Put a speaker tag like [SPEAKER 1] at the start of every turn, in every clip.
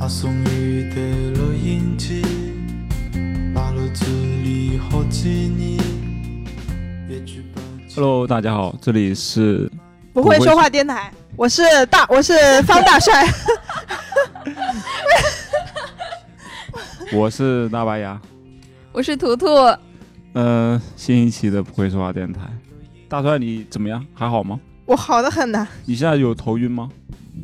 [SPEAKER 1] 阿送雨的录音机，把路子里好几年。也举办
[SPEAKER 2] Hello，大家好，这里 是
[SPEAKER 3] 不会说话电台，我是大，我是方大 帅，
[SPEAKER 2] 我是大白牙，
[SPEAKER 4] 我是图图，
[SPEAKER 2] 呃，新一期的不会说话电台。大帅，你怎么样？还好吗？
[SPEAKER 3] 我好的很呐，
[SPEAKER 2] 你现在有头晕吗？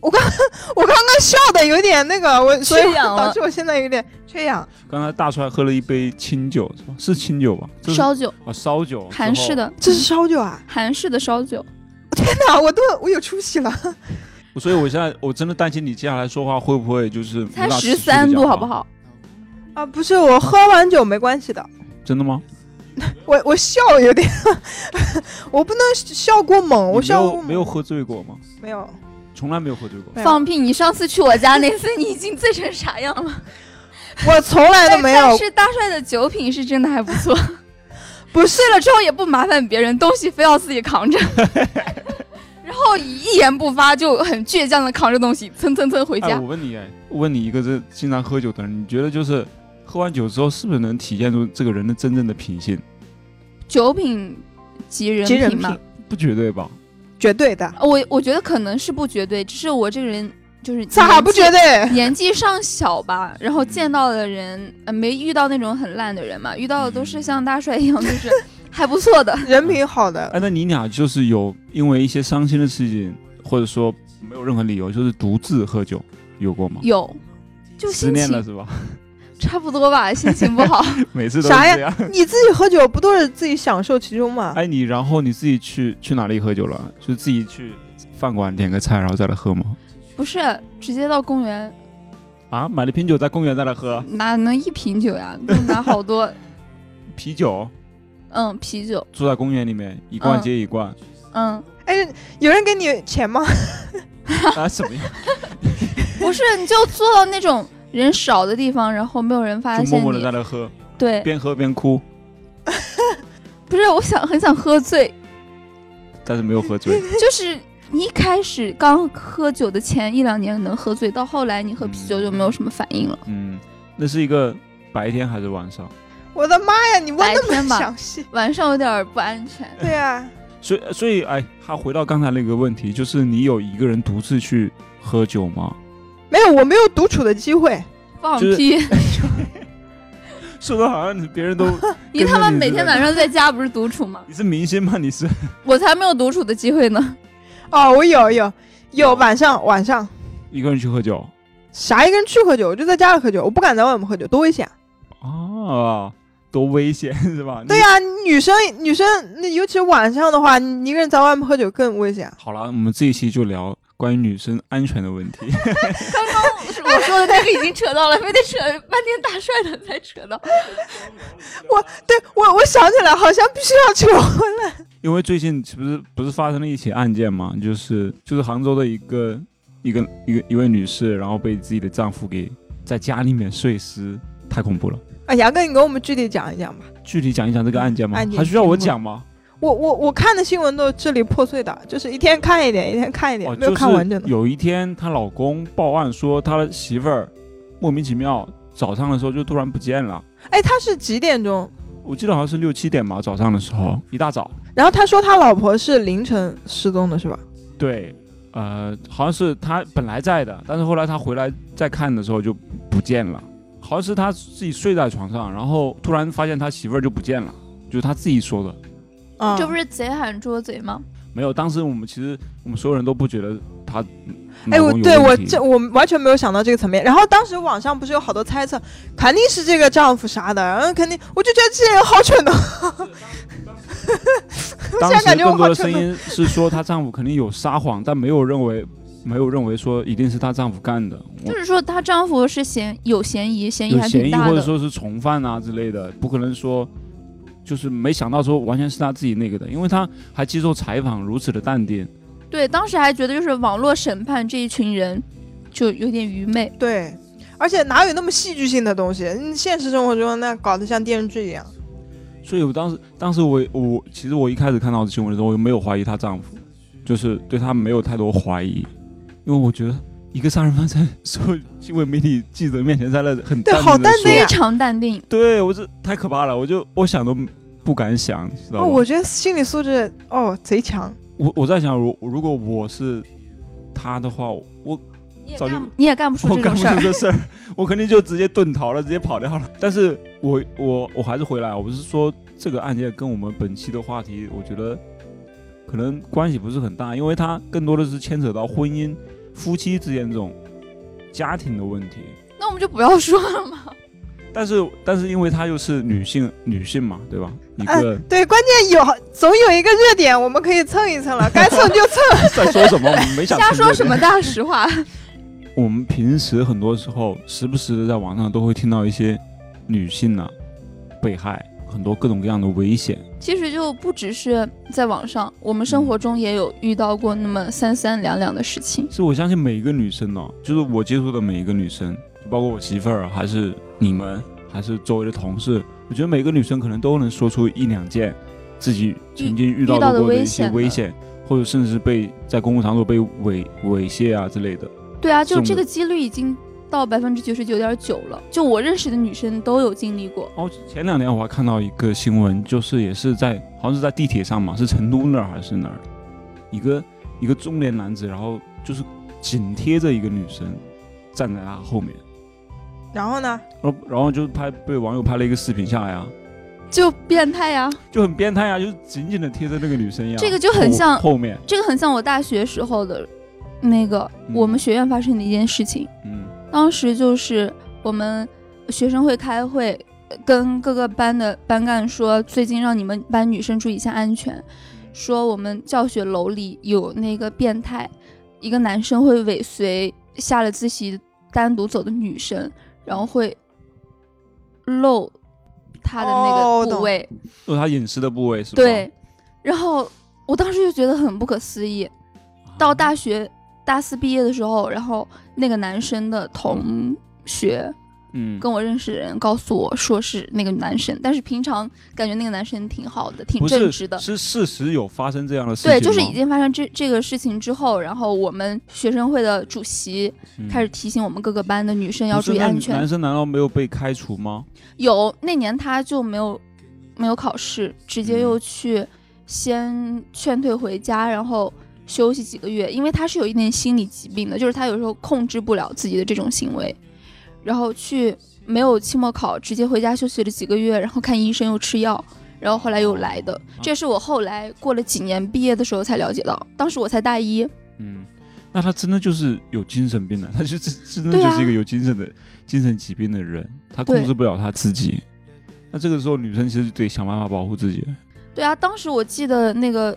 [SPEAKER 3] 我刚刚笑的有点那个，我所以
[SPEAKER 4] 缺氧了
[SPEAKER 3] 导致我现在有点缺氧。
[SPEAKER 2] 刚才大帅喝了一杯清酒，是吧？是清酒吧？这是
[SPEAKER 4] 烧酒，
[SPEAKER 2] 啊，烧酒，
[SPEAKER 4] 韩式。的，
[SPEAKER 3] 这是烧酒啊！
[SPEAKER 4] 韩式的烧酒。
[SPEAKER 3] 天哪，我都我有出息了。
[SPEAKER 2] 所以我现在我真的担心你接下来说话会不会就是
[SPEAKER 4] 才十三度，好不？好？
[SPEAKER 3] 啊，不是，我喝完酒没关系的，
[SPEAKER 2] 真的吗？
[SPEAKER 3] 我我笑有点， 我不能笑过猛，我
[SPEAKER 2] 你没
[SPEAKER 3] 笑过
[SPEAKER 2] 有
[SPEAKER 3] 猛
[SPEAKER 2] 没有喝醉过吗？
[SPEAKER 3] 没有，
[SPEAKER 2] 从来没有喝醉过。
[SPEAKER 3] 没有
[SPEAKER 4] 放屁！你上次去我家那次， 你已经醉成啥样 了？
[SPEAKER 3] 我从来都
[SPEAKER 4] 但
[SPEAKER 3] 没有
[SPEAKER 4] 但，是大帅的酒品是真的还不 错，
[SPEAKER 3] 不是
[SPEAKER 4] 醉了之后也不麻烦别人，东西非要自己扛 着，然后一言不发就很倔强的扛着东西蹭蹭蹭回
[SPEAKER 2] 哎，
[SPEAKER 4] 家
[SPEAKER 2] 我。问你，哎，我问你一个这经常喝酒的人，你觉得就是喝完酒之后是不是能体现出这个人的真正的品性？
[SPEAKER 4] 酒品及人
[SPEAKER 3] 及人
[SPEAKER 4] 嘛，
[SPEAKER 3] 品，
[SPEAKER 2] 不绝对吧？
[SPEAKER 3] 绝对的，
[SPEAKER 4] 我我觉得可能是不绝对，只是我这个人就是
[SPEAKER 3] 咋
[SPEAKER 4] 年
[SPEAKER 3] 不
[SPEAKER 4] 纪
[SPEAKER 3] 绝 对？
[SPEAKER 4] 年纪尚小吧，然后见到的人，呃，没遇到那种很烂的人嘛，遇到的都是像大帅一样，就是还不错的。
[SPEAKER 3] 人品好的，
[SPEAKER 2] 哎，那你俩就是有因为一些伤心的事情，或者说没有任何理由，就是独自喝酒，有过吗？
[SPEAKER 4] 有，就
[SPEAKER 2] 失
[SPEAKER 4] 心
[SPEAKER 2] 恋了
[SPEAKER 4] 情
[SPEAKER 2] 是吧？
[SPEAKER 4] 差不多吧，心情不好。
[SPEAKER 2] 每次都是
[SPEAKER 3] 啥呀
[SPEAKER 2] 这样。
[SPEAKER 3] 你自己喝酒不都是自己享受其中吗？
[SPEAKER 2] 哎，你然后你自己去去哪里喝酒了？就自己去饭馆点个菜，然后再来喝吗？
[SPEAKER 4] 不是，直接到公园，
[SPEAKER 2] 啊，买了瓶酒在公园再来喝
[SPEAKER 4] 哪能一瓶 酒呀？就拿好多，
[SPEAKER 2] 啤酒，
[SPEAKER 4] 嗯，啤酒，
[SPEAKER 2] 住在公园里面一罐
[SPEAKER 4] 嗯
[SPEAKER 2] 接一罐、
[SPEAKER 4] 嗯，
[SPEAKER 3] 哎，有人给你钱吗？
[SPEAKER 2] 啊，什么呀？
[SPEAKER 4] 不是，你就坐到那种人少的地方，然后没有人发
[SPEAKER 2] 就
[SPEAKER 4] 现
[SPEAKER 2] 默默的
[SPEAKER 4] 你
[SPEAKER 2] 在那喝，
[SPEAKER 4] 对，
[SPEAKER 2] 边喝边哭，
[SPEAKER 4] 不是，我想很想喝醉，
[SPEAKER 2] 但是没有喝醉。
[SPEAKER 4] 就是你一开始刚喝酒的前一两年能喝醉，到后来你喝啤酒就没有什么反应了。
[SPEAKER 2] 嗯，那是一个白天还是晚上？
[SPEAKER 3] 我的妈呀，你问
[SPEAKER 4] 白
[SPEAKER 3] 那
[SPEAKER 4] 天
[SPEAKER 3] 么
[SPEAKER 4] 吧
[SPEAKER 3] 详细？
[SPEAKER 4] 晚上有点不安全，
[SPEAKER 3] 对啊，
[SPEAKER 2] 所以，所以，哎，还回到刚才那个问题，就是你有一个人独自去喝酒吗？
[SPEAKER 3] 没有，我没有独处的机会。
[SPEAKER 4] 放
[SPEAKER 2] 就是
[SPEAKER 4] 屁！
[SPEAKER 2] 说的 好像别人都，
[SPEAKER 4] 你他妈
[SPEAKER 2] 跟着你
[SPEAKER 4] 每天
[SPEAKER 2] 是吧？
[SPEAKER 4] 晚上在家不是独处吗
[SPEAKER 2] 你是明星吗？你是？
[SPEAKER 4] 我才没有独处的机会呢。
[SPEAKER 3] 哦，我有有有，晚上晚上
[SPEAKER 2] 一个人去喝酒
[SPEAKER 3] 啥一个人去喝酒，我就在家里喝酒，我不敢在外面喝酒，多危险啊！
[SPEAKER 2] 啊？多危险是吧？
[SPEAKER 3] 对
[SPEAKER 2] 你、
[SPEAKER 3] 呀、女生女生，那尤其晚上的话，你一个人在外面喝酒更危险。啊
[SPEAKER 2] 好了，我们这一期就聊关于女生安全的问题。
[SPEAKER 4] 刚刚 我说的那个已经扯到了，非得扯半天大帅的才扯到。
[SPEAKER 3] 对我，我想起来，好像必须要求婚了。
[SPEAKER 2] 因为最近是不是不是发生了一起案件嘛？就是就是杭州的一个一个一个一位女士，然后被自己的丈夫给在家里面碎尸，太恐怖了。
[SPEAKER 3] 哎，牙哥，你给我们具体讲一讲吧。
[SPEAKER 2] 具体讲一讲这个案件吗
[SPEAKER 3] 案？件
[SPEAKER 2] 还需要我讲吗？
[SPEAKER 3] 我我我看的新闻都是支离破碎的，就是一天看一点，一天看一点，
[SPEAKER 2] 哦，
[SPEAKER 3] 没有
[SPEAKER 2] 就
[SPEAKER 3] 看完整
[SPEAKER 2] 是
[SPEAKER 3] 的。
[SPEAKER 2] 有一天，她老公报案说她的媳妇儿莫名其妙早上的时候就突然不见了。
[SPEAKER 3] 哎，他是几点钟？
[SPEAKER 2] 我记得好像是六七点吧，早上的时候，一大早。
[SPEAKER 3] 然后他说他老婆是凌晨失踪的，是吧？
[SPEAKER 2] 对，呃，好像是她本来在的，但是后来她回来再看的时候就不见了，好像是她自己睡在床上，然后突然发现她媳妇儿就不见了，就是她自己说的。
[SPEAKER 3] 啊、
[SPEAKER 4] 这不是贼喊捉贼吗？
[SPEAKER 2] 没有，当时我们其实我们所有人都不觉得她老
[SPEAKER 3] 哎，我
[SPEAKER 2] 公有
[SPEAKER 3] 对我
[SPEAKER 2] 问题
[SPEAKER 3] 这我完全没有想到这个层面。然后当时网上不是有好多猜测，肯定是这个丈夫杀的，然后肯定我就觉得这些人好蠢哦。
[SPEAKER 2] 当
[SPEAKER 3] 现在
[SPEAKER 2] 时
[SPEAKER 3] 感觉我
[SPEAKER 2] 更多
[SPEAKER 3] 好
[SPEAKER 2] 的声
[SPEAKER 3] 蠢
[SPEAKER 2] 音是说她丈夫肯定有撒谎，但没有认为没有认为说一定是她丈夫干的，我
[SPEAKER 4] 嗯就是说她丈夫是嫌有嫌疑，嫌疑
[SPEAKER 2] 有
[SPEAKER 4] 还
[SPEAKER 2] 嫌
[SPEAKER 4] 挺
[SPEAKER 2] 疑
[SPEAKER 4] 大
[SPEAKER 2] 或者
[SPEAKER 4] 的。
[SPEAKER 2] 说是从犯啊之类的，不可能说就是没想到说完全是她自己那个的，因为她还接受采访如此的淡定，
[SPEAKER 4] 对，当时还觉得就是网络审判这一群人就有点愚昧。
[SPEAKER 3] 对，而且哪有那么戏剧性的东西？嗯现实生活中那搞得像电视剧一样。
[SPEAKER 2] 所以我当时当时我我其实我一开始看到新闻的时候，我没有怀疑她丈夫，就是对她没有太多怀疑，因为我觉得一个杀人犯在 所有新闻媒体记者面前在那很
[SPEAKER 3] 对
[SPEAKER 2] 淡
[SPEAKER 3] 好
[SPEAKER 2] 定
[SPEAKER 3] 淡
[SPEAKER 2] 地
[SPEAKER 3] 定
[SPEAKER 2] 说
[SPEAKER 3] 啊
[SPEAKER 4] 非常淡定。
[SPEAKER 2] 对我这太可怕了，我就我想都不敢想，你知道
[SPEAKER 3] 哦，
[SPEAKER 2] 吗？
[SPEAKER 3] 我觉得心理素质哦贼强，
[SPEAKER 2] 我我在想，如如果我是他的话，我我
[SPEAKER 4] 你也
[SPEAKER 2] 早就
[SPEAKER 4] 干不你也干不出
[SPEAKER 2] 我
[SPEAKER 4] 这
[SPEAKER 2] 干
[SPEAKER 4] 种
[SPEAKER 2] 不
[SPEAKER 4] 事
[SPEAKER 2] 出这
[SPEAKER 4] 儿，
[SPEAKER 2] 事儿，我肯定就直接遁逃了，直接跑掉了。但是我我我还是回来，我不是说这个案件跟我们本期的话题，我觉得可能关系不是很大，因为它更多的是牵扯到婚姻、夫妻之间这种家庭的问题。
[SPEAKER 4] 那我们就不要说 了嘛。
[SPEAKER 2] 但是但是因为她又是女性女性嘛，对吧？一
[SPEAKER 4] 哎
[SPEAKER 2] 个、
[SPEAKER 3] 对，关键有总有一个热点，我们可以蹭一蹭了，该蹭就蹭。
[SPEAKER 2] 在说什么？我们没想
[SPEAKER 4] 瞎
[SPEAKER 2] 听
[SPEAKER 4] 说
[SPEAKER 2] 过
[SPEAKER 4] 什么大实话？
[SPEAKER 2] 我们平时很多时候，时不时的在网上都会听到一些女性呢、被害很多各种各样的危险。
[SPEAKER 4] 其实就不只是在网上，我们生
[SPEAKER 2] 嗯
[SPEAKER 4] 活中也有遇到过那么三三两两的事情。
[SPEAKER 2] 是我相信每一个女生呢、就是我接触的每一个女生，包括我媳妇儿，啊还是你们，还是周围的同事，我觉得每个女生可能都能说出一两件自己曾经遇到
[SPEAKER 4] 遇到
[SPEAKER 2] 过
[SPEAKER 4] 的
[SPEAKER 2] 的
[SPEAKER 4] 危
[SPEAKER 2] 一些
[SPEAKER 4] 险的
[SPEAKER 2] 危险，或者甚至是被在公共场所被猥猥亵啊之类的。
[SPEAKER 4] 对啊，就
[SPEAKER 2] 这么
[SPEAKER 4] 这个几率已经到百分之九十九点九了。就我认识的女生都有经历过。
[SPEAKER 2] 哦，前两年我还看到一个新闻，就是也是在好像是在地铁上嘛，是成都那儿还是哪儿，一个一个中年男子，然后就是紧贴着一个女生站在他后面，
[SPEAKER 3] 然后呢，
[SPEAKER 2] 然后然后就拍被网友拍了一个视频下来啊，
[SPEAKER 4] 就变态呀、
[SPEAKER 2] 就很变态啊，就是紧紧的贴着那个女生一样，
[SPEAKER 4] 这个就很像
[SPEAKER 2] 后后面，
[SPEAKER 4] 这个很像我大学时候的那个
[SPEAKER 2] 嗯
[SPEAKER 4] 我们学院发生的一件事情。
[SPEAKER 2] 嗯
[SPEAKER 4] 当时就是我们学生会开会，呃跟各个班的班干说，最近让你们班女生注意一下安全，说我们教学楼里有那个变态，一个男生会尾随下了自习单独走的女生，然后会露她的
[SPEAKER 3] 哦
[SPEAKER 4] 那
[SPEAKER 3] 我
[SPEAKER 4] 个部
[SPEAKER 3] 懂
[SPEAKER 4] 位，
[SPEAKER 2] 就是他隐私的部位是吧？
[SPEAKER 4] 对，然后我当时就觉得很不可思议，
[SPEAKER 2] 啊，
[SPEAKER 4] 到大学大四毕业的时候，然后那个男生的同学
[SPEAKER 2] 嗯
[SPEAKER 4] 跟我认识的人告诉我说是那个男生，但是平常感觉那个男生挺好的，挺
[SPEAKER 2] 不
[SPEAKER 4] 正
[SPEAKER 2] 是
[SPEAKER 4] 直的。
[SPEAKER 2] 是事实有发生这样的事情吗，
[SPEAKER 4] 对，就是已经发生这这个事情之后，然后我们学生会的主席
[SPEAKER 2] 嗯
[SPEAKER 4] 开始提醒我们各个班的女生要
[SPEAKER 2] 不是
[SPEAKER 4] 注意
[SPEAKER 2] 那
[SPEAKER 4] 安
[SPEAKER 2] 男
[SPEAKER 4] 全。
[SPEAKER 2] 生难道没有被开除吗？
[SPEAKER 4] 有那年他就没有没有考试，直接又去先劝退回家，然后休息几个月，因为他是有一点心理疾病的，就是他有时候控制不了自己的这种行为，然后去没有期末考，直接回家休息了几个月，然后看医生又吃药。然后后来又来的，这是我后来过了几年毕业的时候才了解到，当时我才大一，
[SPEAKER 2] 嗯，那他真的就是有精神病的，他就真真的
[SPEAKER 4] 对
[SPEAKER 2] 就
[SPEAKER 4] 啊
[SPEAKER 2] 是一个有精神的、精神疾病的人，他
[SPEAKER 4] 对
[SPEAKER 2] 控制不了他自己。那这个时候，女生其实得想办法保护自己。
[SPEAKER 4] 对啊，当时我记得那个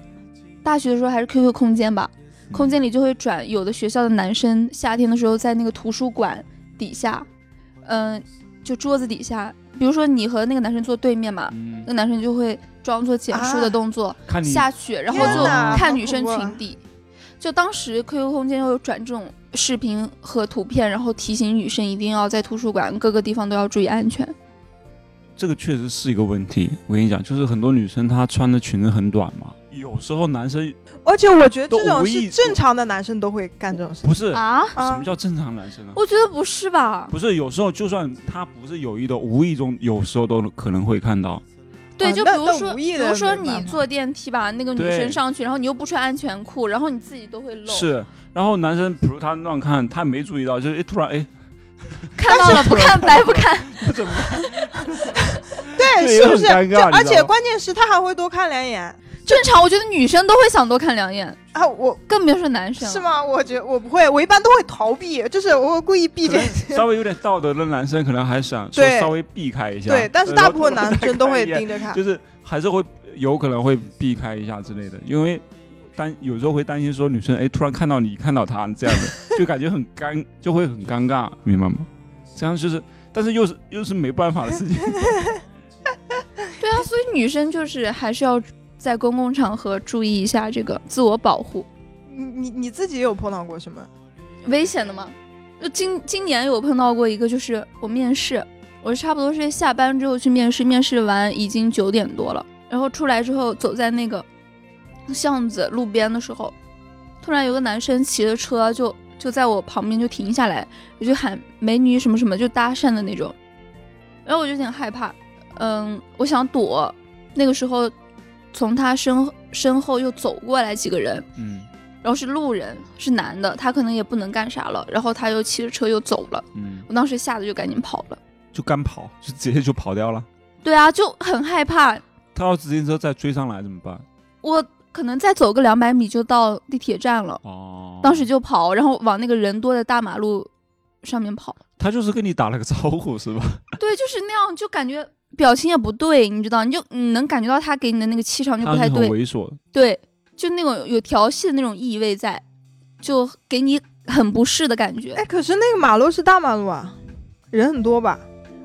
[SPEAKER 4] 大学的时候还是 QQ 空间吧，空
[SPEAKER 2] 嗯
[SPEAKER 4] 间里就会转有的学校的男生夏天的时候在那个图书馆底下，嗯、就桌子底下，比如说你和那个男生坐对面嘛，
[SPEAKER 2] 嗯
[SPEAKER 4] 那个，男生就会装作捡书的动作、
[SPEAKER 2] 看你
[SPEAKER 4] 下去，然后
[SPEAKER 2] 天
[SPEAKER 4] 就
[SPEAKER 2] 哪
[SPEAKER 3] 啊
[SPEAKER 4] 看
[SPEAKER 3] 好
[SPEAKER 4] 女生
[SPEAKER 3] 恐怖啊
[SPEAKER 4] 裙底。就当时 QQ 空间又有转这种视频和图片，然后提醒女生一定要在图书馆各个地方都要注意安全。
[SPEAKER 2] 这个确实是一个问题。我跟你讲，就是很多女生她穿的裙子很短嘛，有时候男生
[SPEAKER 3] 而且我觉得
[SPEAKER 2] 都
[SPEAKER 3] 这种
[SPEAKER 2] 无意
[SPEAKER 3] 是正常的男生都会干这种事
[SPEAKER 2] 不是、
[SPEAKER 4] 啊，
[SPEAKER 2] 什
[SPEAKER 3] 啊
[SPEAKER 2] 么。叫正常男生呢？
[SPEAKER 4] 我觉得不是吧？
[SPEAKER 2] 不是，有时候就算他不是有意的，无意中有时候都可能会看到。
[SPEAKER 4] 对，
[SPEAKER 3] 啊
[SPEAKER 4] 就比
[SPEAKER 3] 那
[SPEAKER 4] 如
[SPEAKER 3] 那
[SPEAKER 4] 说，
[SPEAKER 3] 无
[SPEAKER 4] 比
[SPEAKER 3] 意的
[SPEAKER 4] 如说
[SPEAKER 3] 没办
[SPEAKER 4] 你
[SPEAKER 3] 法
[SPEAKER 4] 坐电梯吧，那个女
[SPEAKER 2] 对
[SPEAKER 4] 生上去，然后你又不穿安全裤，然后你自己都会漏。
[SPEAKER 2] 是，然后男生比如他乱看，他没注意到，就是哎突然哎
[SPEAKER 4] 看到了不看白不看。
[SPEAKER 2] 怎么办？
[SPEAKER 3] 对，
[SPEAKER 2] 这也
[SPEAKER 3] 是不
[SPEAKER 2] 很
[SPEAKER 3] 是？
[SPEAKER 2] 尴
[SPEAKER 3] 就
[SPEAKER 2] 尬你
[SPEAKER 3] 而
[SPEAKER 2] 知
[SPEAKER 3] 且
[SPEAKER 2] 道吗
[SPEAKER 3] 关键是他还会多看两眼
[SPEAKER 4] 正常，我觉得女生都会想多看两眼，
[SPEAKER 3] 啊！我
[SPEAKER 4] 更别说男生了。
[SPEAKER 3] 是？吗？我觉我不会，我一般都会逃避，就是我会故意避
[SPEAKER 2] 可
[SPEAKER 3] 着
[SPEAKER 2] 能。稍微有点道德的男生可能还想说
[SPEAKER 3] 对
[SPEAKER 2] 稍微避开一下，
[SPEAKER 3] 对，但是
[SPEAKER 2] 然后
[SPEAKER 3] 大部分男生都啊会盯着看。
[SPEAKER 2] 就是还是会有可能会避开一下之类的，因为担有时候会担心说女生哎突然看到你看到她这样 的，就感觉很尴，就会很尴尬，明白吗？这样就是，但是又是又是没办法的 事情，
[SPEAKER 4] 对啊，所以女生就是还是要在公共场合注意一下这个自我保护。
[SPEAKER 3] 你你你自己有碰到过什么？
[SPEAKER 4] 危险的嘛。就今今年有碰到过一个，就是我面试，我差不多是下班之后去面试，面试完已经九点多了，然后出来之后走在那个巷子路边的时候，突然有个男生骑着车就就在我旁边就停下来，我就喊美女什么什么，就搭讪的那种。然后我就有点害怕，嗯，我想躲。那个时候，从他身身后又走过来几个人，
[SPEAKER 5] 嗯
[SPEAKER 4] 然后是路人，是男的，他可能也不能干啥了，然后他又骑着车又走了。
[SPEAKER 5] 嗯，
[SPEAKER 4] 我当时吓得就赶紧跑了。
[SPEAKER 5] 就干跑，就直接就跑掉了。
[SPEAKER 4] 对啊，就很害怕。
[SPEAKER 5] 他要自行车再追上来怎么办？
[SPEAKER 4] 我可能再走个两百米就到地铁站了，
[SPEAKER 5] 哦，
[SPEAKER 4] 当时就跑，然后往那个人多的大马路上面跑。
[SPEAKER 5] 他就是跟你打了个招呼是吧？
[SPEAKER 4] 对，就是那样，就感觉表情也不对，你知道，你就你能感觉到他给你的那个气场就
[SPEAKER 5] 他
[SPEAKER 4] 不
[SPEAKER 5] 是
[SPEAKER 4] 太
[SPEAKER 5] 很
[SPEAKER 4] 对，
[SPEAKER 5] 猥琐的，
[SPEAKER 4] 对，就那种有调戏的那种意味在，就给你很不适的感觉。
[SPEAKER 3] 哎，可是那个马路是大马路啊，人很多吧？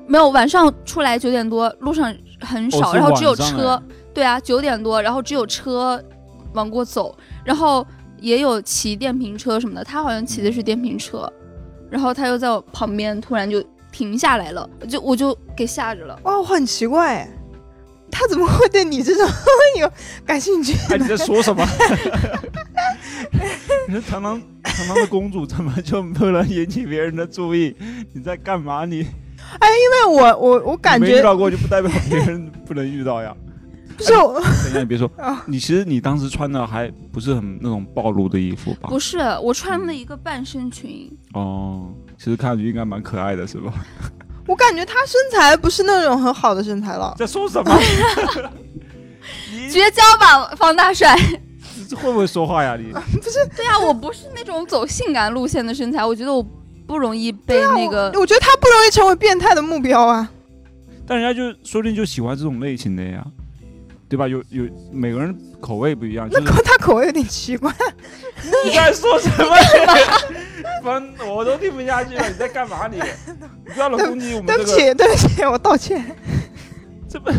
[SPEAKER 4] 没有，晚上出来九点多，路上很
[SPEAKER 5] 哦
[SPEAKER 4] 少，
[SPEAKER 5] 是
[SPEAKER 4] 然后只有
[SPEAKER 5] 晚上哎
[SPEAKER 4] 车。对啊，九点多，然后只有车往过走，然后也有骑电瓶车什么的。他好像骑的是电瓶车，然后他又在我旁边突然就停下来了，就我就给吓着了。
[SPEAKER 3] 哦，很奇怪哎，他怎么会对你这种 有感兴 趣？
[SPEAKER 5] 哎，你在 说什么？你说堂堂堂堂的公主怎么就不能引起别人的注意？你在干嘛你？
[SPEAKER 3] 因为我我我感
[SPEAKER 5] 你没遇
[SPEAKER 3] 觉
[SPEAKER 5] 到过就不代表别人不能 遇到呀。
[SPEAKER 3] 不是我，
[SPEAKER 5] 等一下，你别说
[SPEAKER 3] 啊，
[SPEAKER 5] 你其实你当时穿的还不是很那种暴露的衣服吧？
[SPEAKER 4] 不是，我穿的一个半身裙，
[SPEAKER 5] 哦，其实看上去应该蛮可爱的，是 吧？
[SPEAKER 3] 我感觉他身材不是那种很好的身材了。
[SPEAKER 5] 在说什么？
[SPEAKER 2] 啊
[SPEAKER 4] 绝交吧，方大帅。
[SPEAKER 5] 你这会不会说话呀？ 你
[SPEAKER 4] 对啊，我不是那种走性感路线的身材，我觉得我不容易被那个。
[SPEAKER 3] 我觉得他不容易成为变态的目标啊。
[SPEAKER 5] 但人家就说不定就喜欢这种类型的呀，对吧？有有每个人口味不一样，就
[SPEAKER 3] 那
[SPEAKER 5] 是
[SPEAKER 3] 口他口味有点奇怪，
[SPEAKER 5] 你在说什么？反我都听不下去了，你在干嘛你？你不要老攻击我们
[SPEAKER 3] 对
[SPEAKER 5] 这
[SPEAKER 3] 不
[SPEAKER 5] 个，
[SPEAKER 3] 起，对不起，我道歉。
[SPEAKER 5] 怎么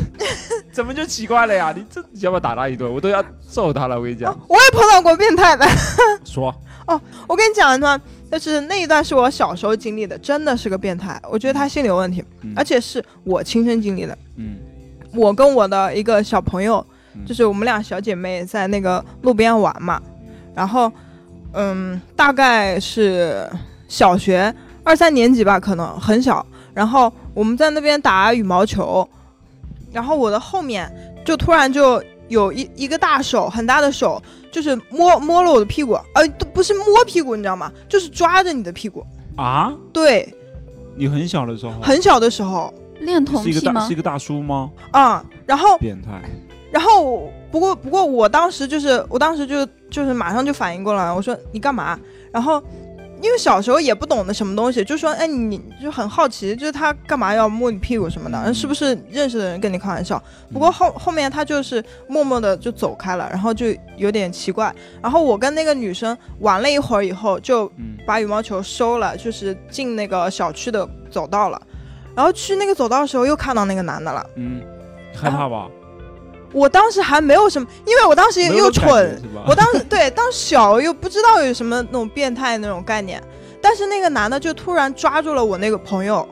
[SPEAKER 5] 怎么就奇怪了呀？你这你要不要打他一顿？我都要揍他了，我跟你讲
[SPEAKER 3] 哦，我也碰到过变态的。
[SPEAKER 5] 说。
[SPEAKER 3] 我跟你讲一段，就是那一段是我小时候经历的，真的是个变态。我觉得他心理有问题，
[SPEAKER 5] 嗯
[SPEAKER 3] 而且是我亲身经历的。
[SPEAKER 5] 嗯
[SPEAKER 3] 我跟我的一个小朋友
[SPEAKER 5] 嗯，
[SPEAKER 3] 就是我们俩小姐妹在那个路边玩嘛，然后，嗯，大概是小学二三年级吧，可能很小。然后我们在那边打羽毛球，然后我的后面就突然就有一一个大手，很大的手，就是摸摸了我的屁股，呃，都不是摸屁股，你知道吗？就是抓着你的屁股。
[SPEAKER 5] 啊，
[SPEAKER 3] 对，
[SPEAKER 5] 你很小的时候，
[SPEAKER 3] 很小的时候，
[SPEAKER 4] 恋童
[SPEAKER 5] 是一
[SPEAKER 4] 癖
[SPEAKER 5] 个大
[SPEAKER 4] 吗
[SPEAKER 5] 是一？个大叔吗？
[SPEAKER 3] 啊、然后
[SPEAKER 5] 变态，
[SPEAKER 3] 然后不过不过我当时就是我当时就就是马上就反应过来，我说你干嘛？然后因为小时候也不懂得什么东西，就说哎你就很好奇，就是他干嘛要摸你屁股什么的，
[SPEAKER 5] 嗯
[SPEAKER 3] 是不是认识的人跟你开玩笑？不过后后面他就是默默的就走开了，然后就有点奇怪。然后我跟那个女生玩了一会儿以后，就
[SPEAKER 5] 嗯
[SPEAKER 3] 把羽毛球收了，就是进那个小区的走道了。然后去那个走道的时候，又看到那个男的了。
[SPEAKER 5] 嗯，害怕吧？
[SPEAKER 3] 我当时还没有什么，因为我当时
[SPEAKER 5] 没有
[SPEAKER 3] 啊又
[SPEAKER 5] 那种感
[SPEAKER 3] 蠢
[SPEAKER 5] 觉，是吧？
[SPEAKER 3] 我当 时对当时小又不知道有什么那种变态那种概念，但是那个男的就突然抓住了我那个朋友，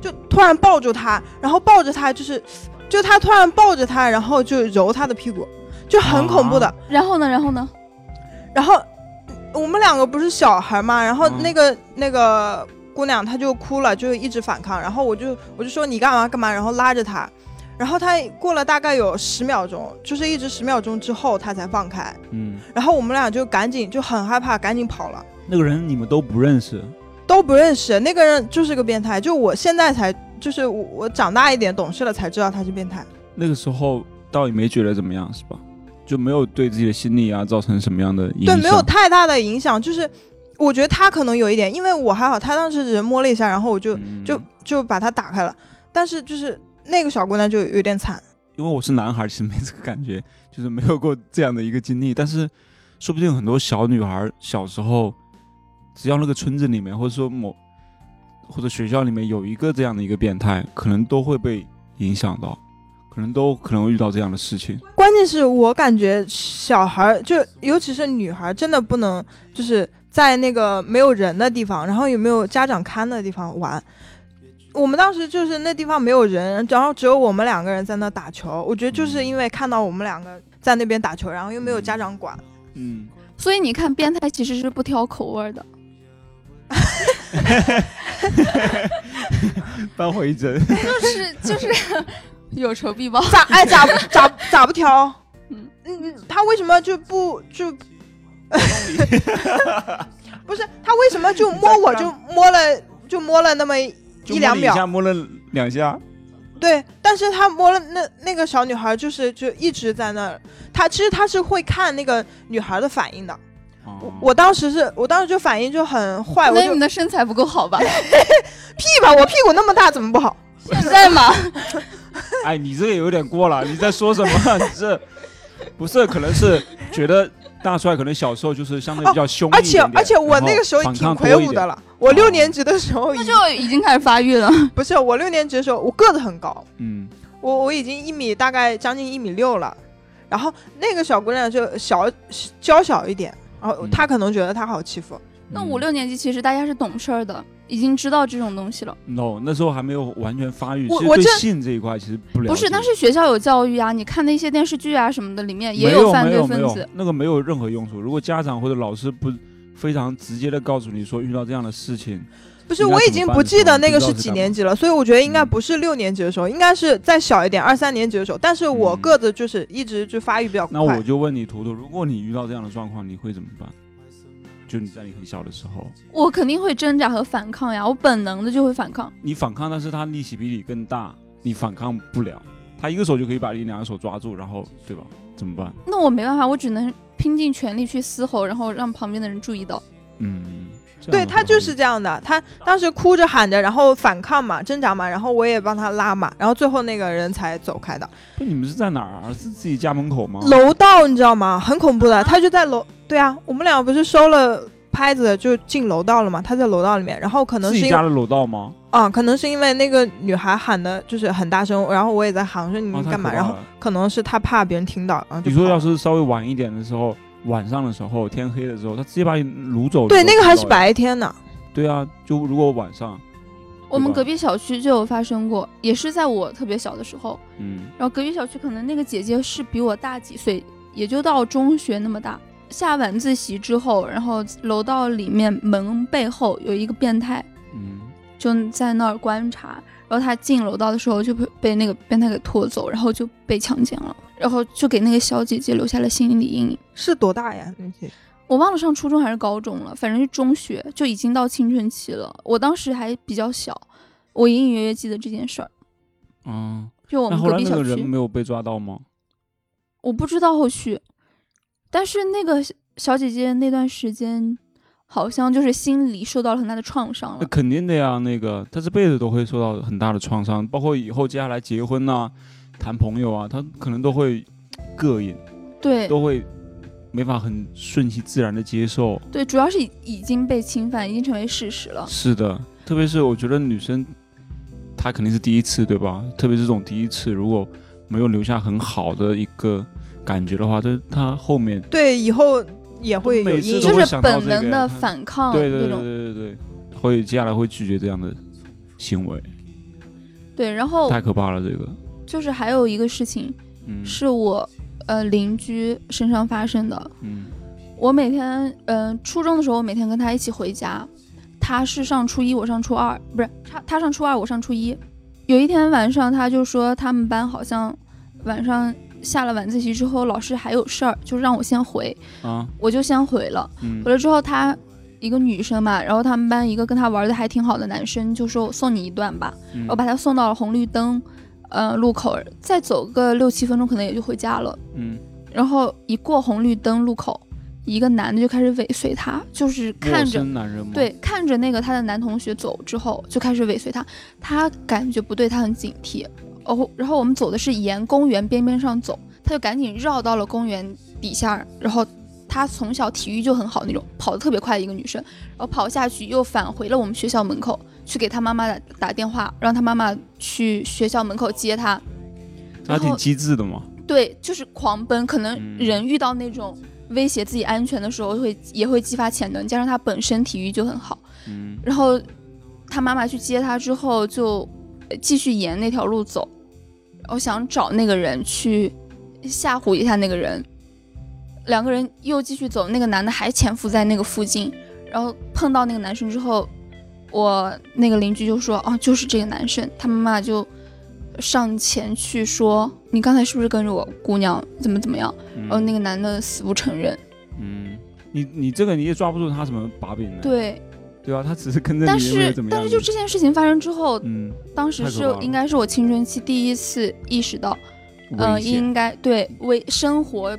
[SPEAKER 3] 就突然抱住他，然后抱着他就是，就他突然抱着他，然后就揉他的屁股，就很恐怖的。
[SPEAKER 5] 啊
[SPEAKER 4] 然后呢？然后呢？
[SPEAKER 3] 然后嗯我们两个不是小孩嘛，然后
[SPEAKER 5] 嗯
[SPEAKER 3] 那个、那个姑娘她就哭了，就一直反抗，然后我就我就说你干嘛干嘛，然后拉着她，然后她过了大概有十秒钟，就是一直十秒钟之后她才放开，
[SPEAKER 5] 嗯，
[SPEAKER 3] 然后我们俩就赶紧就很害怕，赶紧跑了，
[SPEAKER 5] 那个人你们都不认识，
[SPEAKER 3] 都不认识那个人就是个变态，就我现在才就是我我长大一点懂事了才知道他是变态，
[SPEAKER 5] 那个时候倒也没觉得怎么样，是吧？就没有对自己的心理啊造成什么样的影
[SPEAKER 3] 对
[SPEAKER 5] 响？
[SPEAKER 3] 没有太大的影响，就是我觉得他可能有一点，因为我还好，他当时只是摸了一下，然后我就。
[SPEAKER 5] 嗯
[SPEAKER 3] 就就把它打开了。但是就是那个小姑娘就有点惨，
[SPEAKER 5] 因为我是男孩，其实没这个感觉， 就是没有过这样的一个经历。但是，说不定很多小女孩小时候，只要那个村子里面，或者说某或者学校里面有一个这样的一个变态，可能都会被影响到，可能都可能会遇到这样的事情。
[SPEAKER 3] 关键是我感觉小孩儿就尤其是女孩儿，真的不能就是在那个没有人的地方，然后也没有家长看的地方玩。我们当时就是那地方没有人，然后只有我们两个人在那打球。我觉得就是因为看到我们两个在那边打球，然后又没有家长管，
[SPEAKER 5] 嗯，
[SPEAKER 4] 所以你看，变态其实是不挑口味儿的。
[SPEAKER 5] 嗯
[SPEAKER 2] 扳回一针。
[SPEAKER 4] 就是就是 有仇必报。
[SPEAKER 3] 咋哎 咋不咋咋不调？
[SPEAKER 4] 嗯
[SPEAKER 3] 嗯，他为什么就不 就？不是他为什么就摸我就摸了就摸了那么一
[SPEAKER 2] 就
[SPEAKER 3] 一两秒
[SPEAKER 2] 摸了下摸了两下，
[SPEAKER 3] 对，但是他摸了那那个小女孩，就是就一直在那儿。他其实他是会看那个女孩的反应的。
[SPEAKER 5] 哦
[SPEAKER 3] 我我当时是我当时就反应就很坏，
[SPEAKER 4] 可
[SPEAKER 3] 我
[SPEAKER 4] 能
[SPEAKER 3] 就
[SPEAKER 4] 你的身材不够 好吧？
[SPEAKER 3] 屁吧，我屁股那么大怎么不好？
[SPEAKER 4] 你在吗？
[SPEAKER 5] 哎，你这个有点过了，你在说什么？啊你这 不是可能是觉得大帅可能小时候就是相对比较凶、一
[SPEAKER 3] 哦而且
[SPEAKER 5] 点点
[SPEAKER 3] 而且我那个时候
[SPEAKER 5] 然后
[SPEAKER 3] 挺
[SPEAKER 5] 反抗
[SPEAKER 3] 魁
[SPEAKER 5] 多一
[SPEAKER 3] 梧
[SPEAKER 5] 点
[SPEAKER 3] 的了，我六
[SPEAKER 5] 哦
[SPEAKER 3] 年级的时候已
[SPEAKER 4] 那就已经开始发育了。
[SPEAKER 3] 不是我六年级的时候，我个子很高，
[SPEAKER 5] 嗯，
[SPEAKER 3] 我我已经一米大概将近一米六了，然后那个小姑娘就小娇小一点，然后
[SPEAKER 5] 嗯
[SPEAKER 3] 她可能觉得她好欺负，
[SPEAKER 4] 那
[SPEAKER 5] 嗯
[SPEAKER 4] 五六年级其实大家是懂事儿的，已经知道这种东西了。
[SPEAKER 5] no 那时候还没有完全发育，
[SPEAKER 3] 我
[SPEAKER 5] 其实
[SPEAKER 3] 我
[SPEAKER 5] 对
[SPEAKER 3] 这
[SPEAKER 5] 性这一块其实不了解。
[SPEAKER 4] 不是，但是学校有教育啊，你看那些电视剧啊什么的，里面也
[SPEAKER 5] 没有
[SPEAKER 4] 犯
[SPEAKER 5] 没
[SPEAKER 4] 罪
[SPEAKER 5] 有
[SPEAKER 4] 分
[SPEAKER 5] 没
[SPEAKER 4] 子
[SPEAKER 5] 有。那个没有任何用处。如果家长或者老师不非常直接的告诉你说遇到这样的事情，
[SPEAKER 3] 不是
[SPEAKER 5] 应该
[SPEAKER 3] 我已
[SPEAKER 5] 怎么
[SPEAKER 3] 经
[SPEAKER 5] 办
[SPEAKER 3] 不
[SPEAKER 5] 的
[SPEAKER 3] 记
[SPEAKER 5] 时候
[SPEAKER 3] 得
[SPEAKER 5] 你
[SPEAKER 3] 那
[SPEAKER 5] 不
[SPEAKER 3] 个
[SPEAKER 5] 知道
[SPEAKER 3] 是
[SPEAKER 5] 是
[SPEAKER 3] 几
[SPEAKER 5] 干
[SPEAKER 3] 年
[SPEAKER 5] 嘛
[SPEAKER 3] 级了，所以我觉得应该
[SPEAKER 5] 嗯
[SPEAKER 3] 不是六年级的时候，应该是再小一点，二三年级的时候，但是我
[SPEAKER 5] 嗯
[SPEAKER 3] 个子就是一直就发育比较
[SPEAKER 5] 那我
[SPEAKER 3] 快，
[SPEAKER 5] 就问你，图图，如果你遇到这样的状况，你会怎么办？就你在你很小的时候，
[SPEAKER 4] 我肯定会挣扎和反抗呀，我本能的就会反抗。
[SPEAKER 5] 你反抗，但是他力气比你更大，你反抗不了，他一个手就可以把你两个手抓住，然后对吧？怎么办？
[SPEAKER 4] 那我没办法，我只能拼尽全力去嘶吼，然后让旁边的人注意到。
[SPEAKER 5] 嗯，这样
[SPEAKER 3] 对
[SPEAKER 5] 的
[SPEAKER 3] 她
[SPEAKER 5] 话
[SPEAKER 3] 就是这样的，她当时哭着喊着，然后反抗嘛，挣扎嘛，然后我也帮她拉嘛，然后最后那个人才走开的。
[SPEAKER 5] 不你们是在哪儿啊？是自己家门口吗？
[SPEAKER 3] 楼道，你知道吗？很恐怖的，他就在楼。对啊，我们俩不是收了拍子就进楼道了吗？他在楼道里面，然后可能
[SPEAKER 5] 自
[SPEAKER 3] 是
[SPEAKER 5] 己
[SPEAKER 3] 因
[SPEAKER 5] 家
[SPEAKER 3] 为
[SPEAKER 5] 的楼道吗？
[SPEAKER 3] 啊，可能是因为那个女孩喊的就是很大声，然后我也在喊，我说你
[SPEAKER 5] 啊
[SPEAKER 3] 们
[SPEAKER 5] 太
[SPEAKER 3] 嗯干嘛？
[SPEAKER 5] 可
[SPEAKER 3] 然
[SPEAKER 5] 怕
[SPEAKER 3] 后
[SPEAKER 5] 了
[SPEAKER 3] 可能是他怕别人听到，然后就
[SPEAKER 5] 你说
[SPEAKER 3] 跑
[SPEAKER 5] 要
[SPEAKER 3] 了
[SPEAKER 5] 是稍微晚一点的时候，晚上的时候，天黑的时候，他直接把你掳走。
[SPEAKER 3] 对
[SPEAKER 5] 你都
[SPEAKER 3] 那个
[SPEAKER 5] 不
[SPEAKER 3] 还
[SPEAKER 5] 知
[SPEAKER 3] 是
[SPEAKER 5] 道呀。
[SPEAKER 3] 白天呢，
[SPEAKER 5] 对啊，就如果晚上，
[SPEAKER 4] 我们
[SPEAKER 5] 对吧
[SPEAKER 4] 隔壁小区就有发生过，也是在我特别小的时候。
[SPEAKER 5] 嗯，
[SPEAKER 4] 然后隔壁小区可能那个姐姐是比我大几岁，也就到中学那么大。下晚自习之后，然后楼道里面门背后有一个变态，
[SPEAKER 5] 嗯，
[SPEAKER 4] 就在那儿观察。然后他进楼道的时候就被被那个变态给拖走，然后就被强奸了，然后就给那个小姐姐留下了心理阴影。
[SPEAKER 3] 是多大呀？那些
[SPEAKER 4] 我忘了上初中还是高中了，反正是中学就已经到青春期了。我当时还比较小，我隐隐约约记得这件事儿。
[SPEAKER 5] 啊，
[SPEAKER 4] 就我
[SPEAKER 5] 那
[SPEAKER 4] 们
[SPEAKER 5] 后
[SPEAKER 4] 隔
[SPEAKER 5] 来
[SPEAKER 4] 壁
[SPEAKER 5] 那
[SPEAKER 4] 小
[SPEAKER 5] 个
[SPEAKER 4] 区
[SPEAKER 5] 人，没有被抓到
[SPEAKER 3] 嗯
[SPEAKER 5] 吗？
[SPEAKER 4] 我不知道后续，但是那个小小姐姐那段时间，好像就是心理受到了很大的创伤
[SPEAKER 5] 那
[SPEAKER 4] 了。
[SPEAKER 5] 肯定的呀，那个他这辈子都会受到很大的创伤，包括以后接下来结婚呐、谈朋友啊，他可能都会膈应，
[SPEAKER 4] 对
[SPEAKER 5] 呃都会没法很顺其自然的接受。
[SPEAKER 4] 对，主要是已已经被侵犯，已经成为事实了。
[SPEAKER 5] 是的，特别是我觉得女生，她肯定是第一次，对吧？特别是这种第一次，如果没有留下很好的一个感觉的话，这她后面
[SPEAKER 3] 对，以后也会有
[SPEAKER 5] 每次
[SPEAKER 3] 阴
[SPEAKER 5] 都
[SPEAKER 3] 影
[SPEAKER 4] 就
[SPEAKER 5] 会。
[SPEAKER 4] 是
[SPEAKER 5] 想到
[SPEAKER 4] 本
[SPEAKER 5] 这
[SPEAKER 4] 能
[SPEAKER 5] 个
[SPEAKER 4] 的
[SPEAKER 5] 他
[SPEAKER 4] 反抗
[SPEAKER 5] 对对
[SPEAKER 4] 那
[SPEAKER 5] 对
[SPEAKER 4] 嗯种。
[SPEAKER 5] 对对对，会接下来会拒绝这样的行为，
[SPEAKER 4] 对，然后
[SPEAKER 5] 太可怕了，这个。
[SPEAKER 4] 就是还有一个事情
[SPEAKER 5] 嗯
[SPEAKER 4] 是我呃邻居身上发生的，
[SPEAKER 5] 嗯
[SPEAKER 4] 我每天，嗯、初中的时候，我每天跟他一起回家，他是上初一，我上初二，不是他他上初二，我上初一。有一天晚上，他就说他们班好像晚上下了晚自习之后，老师还有事儿，就让我先回，
[SPEAKER 5] 啊
[SPEAKER 4] 我就先回了。
[SPEAKER 5] 嗯
[SPEAKER 4] 回了之后，他一个女生嘛，然后他们班一个跟他玩的还挺好的男生就说我送你一段吧，
[SPEAKER 5] 嗯
[SPEAKER 4] 我把他送到了红绿灯，呃路口，再走个六七分钟，可能也就回家了。
[SPEAKER 5] 嗯。
[SPEAKER 4] 然后一过红绿灯路口，一个男的就开始尾随他，就是看
[SPEAKER 5] 陌
[SPEAKER 4] 着
[SPEAKER 5] 生男人吗？
[SPEAKER 4] 对，看着那个他的男同学走之后，就开始尾随他。他感觉不对，他很警惕。哦，然后我们走的是沿公园边边上走，他就赶紧绕到了公园底下。然后他从小体育就很好那种，跑得特别快的一个女生，然后跑下去又返回了我们学校门口，去给他妈妈打打电话，让他妈妈去学校门口接他。
[SPEAKER 5] 他
[SPEAKER 4] 然
[SPEAKER 5] 挺
[SPEAKER 4] 后
[SPEAKER 5] 机智的嘛。
[SPEAKER 4] 对，就是狂奔。可能
[SPEAKER 5] 嗯
[SPEAKER 4] 人遇到那种威胁自己安全的时候会，也会激发潜能，加上他本身体育就很好。
[SPEAKER 5] 嗯
[SPEAKER 4] 然后他妈妈去接他之后，就呃继续沿那条路走。我想找那个人去吓唬一下那个人。两个人又继续走，那个男的还潜伏在那个附近，然后碰到那个男生之后，我那个邻居就说啊，就是这个男生，他妈妈就上前去说，你刚才是不是跟着我姑娘怎么怎么样？然哦后那个
[SPEAKER 5] 个，
[SPEAKER 4] 男的死不承认。
[SPEAKER 5] 嗯，你你这个你也抓不住他什么把柄呢？
[SPEAKER 4] 对，
[SPEAKER 5] 对吧？他只是跟着
[SPEAKER 4] 但
[SPEAKER 5] 你，又没有
[SPEAKER 4] 是
[SPEAKER 5] 怎么样
[SPEAKER 4] 但是就这件事情发生之后，
[SPEAKER 5] 嗯，
[SPEAKER 4] 当时
[SPEAKER 5] 太可
[SPEAKER 4] 是
[SPEAKER 5] 怕了
[SPEAKER 4] 应该是我青春期第一次意识到，呃，
[SPEAKER 5] 危险
[SPEAKER 4] 应该对危生活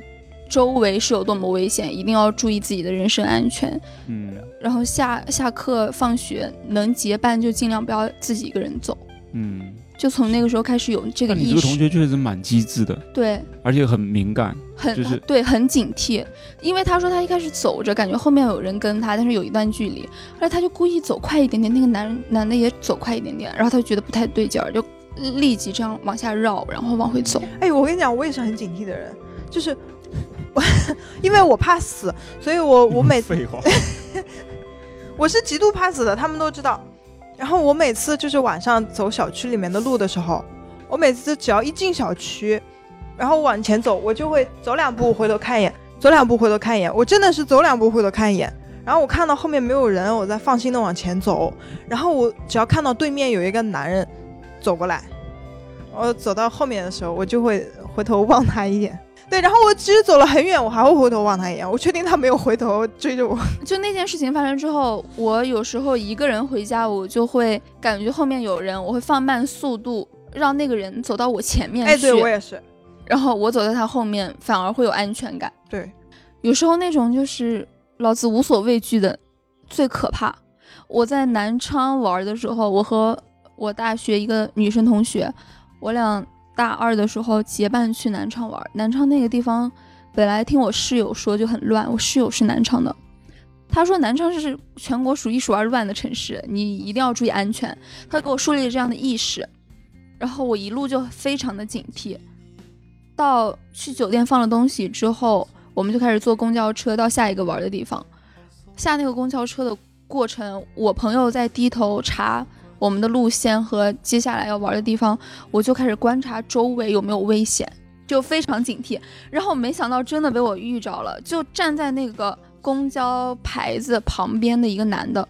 [SPEAKER 4] 周围是有多么危险，一定要注意自己的人身安全。
[SPEAKER 5] 嗯
[SPEAKER 4] 然后下下课放学能结伴就尽量不要自己一个人走。
[SPEAKER 5] 嗯。
[SPEAKER 4] 就从那个时候开始有这个
[SPEAKER 5] 那你
[SPEAKER 4] 意
[SPEAKER 5] 这个同
[SPEAKER 4] 识，
[SPEAKER 5] 学确实蛮机智的，
[SPEAKER 4] 对，
[SPEAKER 5] 而且很敏感。
[SPEAKER 4] 很、
[SPEAKER 5] 就是
[SPEAKER 4] 对，很警惕。因为他说他一开始走着，感觉后面有人跟他，但是有一段距离，而他就故意走快一点点，那个男男的也走快一点点，然后他就觉得不太对劲儿，就立即这样往下绕，然后往回走。
[SPEAKER 3] 哎，我跟你讲，我也是很警惕的人，就是 我因为我怕死，所以我我每
[SPEAKER 2] 废话，
[SPEAKER 3] 我是极度怕死的，他们都知道。然后我每次就是晚上走小区里面的路的时候，我每次只要一进小区，然后往前走，我就会走两步回头看一眼，走两步回头看一眼，我真的是走两步回头看一眼。然后我看到后面没有人，我再放心的往前走。然后我只要看到对面有一个男人走过来，我走到后面的时候，我就会回头望他一眼。对，然后我即使走了很远，我还会回头望他一眼。我确定他没有回头追着我。
[SPEAKER 4] 就那件事情发生之后，我有时候一个人回家，我就会感觉后面有人，我会放慢速度，让那个人走到我前面去，
[SPEAKER 3] 哎，对我也是，
[SPEAKER 4] 然后我走在他后面，反而会有安全感。
[SPEAKER 3] 对。
[SPEAKER 4] 有时候那种就是老子无所畏惧的，最可怕。我在南昌玩的时候，我和我大学一个女生同学，我俩大二的时候结伴去南昌玩。南昌那个地方本来听我室友说就很乱，我室友是南昌的，他说南昌是全国数一数二乱的城市，你一定要注意安全。他给我树立了这样的意识，然后我一路就非常的警惕。到去酒店放了东西之后，我们就开始坐公交车到下一个玩的地方。下那个公交车的过程，我朋友在低头查我们的路线和接下来要玩的地方，我就开始观察周围有没有危险，就非常警惕。然后没想到真的被我遇着了，就站在那个公交牌子旁边的一个男的，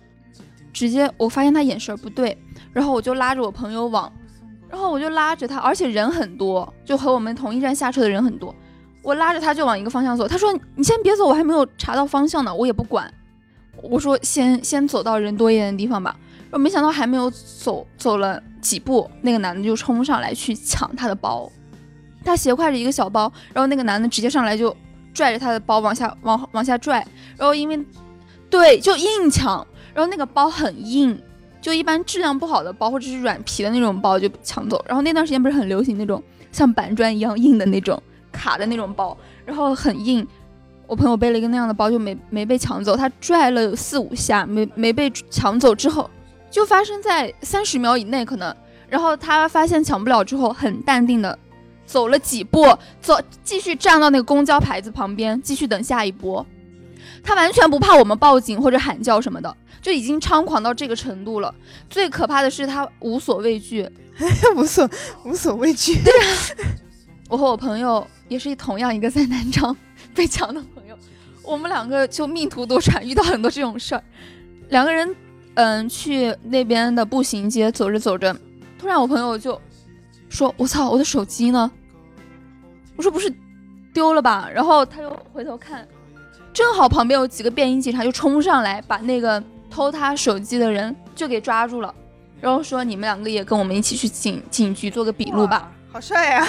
[SPEAKER 4] 直接我发现他眼神不对，然后我就拉着我朋友往，然后我就拉着他，而且人很多，就和我们同一站下车的人很多。我拉着他就往一个方向走，他说：“你先别走，我还没有查到方向呢，我也不管。”我说先：“先走到人多一点的地方吧。”然后没想到还没有走走了几步，那个男的就冲上来去抢他的包，他斜挎着一个小包，然后那个男的直接上来就拽着他的包往下往往下拽，然后因为对就硬抢，然后那个包很硬，就一般质量不好的包或者是软皮的那种包就抢走。然后那段时间不是很流行那种像板砖一样硬的那种卡的那种包，然后很硬。我朋友背了一个那样的包，就没没被抢走。他拽了有四五下，没没被抢走之后，就发生在三十秒以内可能。然后他发现抢不了之后，很淡定的走了几步，走继续站到那个公交牌子旁边，继续等下一波。他完全不怕我们报警或者喊叫什么的，就已经猖狂到这个程度了。最可怕的是他无所畏惧，
[SPEAKER 3] 无所无所畏惧。
[SPEAKER 4] 我和我朋友也是同样一个在南昌 被抢的朋友，我们两个就命途多舛，遇到很多这种事儿。两个人，嗯，去那边的步行街走着走着，突然我朋友就说：“我操，我的手机呢？”我说：“不是丢了吧？”然后他又回头看，正好旁边有几个便衣警察就冲上来，把那个偷他手机的人就给抓住了，然后说：“你们两个也跟我们一起去警警局做个笔录吧。”
[SPEAKER 3] 好帅呀、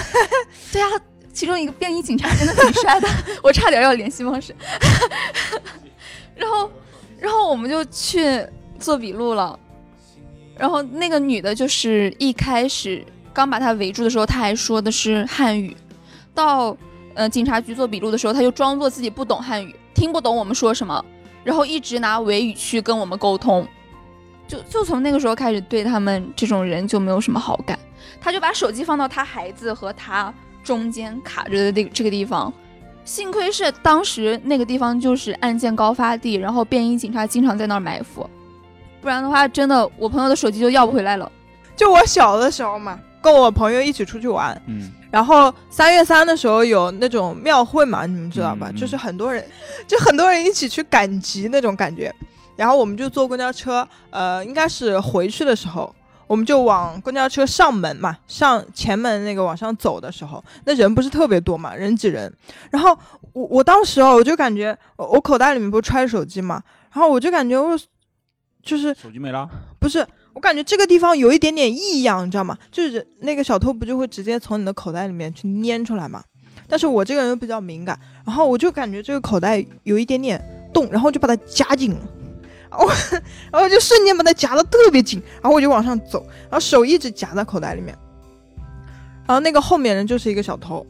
[SPEAKER 4] 对啊，其中一个便衣警察真的挺帅的， 我差点要联系方式。 然后，然后我们就去做笔录了。然后那个女的，就是一开始刚把她围住的时候，她还说的是汉语。到呃警察局做笔录的时候，她就装作自己不懂汉语，听不懂我们说什么，然后一直拿维语去跟我们沟通。就就从那个时候开始，对他们这种人就没有什么好感。他就把手机放到他孩子和他中间卡着的这个这个地方。幸亏是当时那个地方就是案件高发地，然后便衣警察经常在那儿埋伏，不然的话，真的我朋友的手机就要不回来了。
[SPEAKER 3] 就我小的时候嘛，跟我朋友一起出去玩，
[SPEAKER 5] 嗯，
[SPEAKER 3] 然后三月三的时候有那种庙会嘛，你们知道吧？
[SPEAKER 5] 嗯嗯
[SPEAKER 3] 就是很多人，就很多人一起去赶集那种感觉。然后我们就坐公交车，呃，应该是回去的时候，我们就往公交车上门嘛，上前门那个往上走的时候，那人不是特别多嘛，人挤人。然后我我当时哦，我就感觉我我口袋里面不是揣着手机嘛，然后我就感觉我就是
[SPEAKER 5] 手机没了，
[SPEAKER 3] 不是，我感觉这个地方有一点点异样，你知道吗？就是那个小偷不就会直接从你的口袋里面去拈出来嘛？但是我这个人又比较敏感，然后我就感觉这个口袋有一点点洞，然后我就把它夹紧了。我，然后我就瞬间把它夹得特别紧，然后我就往上走，然后手一直夹在口袋里面，然后那个后面人就是一个小偷，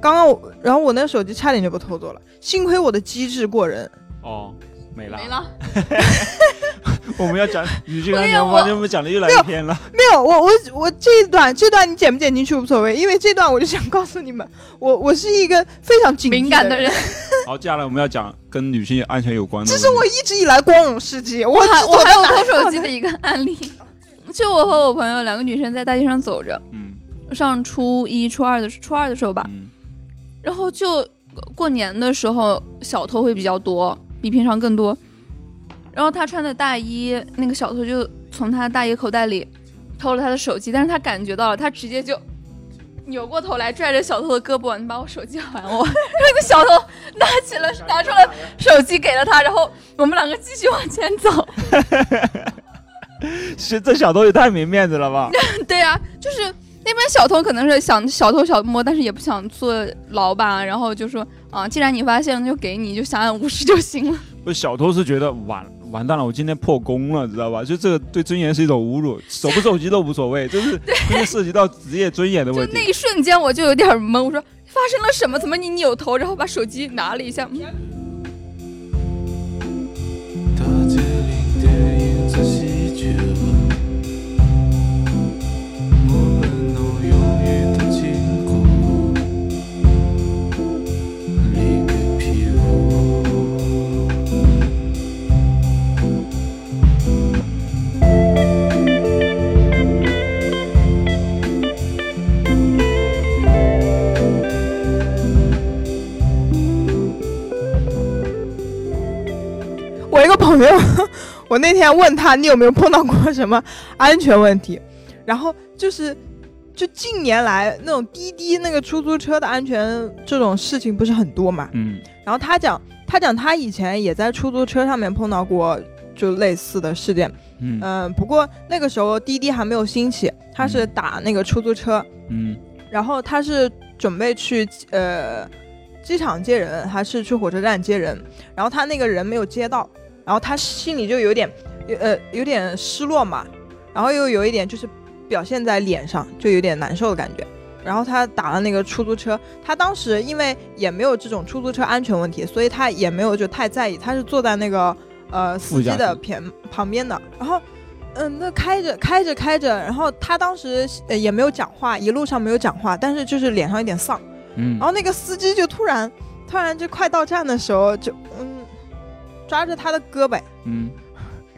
[SPEAKER 3] 刚刚我，然后我那手机差点就被偷走了，幸亏我的机智过人，
[SPEAKER 5] 哦，没了。
[SPEAKER 4] 没了。
[SPEAKER 5] 我们要讲，你这个
[SPEAKER 4] 不是
[SPEAKER 5] 讲
[SPEAKER 4] 我
[SPEAKER 5] 完全不讲的越来越偏了。
[SPEAKER 3] 没有，我我我这一段这段你剪不剪进去无所谓，因为这段我就想告诉你们，我我是一个非常警惕
[SPEAKER 4] 敏感
[SPEAKER 3] 的
[SPEAKER 4] 的， 人，
[SPEAKER 5] 好，接下来我们要讲跟女性安全有关的
[SPEAKER 3] 这
[SPEAKER 5] 问题。
[SPEAKER 3] 是我一直以来光荣事迹。我
[SPEAKER 4] 我还
[SPEAKER 3] 只
[SPEAKER 4] 我还有
[SPEAKER 3] 做
[SPEAKER 4] 偷
[SPEAKER 3] 到
[SPEAKER 4] 手机的一个案 例，就我和我朋友两个女生在大街上走着，
[SPEAKER 5] 嗯
[SPEAKER 4] 上初一、初二的初二的时候吧，
[SPEAKER 5] 嗯
[SPEAKER 4] 然后就过年的时候小偷会比较多，比平常更多。然后他穿的大衣，那个小偷就从他的大衣口袋里偷了他的手机，但是他感觉到了，他直接就扭过头来拽着小偷的胳膊：“你把我手机还我！” 那个小偷拿起了拿出了手机给了他，然后我们两个继续往前走。
[SPEAKER 5] 是这小偷也太没面子了 吧？
[SPEAKER 4] 对啊，就是那边小偷可能是想小偷小摸，但是也不想坐牢吧，然后就说啊，既然你发现了，那就给你，就想想无视就行了。
[SPEAKER 5] 不是小偷是觉得完完蛋了，我今天破功了，知道吧？就这个对尊严是一种侮辱，手不手机都无 所谓，这是关键涉及到职业尊严的
[SPEAKER 4] 就
[SPEAKER 5] 问
[SPEAKER 4] 那
[SPEAKER 5] 题。
[SPEAKER 4] 一瞬间我就有点懵，我说发生了什么？怎么你扭头，然后把手机拿了一下？嗯
[SPEAKER 1] 大街里电影仔细绝望，我们都忧郁的经过，离个屁股。
[SPEAKER 3] 我一个朋友，我那天问他你有没有碰到过什么安全问题，然后就是就近年来那种滴滴那个出租车的安全这种事情不是很多嘛，
[SPEAKER 5] 嗯，
[SPEAKER 3] 然后他讲他讲他以前也在出租车上面碰到过就类似的事件，
[SPEAKER 5] 嗯
[SPEAKER 4] 呃
[SPEAKER 3] 嗯、不过那个时候滴滴还没有兴起，他是打那个出租车，
[SPEAKER 5] 嗯
[SPEAKER 3] 然后他是准备去呃机场接人，还是去火车站接人？然后他那个人没有接到，然后他心里就有点呃有点失落嘛，然后又有一点就是表现在脸上，就有点难受的感觉。然后他打了那个出租车，他当时因为也没有这种出租车安全问题，所以他也没有就太在意，他是坐在那个呃司
[SPEAKER 5] 副驾
[SPEAKER 3] 机的
[SPEAKER 5] 驶
[SPEAKER 3] 偏旁边的，然后。嗯，那开着开着开着，然后他当时呃也没有讲话，一路上没有讲话，但是就是脸上有点丧。
[SPEAKER 5] 嗯
[SPEAKER 3] 然，
[SPEAKER 4] 啊
[SPEAKER 3] 后那个司机就突然突然就快到站的时候就嗯抓着他的胳膊，
[SPEAKER 5] 嗯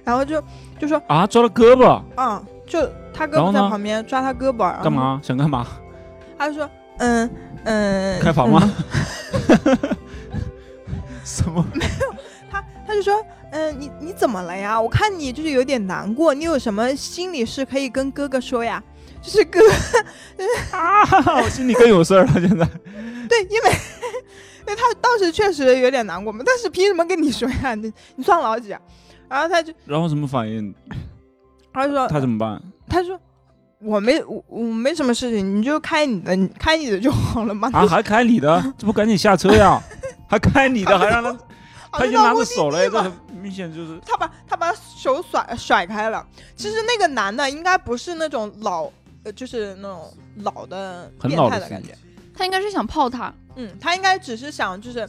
[SPEAKER 3] 然后就就说
[SPEAKER 5] 啊，抓了胳膊
[SPEAKER 3] 啊、就他胳
[SPEAKER 5] 然后
[SPEAKER 3] 膊在
[SPEAKER 5] 呢
[SPEAKER 3] 旁边抓他胳膊，然后
[SPEAKER 5] 干
[SPEAKER 4] 啊
[SPEAKER 5] 嘛？想 干嘛？
[SPEAKER 3] 他就说嗯嗯，
[SPEAKER 5] 开房
[SPEAKER 3] 嗯
[SPEAKER 5] 吗？什么？
[SPEAKER 3] 他他就说，嗯，你你怎么了呀？我看你就是有点难过，你有什么心里事可以跟哥哥说呀？就是哥，
[SPEAKER 5] 啊，我心里更有事儿了，现在。
[SPEAKER 3] 对，因为因为他当时确实有点难过嘛，但是凭什么跟你说呀？你你算老几啊？然后他就
[SPEAKER 5] 然后什么反应？
[SPEAKER 3] 他就说
[SPEAKER 5] 他怎么办？
[SPEAKER 3] 他说我没我我没什么事情，你就开你的，你开你的就好了嘛。
[SPEAKER 5] 啊，还开 你的？这不赶紧下车呀？还开你的，还让他，
[SPEAKER 3] 好
[SPEAKER 5] 他
[SPEAKER 3] 像
[SPEAKER 5] 已经拿
[SPEAKER 3] 到目
[SPEAKER 5] 着
[SPEAKER 3] 的
[SPEAKER 5] 手了
[SPEAKER 3] 地
[SPEAKER 5] 呀，这
[SPEAKER 3] 嘛。
[SPEAKER 5] 很明显就是
[SPEAKER 3] 他把他把手甩甩开了。其实那个男的应该不是那种老，呃，就是那种老的
[SPEAKER 5] 很
[SPEAKER 3] 变
[SPEAKER 5] 老
[SPEAKER 3] 态
[SPEAKER 5] 的
[SPEAKER 3] 的
[SPEAKER 5] 司
[SPEAKER 3] 感
[SPEAKER 5] 机
[SPEAKER 3] 觉。
[SPEAKER 4] 他应该是想泡他，
[SPEAKER 3] 嗯，他应该只是想就是，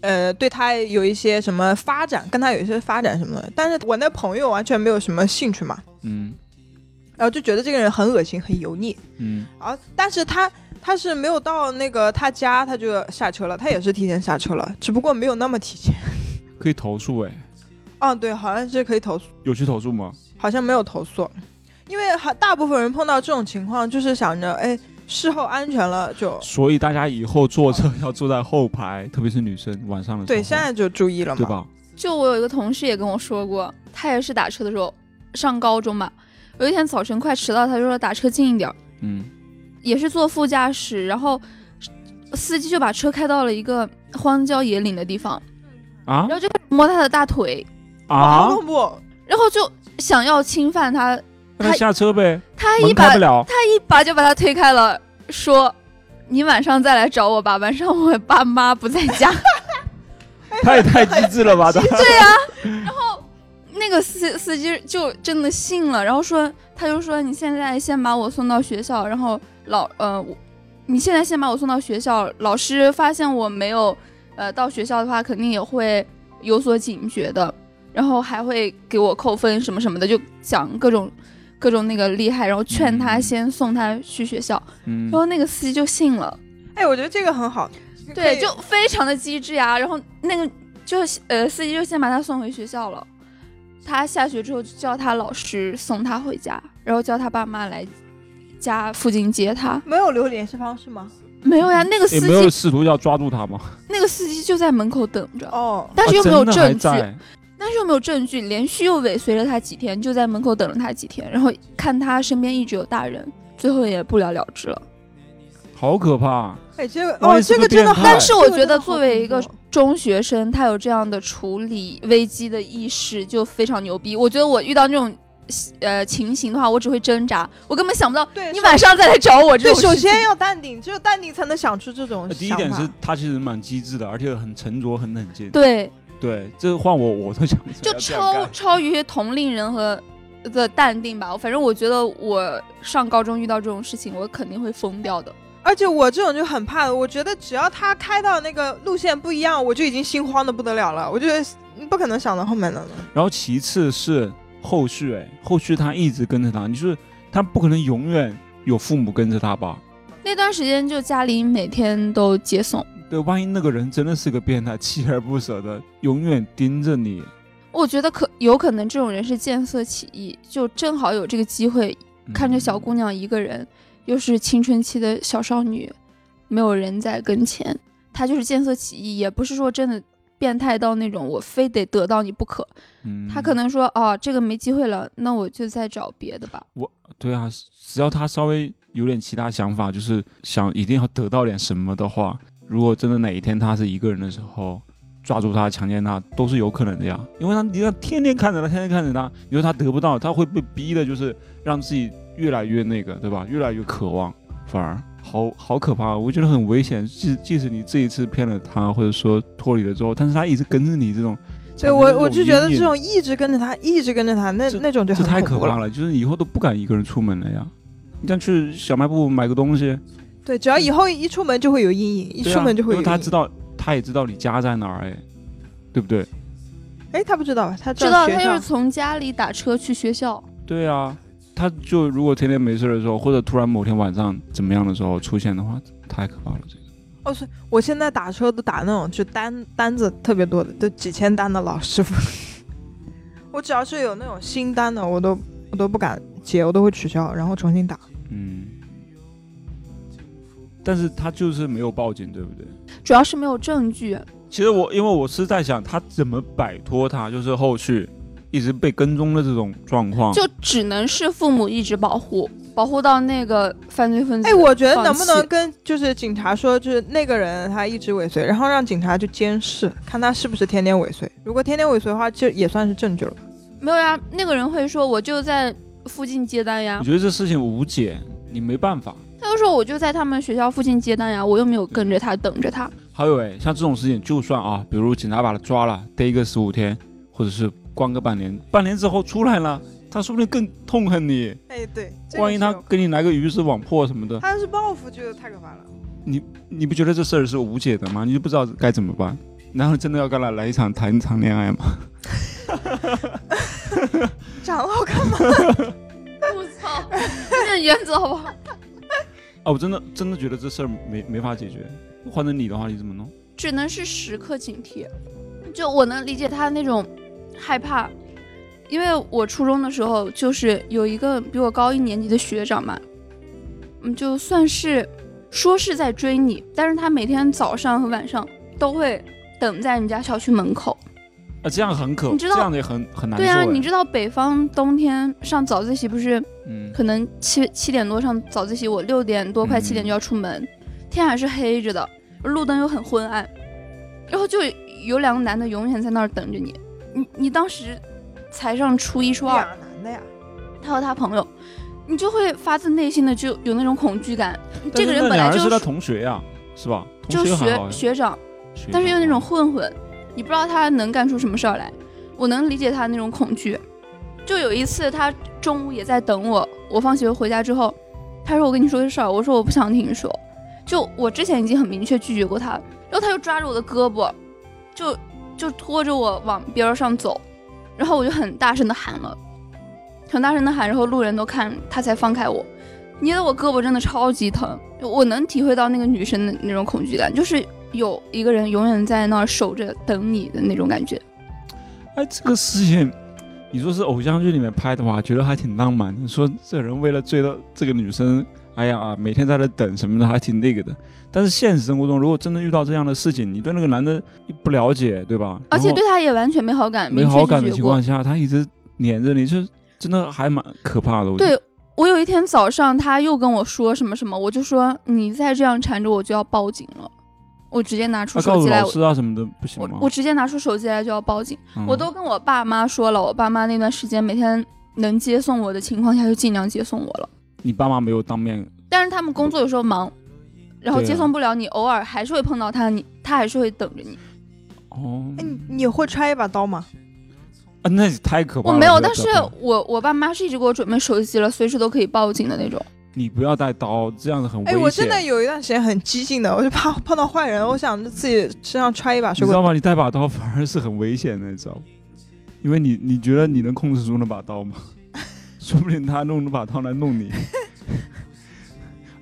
[SPEAKER 3] 呃，对他有一些什么发展，跟他有一些发展什么的。但是我那朋友完全没有什么兴趣嘛，
[SPEAKER 5] 嗯
[SPEAKER 3] 然后就觉得这个人很恶心，很油腻。
[SPEAKER 5] 嗯
[SPEAKER 3] 然后，但是他他是没有到那个他家，他就下车了，他也是提前下车了，只不过没有那么提前。
[SPEAKER 5] 可以投诉哎，
[SPEAKER 3] 哦，对，好像是可以投诉，
[SPEAKER 5] 有去投诉吗？
[SPEAKER 3] 好像没有投诉，因为很大部分人碰到这种情况就是想着，哎，事后安全了就
[SPEAKER 5] 所以大家以后坐车要坐在后排，特别是女生晚上的时候，
[SPEAKER 3] 对，现在就注意了嘛。
[SPEAKER 5] 对吧？
[SPEAKER 4] 就我有一个同事也跟我说过，他也是打车的时候，上高中嘛，有一天早晨快迟到，他就说打车近一点儿，
[SPEAKER 5] 嗯
[SPEAKER 4] 也是坐副驾驶，然后司机就把车开到了一个荒郊野岭的地方，
[SPEAKER 5] 啊
[SPEAKER 4] 然后就开始摸他的大腿，
[SPEAKER 3] 好
[SPEAKER 5] 啊，
[SPEAKER 3] 恐怖！
[SPEAKER 4] 然后就想要侵犯他，
[SPEAKER 5] 让他下车呗，
[SPEAKER 4] 他一
[SPEAKER 5] 门
[SPEAKER 4] 把
[SPEAKER 5] 开不了，
[SPEAKER 4] 一把就把他推开了，说：“你晚上再来找我吧，晚上我爸妈不在家。
[SPEAKER 5] 他也太机智了吧？他”
[SPEAKER 4] 对呀、然后那个司司机就真的信了，然后说他就说：“你现在先把我送到学校，然后老呃，我你现在先把我送到学校，老师发现我没有呃到学校的话，肯定也会有所警觉的，然后还会给我扣分什么什么的，就讲各种。”各种那个厉害，然后劝他
[SPEAKER 5] 嗯
[SPEAKER 4] 先送他去学校，
[SPEAKER 5] 嗯
[SPEAKER 4] 然，后那个司机就信了，
[SPEAKER 3] 哎，我觉得这个很好。可
[SPEAKER 4] 对，
[SPEAKER 3] 以
[SPEAKER 4] 就非常的机智呀、然后那个就是呃，司机就先把他送回学校了。他下学之后就叫他老师送他回家，然后叫他爸妈来家附近接他。
[SPEAKER 3] 没有留联系方式吗？
[SPEAKER 4] 没有呀，那个司
[SPEAKER 5] 也没有
[SPEAKER 4] 机
[SPEAKER 5] 试图要抓住他吗？
[SPEAKER 4] 那个司机就在门口等着，
[SPEAKER 3] 哦，
[SPEAKER 4] 但是又没有
[SPEAKER 5] 啊真的还
[SPEAKER 4] 证据，
[SPEAKER 5] 在
[SPEAKER 4] 但是又没有证据，连续又尾随了他几天，就在门口等了他几天，然后看他身边一直有大人，最后也不了了之了。
[SPEAKER 5] 好可怕！
[SPEAKER 3] 哎，这个
[SPEAKER 5] 万
[SPEAKER 3] 哦，
[SPEAKER 5] 一是
[SPEAKER 3] 这
[SPEAKER 5] 个
[SPEAKER 3] 个真的好。
[SPEAKER 5] 变态
[SPEAKER 4] 但是我
[SPEAKER 3] 这个
[SPEAKER 4] 觉
[SPEAKER 3] 真的
[SPEAKER 4] 得
[SPEAKER 3] 好
[SPEAKER 4] 作为一个
[SPEAKER 3] 恐怖啊
[SPEAKER 4] 中学生，他有这样的处理危机的意识就非常牛逼。我觉得我遇到这种呃情形的话，我只会挣扎，我根本想不到
[SPEAKER 3] 对
[SPEAKER 4] 你晚上再来找 我
[SPEAKER 3] 对，
[SPEAKER 4] 这种
[SPEAKER 3] 首
[SPEAKER 4] 事情。
[SPEAKER 3] 先要淡定，只有淡定才能想出这种
[SPEAKER 5] 呃
[SPEAKER 3] 想法。
[SPEAKER 5] 第一点是他其实蛮机智的，而且很沉着，很冷静。
[SPEAKER 4] 对，
[SPEAKER 5] 对，这换我我都想不出
[SPEAKER 4] 就
[SPEAKER 5] 来要这样
[SPEAKER 4] 超
[SPEAKER 5] 干
[SPEAKER 4] 超于同龄人和的淡定吧。反正我觉得我上高中遇到这种事情，我肯定会疯掉的。
[SPEAKER 3] 而且我这种就很怕的，我觉得只要他开到那个路线不一样，我就已经心慌的不得了了，我就不可能想到后面的了。
[SPEAKER 5] 然后其次是后续，哎，后续他一直跟着他，你说他不可能永远有父母跟着他吧？
[SPEAKER 4] 那段时间就家里每天都接送。
[SPEAKER 5] 对，万一那个人真的是个变态，锲而不舍的，永远盯着你。
[SPEAKER 4] 我觉得可有可能这种人是见色起意，就正好有这个机会，
[SPEAKER 5] 嗯
[SPEAKER 4] 看着小姑娘一个人，又是青春期的小少女，没有人在跟前，她就是见色起意，也不是说真的变态到那种我非得得到你不可。
[SPEAKER 5] 嗯
[SPEAKER 4] 她可能说哦，这个没机会了，那我就再找别的吧。
[SPEAKER 5] 对啊，只要他稍微有点其他想法，就是想一定要得到点什么的话，如果真的哪一天他是一个人的时候，抓住他强奸他都是有可能的呀，因为他你要天天看着他，天天看着他，你说他得不到，他会被逼的，就是让自己越来越那个，对吧？越来越渴望，反而好好可怕，我觉得很危险。即即使你这一次骗了他，或者说脱离了之后，但是他一直跟着你这种，
[SPEAKER 3] 对
[SPEAKER 5] 产生
[SPEAKER 3] 我，我
[SPEAKER 5] 种
[SPEAKER 3] 就觉得
[SPEAKER 5] 阴影
[SPEAKER 3] 这种一直跟着他，一直跟着他，那那种就
[SPEAKER 5] 这
[SPEAKER 3] 很
[SPEAKER 5] 太可
[SPEAKER 3] 恐怖
[SPEAKER 5] 怕。了，就是以后都不敢一个人出门了呀。你像去小卖部买个东西，
[SPEAKER 3] 对，只要以后一出门就会有阴影，一
[SPEAKER 5] 对
[SPEAKER 3] 出门就会
[SPEAKER 5] 啊、
[SPEAKER 3] 有
[SPEAKER 5] 因为
[SPEAKER 3] 阴
[SPEAKER 5] 他知
[SPEAKER 3] 影。
[SPEAKER 5] 道，他也知道你家在哪儿，哎，对不对？
[SPEAKER 3] 哎，他不知道，他
[SPEAKER 4] 知道
[SPEAKER 3] 学
[SPEAKER 4] 她就
[SPEAKER 3] 校
[SPEAKER 4] 是从家里打车去学校，
[SPEAKER 5] 对啊，他就如果天天没事的时候，或者突然某天晚上怎么样的时候出现的话，太可怕了，这个。
[SPEAKER 3] 哦，所以我现在打车都打那种就单单子特别多的，都几千单的老师傅。 我只要是有那种新单的，我都我都不敢接，我都会取消，然后重新打。
[SPEAKER 5] 嗯。但是他就是没有报警，对不对？
[SPEAKER 4] 主要是没有证据。
[SPEAKER 5] 其实我因为我是在想，他怎么摆脱他，就是后续一直被跟踪的这种状况。
[SPEAKER 4] 就只能是父母一直保护，保护到那个犯罪分子。
[SPEAKER 3] 哎，我觉得能不
[SPEAKER 4] 放弃
[SPEAKER 3] 能跟就是警察说，就是那个人他一直尾随，然后让警察去监视，看他是不是天天尾随。如果天天尾随的话，就也算是证据了。
[SPEAKER 4] 没有呀，那个人会说我就在附近接单呀
[SPEAKER 5] 我，觉得这事情无解，你没办法。
[SPEAKER 4] 他就说我就在他们学校附近接单呀，我又没有跟着他等着他。
[SPEAKER 5] 还有哎，像这种事情，就算啊，比如警察把他抓了，逮个十五天，或者是关个半年，半年之后出来了，他说不定更痛恨你。
[SPEAKER 3] 哎，对，
[SPEAKER 5] 万一他给你来个鱼死网破什么的，
[SPEAKER 3] 他要是报复，就太可怕了。
[SPEAKER 5] 你不觉得这事儿是无解的吗？你就不知道该怎么办。然后真的要跟他来一场谈一场恋爱吗？
[SPEAKER 3] 长老看
[SPEAKER 4] 我操，这原则好不好？
[SPEAKER 5] 啊，我真的真的觉得这事儿没没法解决。换成你的话，你怎么弄？
[SPEAKER 4] 只能是时刻警惕。就我能理解他那种害怕，因为我初中的时候就是有一个比我高一年级的学长嘛，嗯，就算是说是在追你，但是他每天早上和晚上都会等在你家小区门口，
[SPEAKER 5] 啊，这样很可，
[SPEAKER 4] 你知道
[SPEAKER 5] 这样也很很难受
[SPEAKER 4] 对
[SPEAKER 5] 哎。
[SPEAKER 4] 啊，你知道北方冬天上早自习不是
[SPEAKER 5] 嗯，
[SPEAKER 4] 可能七七点多上早自习，我六点多快七点就要出门，天还是黑着的，路灯又很昏暗，然后就有两个男的永远在那儿等着你。你你当时才上初一初二，
[SPEAKER 3] 俩男的呀，
[SPEAKER 4] 他和他朋友，你就会发自内心的就有那种恐惧感。这个人
[SPEAKER 5] 嗯但是那
[SPEAKER 4] 本
[SPEAKER 5] 两
[SPEAKER 4] 来
[SPEAKER 5] 人是
[SPEAKER 4] 就
[SPEAKER 5] 他
[SPEAKER 4] 是
[SPEAKER 5] 同学呀，是吧？
[SPEAKER 4] 就
[SPEAKER 5] 同
[SPEAKER 4] 是
[SPEAKER 5] 还好
[SPEAKER 4] 学
[SPEAKER 5] 呀，
[SPEAKER 4] 学长，
[SPEAKER 5] 学啊
[SPEAKER 4] 但是又
[SPEAKER 5] 长
[SPEAKER 4] 那种混混，你不知道他能干出什么事儿来。我能理解他那种恐惧。就有一次，他中午也在等我，我放学回家之后，他说：“我跟你说个事儿。”我说：“我不想听你说。”就我之前已经很明确拒绝过他，然后他就抓着我的胳膊，就就拖着我往边儿上走，然后我就很大声的喊了，很大声的喊，然后路人都看他才放开我，捏的我胳膊真的超级疼，我能体会到那个女生的那种恐惧感，就是有一个人永远在那儿守着等你的那种感觉。
[SPEAKER 5] 哎，这个事情，你说是偶像剧里面拍的话，觉得还挺浪漫的。说这人为了追到这个女生，哎呀，每天在那等什么的，还挺那个的。但是现实生活中，如果真的遇到这样的事情，你对那个男的不了解，对吧？
[SPEAKER 4] 而且
[SPEAKER 5] 然后
[SPEAKER 4] 对他也完全没好感，
[SPEAKER 5] 没
[SPEAKER 4] 明确
[SPEAKER 5] 好感的
[SPEAKER 4] 拒绝
[SPEAKER 5] 情
[SPEAKER 4] 过
[SPEAKER 5] 况。下，他一直黏着你，就真的还蛮可怕的。我觉得
[SPEAKER 4] 对我有一天早上，他又跟我说什么什么，我就说你再这样缠着我就要报警了，我直接拿出
[SPEAKER 5] 他告
[SPEAKER 4] 手
[SPEAKER 5] 诉
[SPEAKER 4] 机来，
[SPEAKER 5] 老
[SPEAKER 4] 我
[SPEAKER 5] 师啊什么的不行
[SPEAKER 4] 我
[SPEAKER 5] 吗？
[SPEAKER 4] 我直接拿出手机来就要报警。
[SPEAKER 5] 嗯
[SPEAKER 4] 我都跟我爸妈说了，我爸妈那段时间每天能接送我的情况下就尽量接送我了，
[SPEAKER 5] 你爸妈没有当面
[SPEAKER 4] 但是他们工作有时候忙，然后
[SPEAKER 5] 对啊
[SPEAKER 4] 接送不了你，偶尔还是会碰到他，你他还是会等着你。
[SPEAKER 5] 哦
[SPEAKER 3] 哎，你你会揣一把刀吗？
[SPEAKER 5] 啊，那也太可怕
[SPEAKER 4] 我
[SPEAKER 5] 了。
[SPEAKER 4] 没有，
[SPEAKER 5] 这个
[SPEAKER 4] 但是
[SPEAKER 5] 表情
[SPEAKER 4] 我我爸妈是一直给我准备手机了，随时都可以报警的那种。
[SPEAKER 5] 你不要带刀，这样子很危
[SPEAKER 3] 哎，
[SPEAKER 5] 险。
[SPEAKER 3] 我真的有一段时间很激进的，我就怕碰到坏人，我想着自己身上揣一
[SPEAKER 4] 啊
[SPEAKER 3] 把水
[SPEAKER 5] 你知
[SPEAKER 3] 果
[SPEAKER 5] 道吗？你带把刀反而是很危险的，你知道吗？因为你你觉得你能控制住那把刀吗？ 说不定他弄那把刀来 弄你。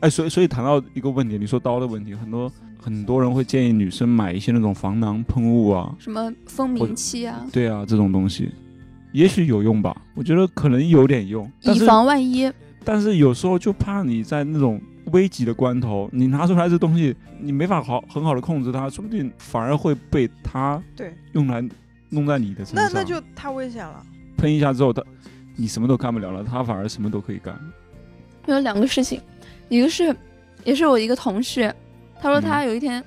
[SPEAKER 5] 哎，所以所以谈到一个问题，你说刀的问题，很多很多人会建议女生买一些那种防狼喷雾啊，
[SPEAKER 4] 什么蜂
[SPEAKER 5] 我
[SPEAKER 4] 鸣器啊，
[SPEAKER 5] 对啊，这种东西，也许有用吧，我觉得可能有点用，但
[SPEAKER 4] 以
[SPEAKER 5] 是
[SPEAKER 4] 防万一。
[SPEAKER 5] 但是有时候就怕你在那种危急的关头，你拿出来这东西，你没法好很好的控制它，说不定反而会被它
[SPEAKER 3] 对
[SPEAKER 5] 用来弄在你的身
[SPEAKER 3] 那
[SPEAKER 5] 上。
[SPEAKER 3] 那就太危险了。
[SPEAKER 5] 喷一下之后，它你什么都干不了了，它反而什么都可以干。
[SPEAKER 4] 有两个事情，一个是也是我一个同事，他说
[SPEAKER 5] 嗯
[SPEAKER 4] 他有一天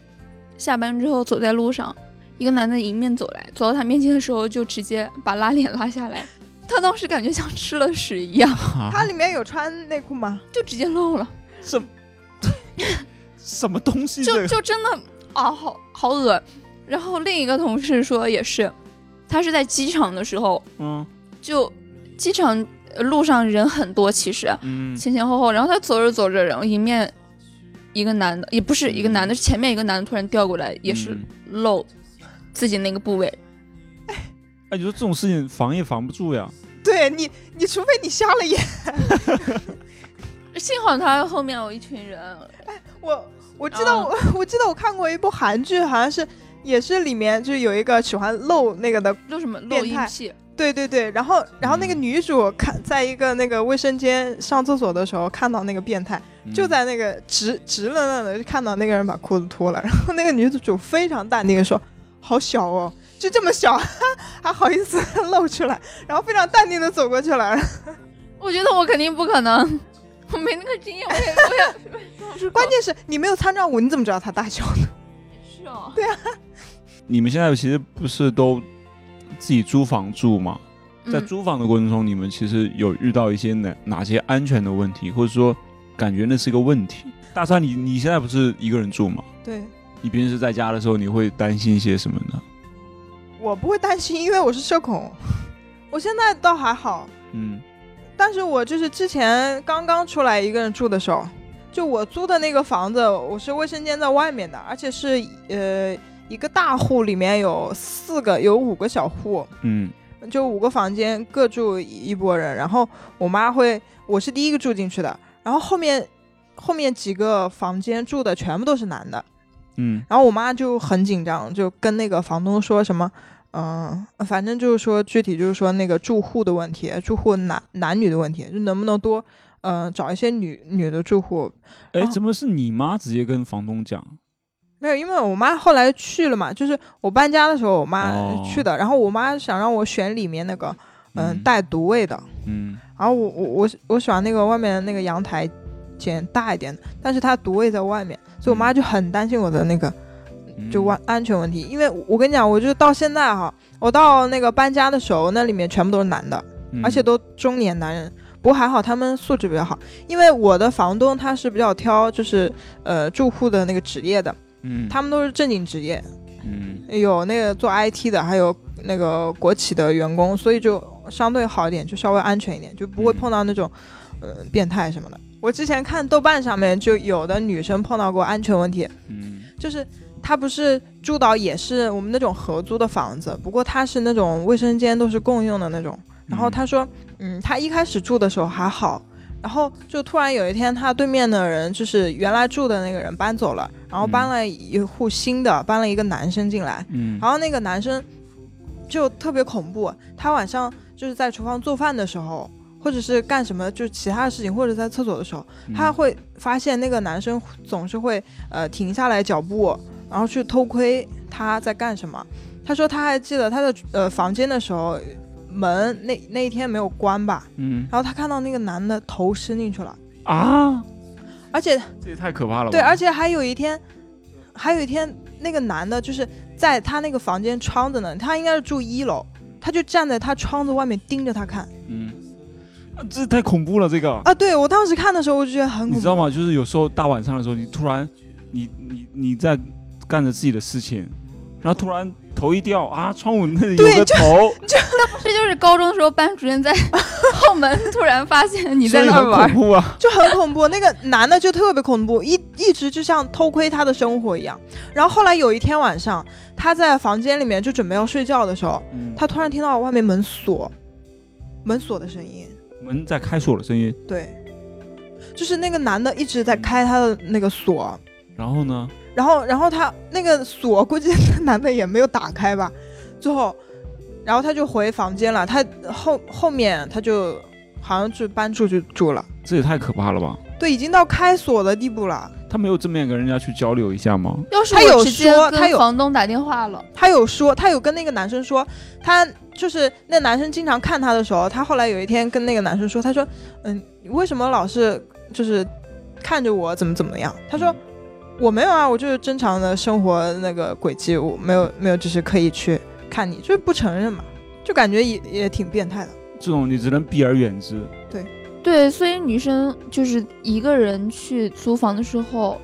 [SPEAKER 4] 下班之后走在路上，一个男的迎面走来，走到他面前的时候就直接把拉链拉下来，他当时感觉像吃了屎一样，
[SPEAKER 3] 它
[SPEAKER 5] 嗯
[SPEAKER 3] 里面有穿内裤吗？
[SPEAKER 4] 就直接漏了，
[SPEAKER 5] 什什么东西？
[SPEAKER 4] 就
[SPEAKER 5] 这个
[SPEAKER 4] 就真的啊，好好恶。然后另一个同事说也是，他是在机场的时候
[SPEAKER 5] 嗯
[SPEAKER 4] 就机场呃路上人很多，其实
[SPEAKER 5] 嗯
[SPEAKER 4] 前前后后，然后他走着走着，然后迎面一个男的，也不是一个男的，是前面一个男的突然调过来，也是
[SPEAKER 5] 嗯
[SPEAKER 4] 露自己那个部位。
[SPEAKER 5] 哎，你说这种事情防也防不住呀。
[SPEAKER 3] 对你，你除非你瞎了眼。
[SPEAKER 4] 幸好他后面有一群人，
[SPEAKER 3] 我我记得
[SPEAKER 5] 嗯
[SPEAKER 3] 我、我记得我看过一部韩剧，好像是也是里面就有一个喜欢露那个的，
[SPEAKER 4] 露什么露
[SPEAKER 3] 变
[SPEAKER 4] 阴
[SPEAKER 3] 态
[SPEAKER 4] 屁，
[SPEAKER 3] 对对对。然后然后那个女主看在一个那个卫生间上厕所的时候看到那个变态，就在那个直直愣愣的就看到那个人把裤子脱了，然后那个女主非常淡定的说：“好小哦，就这么小， 还好意思 露出来。”然后非常淡定的走过去了。
[SPEAKER 4] 我觉得我肯定不可能， 我没那个经验，我也我也我也。
[SPEAKER 3] 关键是你没有参照物，你怎么知道它大小呢？
[SPEAKER 4] 是哦，
[SPEAKER 5] 你们现在其实不是都自己租房住吗？在
[SPEAKER 4] 嗯，
[SPEAKER 5] 租房的过程中，你们其实有遇到一些哪哪些安全的问题，或者说感觉那是一个问题？大川，你你现在不是一个人住吗？
[SPEAKER 3] 对。
[SPEAKER 5] 你平时在家的时候，你会担心一些什么呢？
[SPEAKER 3] 我不会担心，因为我是社恐。 我现在倒还好，
[SPEAKER 5] 嗯，
[SPEAKER 3] 但是我就是之前刚刚出来一个人住的时候，就我租的那个房子，我是卫生间在外面的，而且是呃一个大户里面有四个有五个小户，
[SPEAKER 5] 嗯，
[SPEAKER 3] 就五个房间各住一拨人，然后我妈会，我是第一个住进去的，然后后面后面几个房间住的全部都是男的，
[SPEAKER 5] 嗯，
[SPEAKER 3] 然后我妈就很紧张，就跟那个房东说什么，嗯、反正就是说具体就是说那个住户的问题，住户男男女的问题，就能不能多，呃嗯、找一些女女的住户。
[SPEAKER 5] 哎，
[SPEAKER 3] 哦
[SPEAKER 5] 怎么是你妈直接跟房东讲？
[SPEAKER 3] 没有，因为我妈后来去了嘛，就是我搬家的时候我妈
[SPEAKER 5] 哦
[SPEAKER 3] 去的，然后我妈想让我选里面那个嗯、
[SPEAKER 5] 嗯
[SPEAKER 3] 带独卫的，
[SPEAKER 5] 嗯，
[SPEAKER 3] 然后我我我我喜欢那个外面那个阳台间大一点的，但是它独卫在外面，所以我妈就很担心我的那个
[SPEAKER 5] 嗯
[SPEAKER 3] 就安安全问题，因为我我跟你讲，我就到现在哈，我到那个搬家的时候，那里面全部都是男的，
[SPEAKER 5] 嗯
[SPEAKER 3] 而且都中年男人。不过还好，他们素质比较好，因为我的房东他是比较挑，就是呃住户的那个职业的，
[SPEAKER 5] 嗯
[SPEAKER 3] 他们都是正经职业，
[SPEAKER 5] 嗯
[SPEAKER 3] 有那个做 IT 的，还有那个国企的员工，所以就相对好一点，就稍微安全一点，就不会
[SPEAKER 5] 嗯
[SPEAKER 3] 碰到那种，呃，变态什么的。我之前看豆瓣上面就有的女生碰到过安全问题，
[SPEAKER 5] 嗯
[SPEAKER 3] 就是她不是住到也是我们那种合租的房子，不过她是那种卫生间都是共用的那种。然后她说，嗯，她一开始住的时候还好，然后就突然有一天，她对面的人就是原来住的那个人搬走了，然后搬
[SPEAKER 5] 嗯
[SPEAKER 3] 了一户新的，搬了一个男生进来，
[SPEAKER 5] 嗯
[SPEAKER 3] 然后那个男生就特别恐怖，他晚上就是在厨房做饭的时候，或者是干什么就是其他的事情，或者在厕所的时候，
[SPEAKER 5] 嗯
[SPEAKER 3] 他会发现那个男生总是会呃停下来脚步，然后去偷窥他在干什么。他说他还记得他的呃房间的时候，门那那一天没有关吧，
[SPEAKER 5] 嗯
[SPEAKER 3] 然后他看到那个男的头伸进去了，
[SPEAKER 5] 啊，
[SPEAKER 3] 而且
[SPEAKER 5] 这也太可怕了吧，
[SPEAKER 3] 对，而且还有一天，还有一天，那个男的就是在他那个房间窗子呢，他应该是住一楼，他就站在他窗子外面盯着他看
[SPEAKER 5] 嗯，啊这太恐怖了，这个
[SPEAKER 3] 啊！对我当时看的时候，我就觉得很
[SPEAKER 5] 你
[SPEAKER 3] 恐
[SPEAKER 5] 知
[SPEAKER 3] 怖。
[SPEAKER 5] 道吗？就是有时候大晚上的时候，你突然，你你你在干着自己的事情，然后突然头一掉啊，窗户那里有
[SPEAKER 3] 对
[SPEAKER 5] 个
[SPEAKER 3] 就
[SPEAKER 5] 头，
[SPEAKER 4] 这就是高中的时候班主任在后门突然发现你在
[SPEAKER 5] 所以
[SPEAKER 4] 那儿
[SPEAKER 5] 很
[SPEAKER 4] 玩
[SPEAKER 5] 恐，怖啊！
[SPEAKER 3] 就很恐怖。那个男的就特别恐怖，一一直就像偷窥他的生活一样。然后后来有一天晚上，他在房间里面就准备要睡觉的时候，
[SPEAKER 5] 嗯
[SPEAKER 3] 他突然听到外面门锁，门锁的声音。
[SPEAKER 5] 门在开锁的声音，
[SPEAKER 3] 对，就是那个男的一直在开他的那个锁，
[SPEAKER 5] 然后呢？
[SPEAKER 3] 然后然后他那个锁估计那男的也没有打开吧，最后，然后他就回房间了，他后后面他就好像就搬出去住了，
[SPEAKER 5] 这也太可怕了吧！
[SPEAKER 3] 对，已经到开锁的地步了。
[SPEAKER 5] 他没有正面跟人家去交流一下吗？
[SPEAKER 4] 要是
[SPEAKER 3] 他有
[SPEAKER 4] 我直接
[SPEAKER 3] 说他
[SPEAKER 4] 跟
[SPEAKER 3] 有
[SPEAKER 4] 房东打电话了，
[SPEAKER 3] 他有说，他有跟那个男生说，他就是那男生经常看他的时候，他后来有一天跟那个男生说，他说，嗯，你为什么老是就是看着我怎么怎么样？他说我没有啊，我就是正常的生活那个轨迹，我没有没有就是刻意去看你，就是不承认嘛，就感觉也也挺变态的。
[SPEAKER 5] 这种你只能避而远之。
[SPEAKER 4] 对，所以女生就是一个人去租房的时候，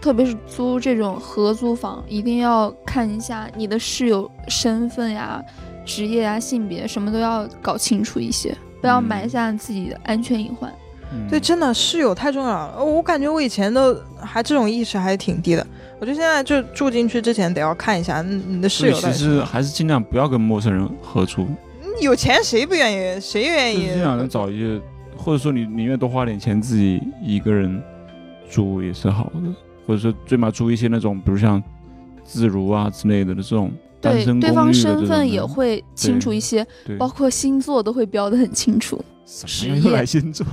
[SPEAKER 4] 特别是租这种合租房，一定要看一下你的室友身份呀、职业呀、性别什么都要搞清楚一些，不要
[SPEAKER 5] 嗯
[SPEAKER 4] 埋下自己的安全隐患。
[SPEAKER 5] 嗯
[SPEAKER 3] 对，真的室友太重要了，呃我感觉我以前都还这种意识还挺低的，我就现在就住进去之前得要看一下嗯你的室
[SPEAKER 5] 所以
[SPEAKER 3] 友到
[SPEAKER 5] 其
[SPEAKER 3] 底是
[SPEAKER 5] 实还是尽量不要跟陌生人合租，
[SPEAKER 3] 有钱谁不愿意， 谁愿
[SPEAKER 5] 就是
[SPEAKER 3] 意？
[SPEAKER 5] 尽量能找一些，或者说你宁愿多花点钱自己一个人住也是好的，或者说最起码租一些那种，比如像自如啊之类的这种单
[SPEAKER 4] 对
[SPEAKER 5] 身，
[SPEAKER 4] 对
[SPEAKER 5] 公
[SPEAKER 4] 方
[SPEAKER 5] 寓的这
[SPEAKER 4] 身
[SPEAKER 5] 种的
[SPEAKER 4] 份也会清楚一些，
[SPEAKER 5] 对，
[SPEAKER 4] 包括星座都会标的很清楚。
[SPEAKER 5] 什么
[SPEAKER 4] 职
[SPEAKER 5] 又
[SPEAKER 4] 业
[SPEAKER 5] 来星座，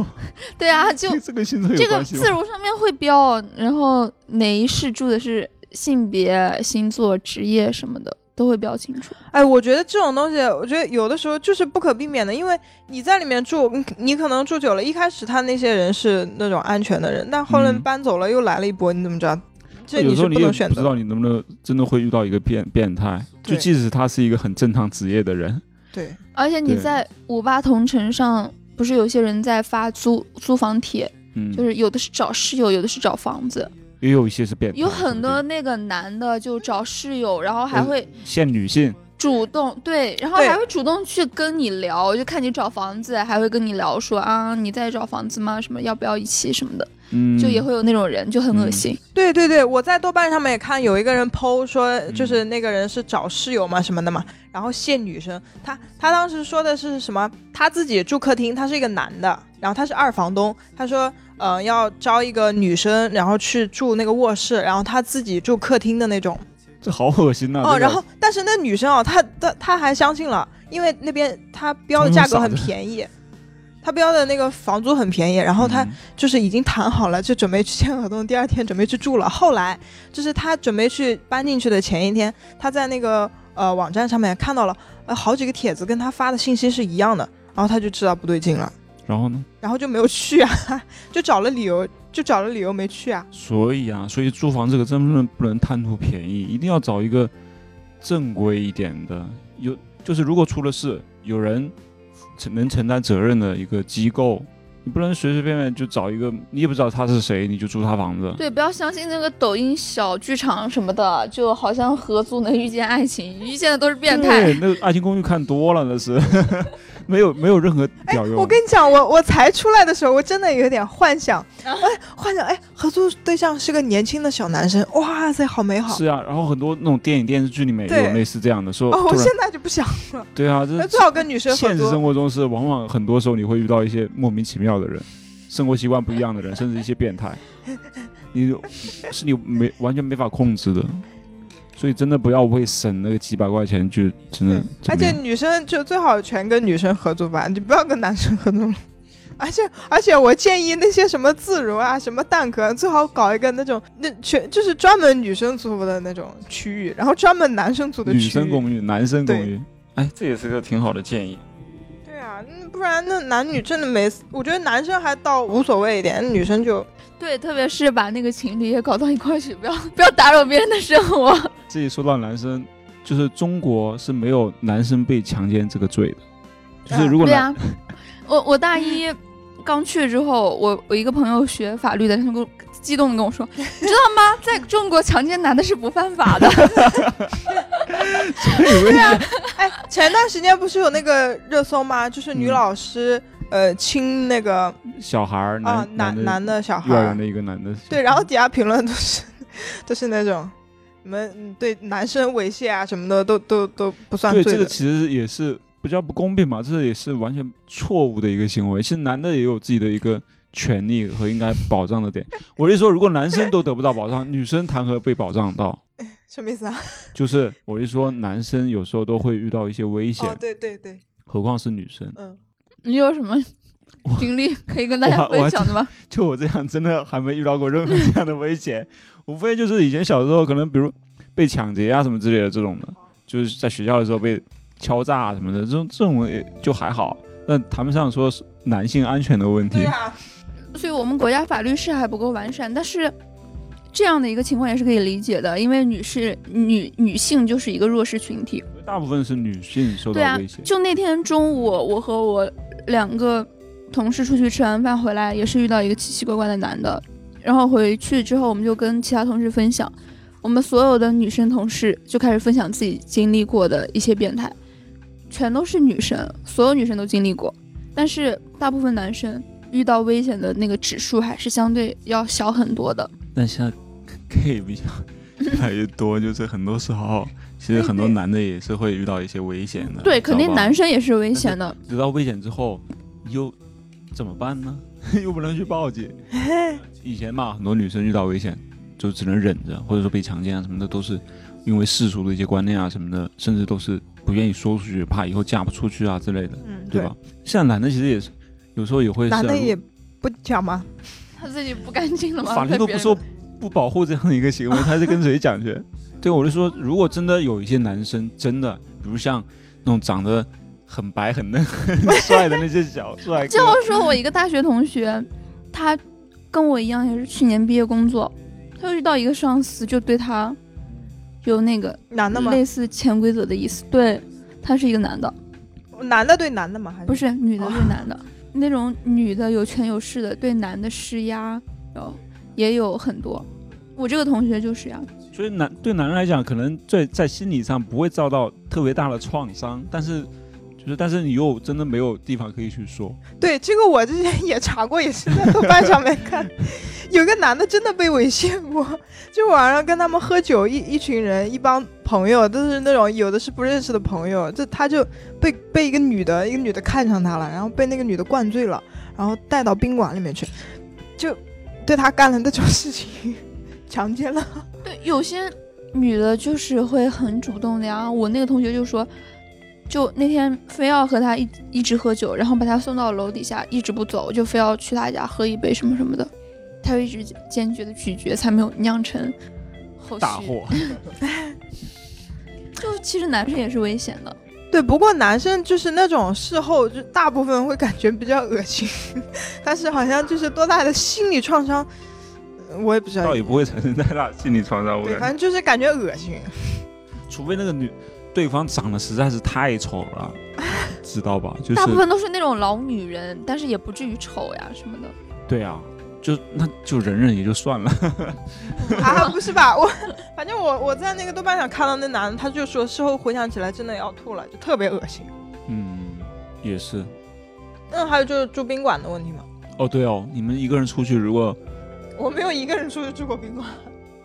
[SPEAKER 4] 对啊，就
[SPEAKER 5] 这跟星座有
[SPEAKER 4] 这个
[SPEAKER 5] 关系吗
[SPEAKER 4] 自？如上面会标，然后哪一世住的是性别、星座、职业什么的都会标清楚。
[SPEAKER 3] 哎，我觉得这种东西，我觉得有的时候就是不可避免的，因为你在里面住，你你可能住久了，一开始他那些人是那种安全的人，但后来
[SPEAKER 5] 嗯
[SPEAKER 3] 搬走了又来了一波，你怎么知道？这
[SPEAKER 5] 有时
[SPEAKER 3] 是
[SPEAKER 5] 候你
[SPEAKER 3] 不
[SPEAKER 5] 也
[SPEAKER 3] 能
[SPEAKER 5] 不
[SPEAKER 3] 选
[SPEAKER 5] 知
[SPEAKER 3] 择的。
[SPEAKER 5] 道你能不能真的会遇到一个变变态，就
[SPEAKER 3] 对
[SPEAKER 5] 即使他是一个很正常职业的人，
[SPEAKER 3] 对，
[SPEAKER 4] 而且你
[SPEAKER 5] 对
[SPEAKER 4] 在五八同城上，不是有些人在发租租房帖，
[SPEAKER 5] 嗯，
[SPEAKER 4] 就是有的是找室友，有的是找房子，
[SPEAKER 5] 也有一些是变态，
[SPEAKER 4] 有很
[SPEAKER 5] 对
[SPEAKER 4] 多那个男的就找室友，然后还
[SPEAKER 5] 嗯
[SPEAKER 4] 会
[SPEAKER 5] 不对限女性，
[SPEAKER 4] 主动对，然后
[SPEAKER 3] 对
[SPEAKER 4] 还会主动去跟你聊，就看你找房子，还会跟你聊说啊，你在找房子吗？什么要不要一起什么的，
[SPEAKER 5] 嗯，
[SPEAKER 4] 就也会有那种人，就很恶
[SPEAKER 5] 嗯
[SPEAKER 4] 心。
[SPEAKER 3] 对对对，我在豆瓣上面也看有一个人 PO 说，就是那个人是找室友嘛什么的嘛，然后限女生，他他当时说的是什么？他自己住客厅，他是一个男的，然后他是二房东，他说，呃，要招一个女生，然后去住那个卧室，然后他自己住客厅的那种。
[SPEAKER 5] 这好恶心啊呐、这
[SPEAKER 3] 哦，
[SPEAKER 5] 个
[SPEAKER 3] 然后但是那女生哦，她她她还相信了，因为那边她标的价格很便宜，他标的那个房租很便宜，然后他
[SPEAKER 5] 嗯
[SPEAKER 3] 就是已经谈好了，就准备去签合同，第二天准备去住了。后来就是他准备去搬进去的前一天，他在那个呃网站上面看到了呃好几个帖子跟他发的信息是一样的，然后他就知道不对劲了，
[SPEAKER 5] 然后呢？
[SPEAKER 3] 然后就没有去啊， 就找了理由，就找了理由没去啊。
[SPEAKER 5] 所以啊，所以租房这个真的不能贪图便宜，一定要找一个正规一点的，有就是如果出了事，有人承能承担责任的一个机构，你不能随随便便就找一个你也不知道他是谁，你就租他房子。
[SPEAKER 4] 对，不要相信那个抖音小剧场什么的，就好像合租能遇见爱情，遇见的都是变态。
[SPEAKER 5] 对，那个《爱情公寓》看多了，那是 没有没有任何屌用。
[SPEAKER 3] 哎我跟你讲，我我才出来的时候，我真的有点幻想，哎，幻想哎，合租对象是个年轻的小男生，哇塞，好美好。
[SPEAKER 5] 是啊，然后很多那种电影电视剧里面也
[SPEAKER 3] 对
[SPEAKER 5] 有类似这样的，说
[SPEAKER 3] 哦，我
[SPEAKER 5] 突然
[SPEAKER 3] 现呃在就不想，
[SPEAKER 5] 对啊，这
[SPEAKER 3] 那最好跟女生合
[SPEAKER 5] 现实
[SPEAKER 3] 租。
[SPEAKER 5] 生活中是往往很多时候你会遇到一些莫名其妙的人，生活习惯不一样的人，甚至一些 变态，你是你没完全没法控制的，所以真的不要为省那个几百块钱去真的
[SPEAKER 3] 嗯
[SPEAKER 5] 怎
[SPEAKER 3] 而
[SPEAKER 5] 么
[SPEAKER 3] 且
[SPEAKER 5] 样。
[SPEAKER 3] 女生就最好全跟女生合租吧， 你不要跟男生合租。 而且而且，我建议那些什么自如啊、什么蛋壳，最好搞一个那种那全就是专门女生租的那种区域，然后专门男生租的
[SPEAKER 5] 女
[SPEAKER 3] 区域。
[SPEAKER 5] 生公寓、男生公
[SPEAKER 3] 对
[SPEAKER 5] 寓，
[SPEAKER 2] 哎，这也是个挺好的建议。
[SPEAKER 3] 对啊，那不然那男女真的没，我觉得男生还倒无所谓一点，女生就
[SPEAKER 4] 对，特别是把那个情侣也搞到一块儿去，不要不要打扰别人的生活。
[SPEAKER 5] 这里说到男生，就是中国是没有男生被强奸这个罪的，就是如果
[SPEAKER 4] 对
[SPEAKER 5] 男、
[SPEAKER 4] 啊，我我大一刚去之后，我我一个朋友学法律的，他就跟我激动的跟我说，你知道吗？在中国强奸男的是不犯法 的。
[SPEAKER 3] 哎，前段时间不是有那个热搜吗？就是女
[SPEAKER 5] 嗯
[SPEAKER 3] 老师、呃亲那个
[SPEAKER 5] 小孩儿、
[SPEAKER 3] 啊
[SPEAKER 5] 男
[SPEAKER 3] 男男
[SPEAKER 5] 的
[SPEAKER 3] 的小孩
[SPEAKER 5] 幼儿园
[SPEAKER 3] 儿，
[SPEAKER 5] 的一个男的，
[SPEAKER 3] 对，然后底下评论都是都是那种你们嗯对男生猥亵啊什么的都都都不算
[SPEAKER 5] 对，
[SPEAKER 3] 罪
[SPEAKER 5] 这
[SPEAKER 3] 的，
[SPEAKER 5] 个其实也是比较不公平嘛，这也是完全错误的一个行为。其实男的也有自己的一个权利和应该保障的点。 我是说，如果男生都得不到保障，女生谈何被保障到？
[SPEAKER 3] 什么意思啊？
[SPEAKER 5] 就是我是说，男生有时候都会遇到一些危险，
[SPEAKER 3] 哦，对对对，
[SPEAKER 5] 何况是女生。
[SPEAKER 3] 嗯，
[SPEAKER 4] 你有什么经历可以跟大家
[SPEAKER 5] 我还我还
[SPEAKER 4] 分享的吗？
[SPEAKER 5] 就我这样，真的还没遇到过任何这样的危险，无非就是以前小时候可能比如被抢劫啊什么之类的这种的，就是在学校的时候被敲诈啊什么的，这种这种也就还好。但谈不上说是男性安全的问题
[SPEAKER 3] 对，啊，
[SPEAKER 4] 所以我们国家法律是还不够完善，但是这样的一个情况也是可以理解的，因为女士女女性就是一个弱势群体。
[SPEAKER 5] 大部分是女性受
[SPEAKER 4] 对
[SPEAKER 5] 到
[SPEAKER 4] 啊
[SPEAKER 5] 威胁，。
[SPEAKER 4] 就那天中午，
[SPEAKER 5] 嗯
[SPEAKER 4] 我和我两个同事出去吃完饭回来，也是遇到一个奇奇怪怪的男的。然后回去之后，我们就跟其他同事分享，我们所有的女生同事就开始分享自己经历过的一些变态，全都是女生，所有女生都经历过，但是大部分男生遇到危险的那个指数还是相对要小很多的。
[SPEAKER 5] 嗯
[SPEAKER 2] 但现在 gay 比较越来越多，就是很多时候，其实很多男的也是会遇到一些危险的。
[SPEAKER 4] 对，肯定男
[SPEAKER 2] 生
[SPEAKER 4] 生也是危险的。
[SPEAKER 5] 得到危险之后，又怎么办呢？ 又不能去报警。 以前嘛，很多女生遇到危险就只能忍着，或者说被强奸啊什么的，都是因为世俗的一些观念啊什么的，甚至都是不愿意说出去，怕以后嫁不出去啊之类的，
[SPEAKER 3] 嗯，
[SPEAKER 5] 对吧？？像男的其实也是，有时候也会是啊
[SPEAKER 3] 男的
[SPEAKER 5] 如
[SPEAKER 3] 也不讲吗？
[SPEAKER 4] 他自己不干净了吗？
[SPEAKER 5] 法律都
[SPEAKER 4] 被别
[SPEAKER 5] 不
[SPEAKER 4] 人
[SPEAKER 5] 说不保护这样的一个行为，他是跟谁讲去？ 对，我就说，如果真的有一些男生真的，比如像那种长得很白很嫩 很帅的那些小帅哥
[SPEAKER 4] 就，说我一个大学同学，他跟我一样也是去年毕业工作，他就遇到一个上司就对他有那个
[SPEAKER 3] 男的吗？
[SPEAKER 4] 类似潜规则的意思。对，他是一个男的，
[SPEAKER 3] 男的对男的吗？还是
[SPEAKER 4] 不是女的对男的，那种女的有权有势的对男的施压，然后也有很多。我这个同学就是呀、
[SPEAKER 5] 所以男对男人来讲，可能在在心理上不会遭到特别大的创伤，但是就是但是你又真的没有地方可以去说，
[SPEAKER 3] 对，这个我之前也查过，也是在豆瓣上面看，有个男的真的被猥亵过，就晚上跟他们喝酒，一一群人，一帮朋友，都是那种有的是不认识的朋友，这他就被被一个女的，一个女的看上他了，然后被那个女的灌醉了，然后带到宾馆里面去，就对他干了那种事情， 强奸了。
[SPEAKER 4] 对，有些女的就是会很主动的呀。我那个同学就说，就那天非要和他一一直喝酒，然后把他送到楼底下，一直不走，就非要去他家喝一杯什么什 么的，他就一直坚决的拒绝，才没有酿 成后续。
[SPEAKER 5] 大祸。
[SPEAKER 4] 就其实男生也是危险的，
[SPEAKER 3] 对，不过男生就是那种事后，就大部分会感觉比较恶心， 但是好像就是多大的心理创伤，呃我也不知道
[SPEAKER 2] 倒，也不会产生太大心理创伤，我
[SPEAKER 3] 对，
[SPEAKER 2] 感
[SPEAKER 3] 反
[SPEAKER 2] 觉。
[SPEAKER 3] 正就是感觉恶心。
[SPEAKER 5] 除非那个女对方长得实在是太丑了，知道吧？就
[SPEAKER 4] 大部
[SPEAKER 5] 是
[SPEAKER 4] 分都是那种老女人，但是也不至于丑呀什么的。
[SPEAKER 5] 对啊，就那就忍忍也就算了。
[SPEAKER 3] 啊，不是吧？我反正我我在那个豆瓣上看到那男的，他就说事后回想起来真的要吐了，就特别恶心。
[SPEAKER 5] 嗯，也是。
[SPEAKER 3] 嗯，还有就是住宾馆的问题嘛，
[SPEAKER 5] 哦，对哦，你们一个人出去，如果
[SPEAKER 3] 我没有一个人出去住过宾馆。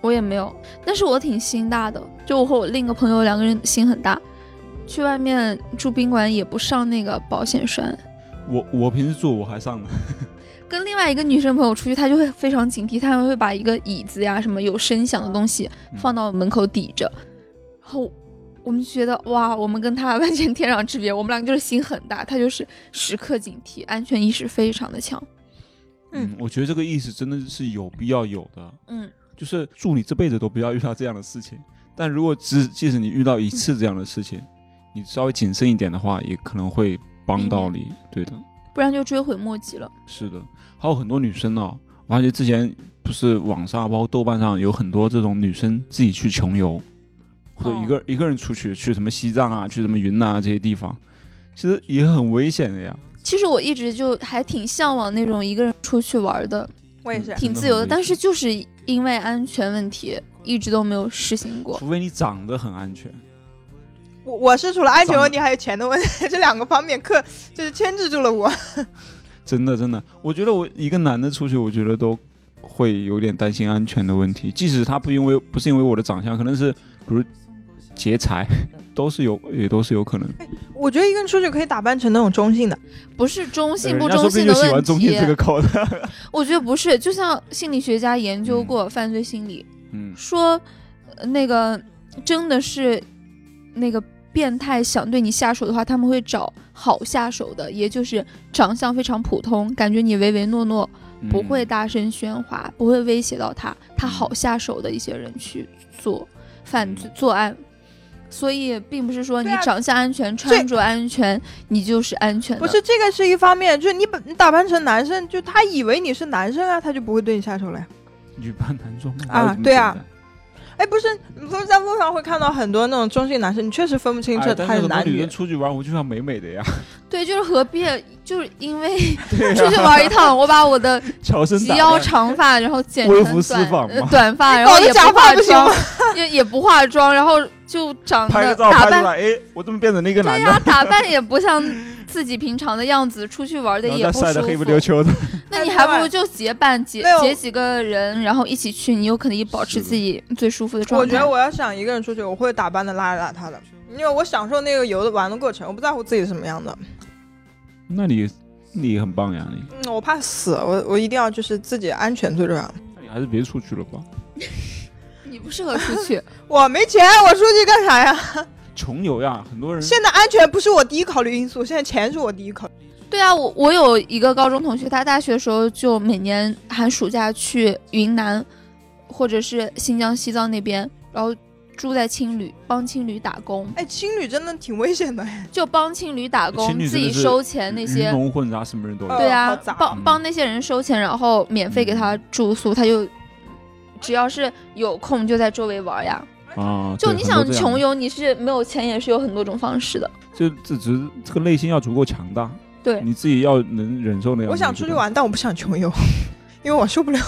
[SPEAKER 4] 我也没有，但是我挺心大的，就我和我另一个朋友两个人心很大，去外面住宾馆也不上那个保险栓。
[SPEAKER 5] 我我平时住我还上呢，
[SPEAKER 4] 跟另外一个女生朋友出去，她就会非常警惕，她们会把一个椅子呀什么有声响的东西
[SPEAKER 5] 嗯
[SPEAKER 4] 放到门口抵着，然后我们就觉得哇，我们跟她完全天壤之别，我们两个就是心很大，她就是时刻警惕，安全意识非常的强。
[SPEAKER 3] 嗯
[SPEAKER 5] 嗯，我觉得这个意识真的是有必要有的，
[SPEAKER 4] 嗯，
[SPEAKER 5] 就是祝你这辈子都不要遇到这样的事情。但如果只即使你遇到一次这样的事情，你稍微谨慎一点的话，也可能会帮到你。对的，
[SPEAKER 4] 不然就追悔莫及了。
[SPEAKER 5] 是的，还有很多女生哦，我发现之前不是网上包括豆瓣上有很多这种女生自己去穷游，或者一个、一个人出去去什么西藏啊，去什么云南啊这些地方，其实也很危险的呀。
[SPEAKER 4] 其实我一直就还挺向往那种一个人出去玩的，
[SPEAKER 3] 我也是，
[SPEAKER 4] 挺
[SPEAKER 5] 真的
[SPEAKER 4] 自由
[SPEAKER 5] 很
[SPEAKER 4] 的，
[SPEAKER 5] 危
[SPEAKER 4] 但是
[SPEAKER 5] 险
[SPEAKER 4] 就是因为安全问题，一直都没有实行过。
[SPEAKER 5] 除非你长得很安全，
[SPEAKER 3] 我我是除了安全问题还有钱的问题，这 两个方面克就是牵制住了我。
[SPEAKER 5] 真的真的，我觉得我一个男的出去，我觉得都会有点担心安全的问题。即使他不因为不是因为我的长相，可能是比如劫财，都是有也都是有可能。
[SPEAKER 3] 我觉得一个人出去可以打扮成那种中性的，
[SPEAKER 4] 不是中性不
[SPEAKER 5] 呃人家
[SPEAKER 4] 中
[SPEAKER 5] 说不定
[SPEAKER 4] 性的
[SPEAKER 5] 就喜欢
[SPEAKER 4] 问
[SPEAKER 5] 中
[SPEAKER 4] 题
[SPEAKER 5] 间，这个口的。
[SPEAKER 4] 我觉得不是。就像心理学家研究过犯罪心理，
[SPEAKER 5] 嗯，
[SPEAKER 4] 说呃那个真的是那个变态想对你下手的话，他们会找好下手的，也就是长相非常普通，感觉你唯唯诺诺，不
[SPEAKER 5] 嗯
[SPEAKER 4] 会大声喧哗，不会威胁到他，他好下手的一些人去做犯罪作案。所以，并不是说你
[SPEAKER 3] 对啊
[SPEAKER 4] 长相安全、穿着安全，你就是安全的。
[SPEAKER 3] 不是这个是一方面，就是你把你打扮成男生，就他以为你是男生啊，他就不会对你下手了呀。
[SPEAKER 5] 女扮男装嘛
[SPEAKER 3] 啊对啊，哎，不是，你不是在路上会看到很多那种中性男生，你确实分不清
[SPEAKER 5] 还
[SPEAKER 3] 这
[SPEAKER 5] 有这么简单哎但
[SPEAKER 3] 他
[SPEAKER 5] 是
[SPEAKER 3] 是男
[SPEAKER 5] 很多女
[SPEAKER 3] 女
[SPEAKER 5] 人。出去玩，我就要美美的呀，
[SPEAKER 4] 对，就是何必，就是因为
[SPEAKER 5] 对
[SPEAKER 4] 出去玩一趟，我把我的
[SPEAKER 5] 乔身
[SPEAKER 4] 及
[SPEAKER 5] 打
[SPEAKER 4] 腰
[SPEAKER 5] 扮
[SPEAKER 4] 长发，然后剪
[SPEAKER 5] 微
[SPEAKER 4] 成
[SPEAKER 5] 服私
[SPEAKER 4] 短
[SPEAKER 5] 访
[SPEAKER 4] 呃
[SPEAKER 5] 嘛
[SPEAKER 4] 短发，然
[SPEAKER 3] 搞
[SPEAKER 4] 后
[SPEAKER 3] 得
[SPEAKER 4] 也不
[SPEAKER 3] 假发
[SPEAKER 4] 化
[SPEAKER 3] 不行
[SPEAKER 4] 妆
[SPEAKER 3] 吗，
[SPEAKER 4] 也也不化妆，然后就长
[SPEAKER 5] 拍
[SPEAKER 4] 得
[SPEAKER 5] 个照
[SPEAKER 4] 打
[SPEAKER 5] 拍
[SPEAKER 4] 扮
[SPEAKER 5] 出来，哎，我怎么变成了一个男
[SPEAKER 4] 对
[SPEAKER 5] 的？
[SPEAKER 4] 呀、打 扮也不像自己平常的样子，出去玩的
[SPEAKER 5] 然后
[SPEAKER 4] 也
[SPEAKER 5] 再
[SPEAKER 4] 不
[SPEAKER 5] 晒
[SPEAKER 4] 舒
[SPEAKER 5] 得黑不
[SPEAKER 4] 服。
[SPEAKER 5] 溜秋 的，
[SPEAKER 4] 那你还不如就结伴结
[SPEAKER 3] 没有
[SPEAKER 4] 结几个人，然后一起去，你有可能保持
[SPEAKER 5] 是的
[SPEAKER 4] 自己最舒服的状
[SPEAKER 3] 我
[SPEAKER 4] 态。
[SPEAKER 3] 觉得我要想一个人出去，我会打扮的邋里邋遢的，因为我享受那个游的玩的过程，我不在乎自己是什么样的。
[SPEAKER 5] 那你你也很棒呀，你
[SPEAKER 3] 嗯，我怕死，我我一定要就是自己安全最重要。
[SPEAKER 5] 那你还是别出去了吧，
[SPEAKER 4] 你不适合出去，
[SPEAKER 3] 我没钱，我出去干啥呀？
[SPEAKER 5] 穷游呀，很多人
[SPEAKER 3] 现在安全不是我第一考虑因素，现在钱是我第一考虑。
[SPEAKER 4] 对啊，我我有一个高中同学，他大学的时候就每年寒暑假去云南，或者是新疆、西藏那边，然后住在青旅，帮青旅打工，
[SPEAKER 3] 哎，青旅真的挺危险的，哎
[SPEAKER 4] 就帮青旅打工
[SPEAKER 5] 青，旅
[SPEAKER 4] 自
[SPEAKER 5] 真的
[SPEAKER 4] 己
[SPEAKER 5] 是
[SPEAKER 4] 收钱那
[SPEAKER 5] 鱼
[SPEAKER 4] 些。
[SPEAKER 5] 龙混杂，什么人都有。
[SPEAKER 4] 对
[SPEAKER 3] 好
[SPEAKER 4] 啊
[SPEAKER 3] 杂，
[SPEAKER 4] 帮帮那些人收钱，然后免费
[SPEAKER 5] 嗯
[SPEAKER 4] 给他住宿，他就只要是有空就在周围玩呀。
[SPEAKER 5] 啊，
[SPEAKER 4] 呃就
[SPEAKER 5] 对
[SPEAKER 4] 你想穷，
[SPEAKER 5] 很多
[SPEAKER 4] 游，你是没有钱也是有很多种方式的。
[SPEAKER 5] 这样的就这只这个内心要足够强大，
[SPEAKER 4] 对
[SPEAKER 5] 你自己要能忍受那样的。
[SPEAKER 3] 啊我想出去，玩，但我不想穷游， 因为我受不了。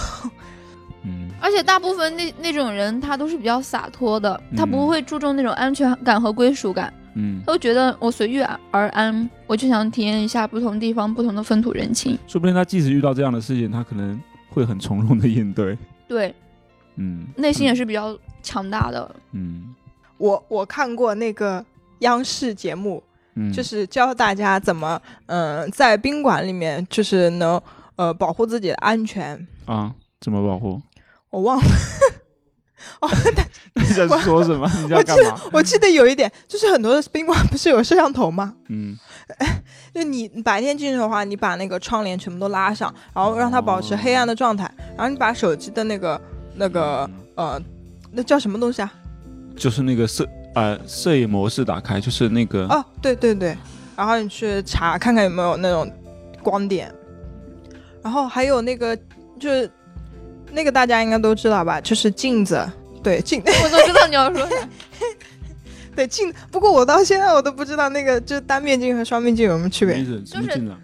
[SPEAKER 5] 嗯，
[SPEAKER 4] 而且大部分那那种人，他都是比较洒脱的，他不
[SPEAKER 5] 嗯
[SPEAKER 4] 会注重那种安全感和归属感，
[SPEAKER 5] 嗯
[SPEAKER 4] 他，会觉得我随遇而安，我就想体验一下不同地方、不同的风土人情。
[SPEAKER 5] 说不定他即使遇到这样的事情，他可能会很从容的应对。
[SPEAKER 4] 对，
[SPEAKER 5] 嗯，
[SPEAKER 4] 内心也
[SPEAKER 5] 是，
[SPEAKER 4] 是比较强大的。
[SPEAKER 5] 嗯
[SPEAKER 3] 我我看过那个央视节目，
[SPEAKER 5] 嗯，
[SPEAKER 3] 就是教大家怎么，嗯、在宾馆里面就是能呃保护自己的安全。
[SPEAKER 5] 啊，怎么保护？
[SPEAKER 3] 我忘了，哦，
[SPEAKER 5] 你在说什么？你在干 嘛？
[SPEAKER 3] 我记得有一点，就是很多的宾馆不是有摄像头吗？
[SPEAKER 5] 嗯，
[SPEAKER 3] 就你白天进去的话，你把那个窗帘全部都拉上，然后让它保持黑暗的状态，然后你把手机的那个那个呃，那叫什么东西啊？
[SPEAKER 5] 就是那个摄呃摄影模式打开，就是那个
[SPEAKER 3] 哦，对对对，然后你去查看看有没有那种光点，然后还有那个就是那个大家应该都知道吧，就是镜子，对镜，
[SPEAKER 4] 我都知道你要说啥。
[SPEAKER 3] 对镜。不过我到现在我都不知道那个就是单面镜和双面镜有什么区
[SPEAKER 5] 什么
[SPEAKER 3] 别
[SPEAKER 5] 意。思？什么进来？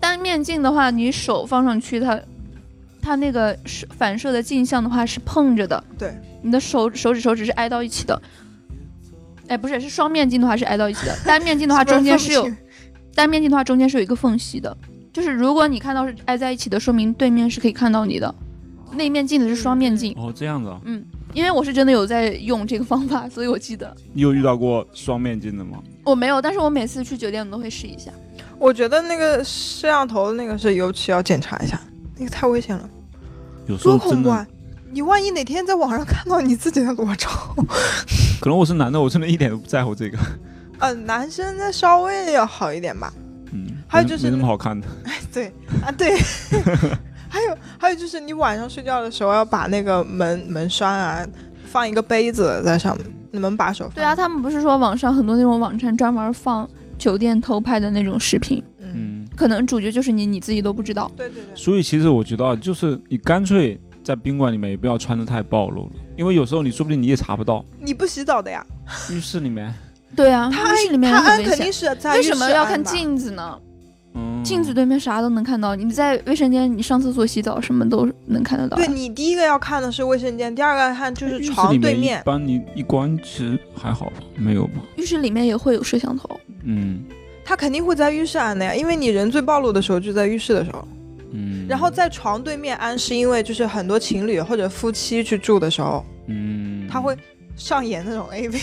[SPEAKER 4] 单面镜的话，你手放上去，它它那个是反射的镜像的话是碰着的，
[SPEAKER 3] 对，
[SPEAKER 4] 你的手手指手指是挨到一起的。哎，不是，是双面镜的话是挨到一起的，单面镜的话中间是有单面镜的话，中间是有一个缝隙的，就是如果你看到是挨在一起的，说明对面是可以看到你的。那一面镜子是双面镜，
[SPEAKER 5] 哦，这样子啊？
[SPEAKER 4] 嗯，因为我是真的有在用这个方法，所以我记得
[SPEAKER 5] 你有遇到过双面镜的吗？
[SPEAKER 4] 我没有，但是我每次去酒店我都会试一下。
[SPEAKER 3] 我觉得那个摄像头的那个是尤其要检查一下，那个太危险了，
[SPEAKER 5] 有时候
[SPEAKER 3] 多恐
[SPEAKER 5] 真
[SPEAKER 3] 怖
[SPEAKER 5] 的
[SPEAKER 3] 啊，！你万一哪天在网上看到你自己的裸照，
[SPEAKER 5] 可能我是男的，我真的一点都不在乎这个。
[SPEAKER 3] 呃，男生那稍微要好一点吧。
[SPEAKER 5] 嗯，
[SPEAKER 3] 还有
[SPEAKER 5] 没
[SPEAKER 3] 就是
[SPEAKER 5] 没什
[SPEAKER 3] 那
[SPEAKER 5] 么好看的。
[SPEAKER 3] 对啊，对， 还有还有就是你晚上睡觉的时候要把那个门门栓啊放一个杯子在上面，门把手放。
[SPEAKER 4] 对啊，，他们不是说网上很多那种网站专门放酒店偷拍的那种视频，
[SPEAKER 3] 嗯，
[SPEAKER 5] 嗯，
[SPEAKER 4] 可能主角就是你，你自己都不知道。
[SPEAKER 3] 对对对，
[SPEAKER 5] 所以其实我觉得啊，就是你干脆在宾馆里面也不要穿的太暴露了，因为有时候你说不定你也查不到。
[SPEAKER 3] 你不洗澡的呀？
[SPEAKER 5] 浴室里面，
[SPEAKER 4] 对啊，
[SPEAKER 3] 他
[SPEAKER 4] 浴室里面
[SPEAKER 3] 他
[SPEAKER 4] 很
[SPEAKER 3] 安
[SPEAKER 4] 危
[SPEAKER 3] 肯
[SPEAKER 4] 险
[SPEAKER 3] 定。是在
[SPEAKER 4] 为
[SPEAKER 3] 浴
[SPEAKER 4] 什么
[SPEAKER 3] 室
[SPEAKER 4] 要
[SPEAKER 3] 安
[SPEAKER 4] 看
[SPEAKER 3] 吧？
[SPEAKER 4] 镜子呢？
[SPEAKER 5] 嗯，
[SPEAKER 4] 镜子对面啥都能看到，你在卫生间，你上厕所、洗澡什么都能看得到啊。
[SPEAKER 3] 对你第一个要看的是卫生间，第二个要看就
[SPEAKER 5] 浴
[SPEAKER 3] 是
[SPEAKER 5] 室
[SPEAKER 3] 床
[SPEAKER 5] 里
[SPEAKER 3] 对
[SPEAKER 5] 一
[SPEAKER 3] 面。
[SPEAKER 5] 般你一关其实还好吧，没有吧？
[SPEAKER 4] 浴室里面也会有摄像头。
[SPEAKER 5] 嗯
[SPEAKER 3] 他肯定会在浴室安的呀，因为你人最暴露的时候就在浴室的时候，
[SPEAKER 5] 嗯。
[SPEAKER 3] 然后在床对面安是因为就是很多情侣或者夫妻去住的时候，
[SPEAKER 5] 嗯，
[SPEAKER 3] 他会上演那种 AV。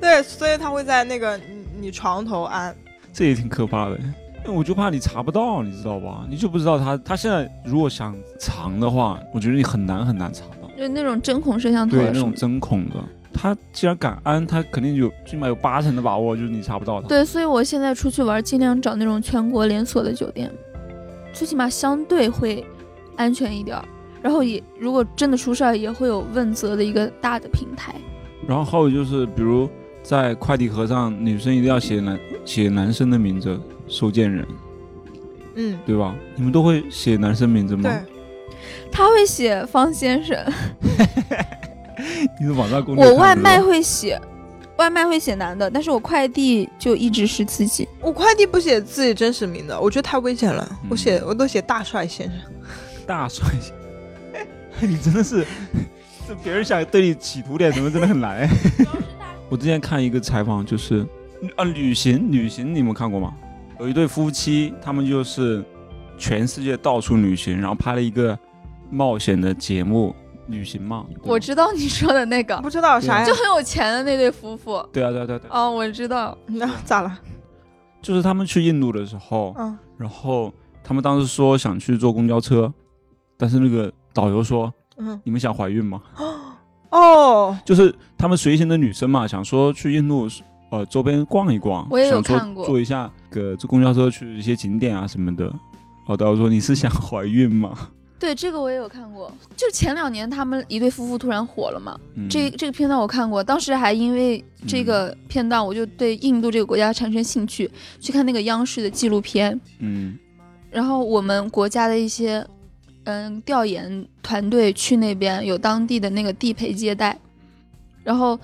[SPEAKER 3] 对，所以他会在那个你你床头安。
[SPEAKER 5] 这也挺可怕的。因为我就怕你查不到，你知道吧？你就不知道他他现在如果想藏的话，我觉得你很难很难查到。
[SPEAKER 4] 就那种针孔摄像头
[SPEAKER 5] 对，
[SPEAKER 4] 啊什
[SPEAKER 5] 那种
[SPEAKER 4] 么的，
[SPEAKER 5] 针孔的，他既然敢安，他肯定有起码有八成的把握，就是你查不到他。
[SPEAKER 4] 对，所以我现在出去玩，尽量找那种全国连锁的酒店，最起码相对会安全一点儿。然后也如果真的出事儿，也会有问责的一个大的平台。
[SPEAKER 5] 然后还有就是，比如在快递盒上，女生一定要写男写男生的名字，收件人，
[SPEAKER 3] 嗯，
[SPEAKER 5] 对吧？你们都会写男生名字吗
[SPEAKER 3] 对？，
[SPEAKER 4] 他会写方先生，
[SPEAKER 5] 你是网上攻略
[SPEAKER 4] 我
[SPEAKER 5] 看
[SPEAKER 4] 外
[SPEAKER 5] 的
[SPEAKER 4] 卖
[SPEAKER 5] 吧
[SPEAKER 4] 会写，外卖会写男的，但是我快递就一直是自己。
[SPEAKER 3] 我快递不写自己真实名字，我觉得太危险了。
[SPEAKER 5] 嗯
[SPEAKER 3] 我写我都写大帅先生，
[SPEAKER 5] 大帅， 你真的是， 这别人想对你企图点什么，真的很 难。我之前看一个采访，就是啊，旅行旅行，你们看过吗？有一对夫妻，他们就是全世界到处旅行，然后拍了一个冒险的节目，旅行嘛。对吧
[SPEAKER 4] 我知道你说的那 个，
[SPEAKER 3] 不知道啥呀
[SPEAKER 4] 就？很有钱的那对夫妇。
[SPEAKER 5] 对啊对啊对啊对啊，
[SPEAKER 4] 哦，我知道，
[SPEAKER 3] 那咋了？
[SPEAKER 5] 就是他们去印度的时候，
[SPEAKER 3] 嗯，
[SPEAKER 5] 然后他们当时说想去坐公交车，但是那个导游说
[SPEAKER 3] 嗯，
[SPEAKER 5] 你们想怀孕吗？
[SPEAKER 3] 哦，
[SPEAKER 5] 就是他们随行的女生嘛，想说去印度呃周边逛一逛，
[SPEAKER 4] 我也有
[SPEAKER 5] 想说
[SPEAKER 4] 看过
[SPEAKER 5] 坐一下个坐公交车去一些景点啊什么的。哦，导游说你是想怀孕吗？
[SPEAKER 4] 对这个我也有看过。就前两年他们一对夫妇突然火了嘛，
[SPEAKER 5] 嗯、
[SPEAKER 4] 这这个片段我看过，当时还因为这个片段，我就对印度这个国家产生兴趣，去看那个央视的纪录片，
[SPEAKER 5] 嗯
[SPEAKER 4] 然后我们国家的一些嗯调研团队去那边，有当地的那个地陪接待，然后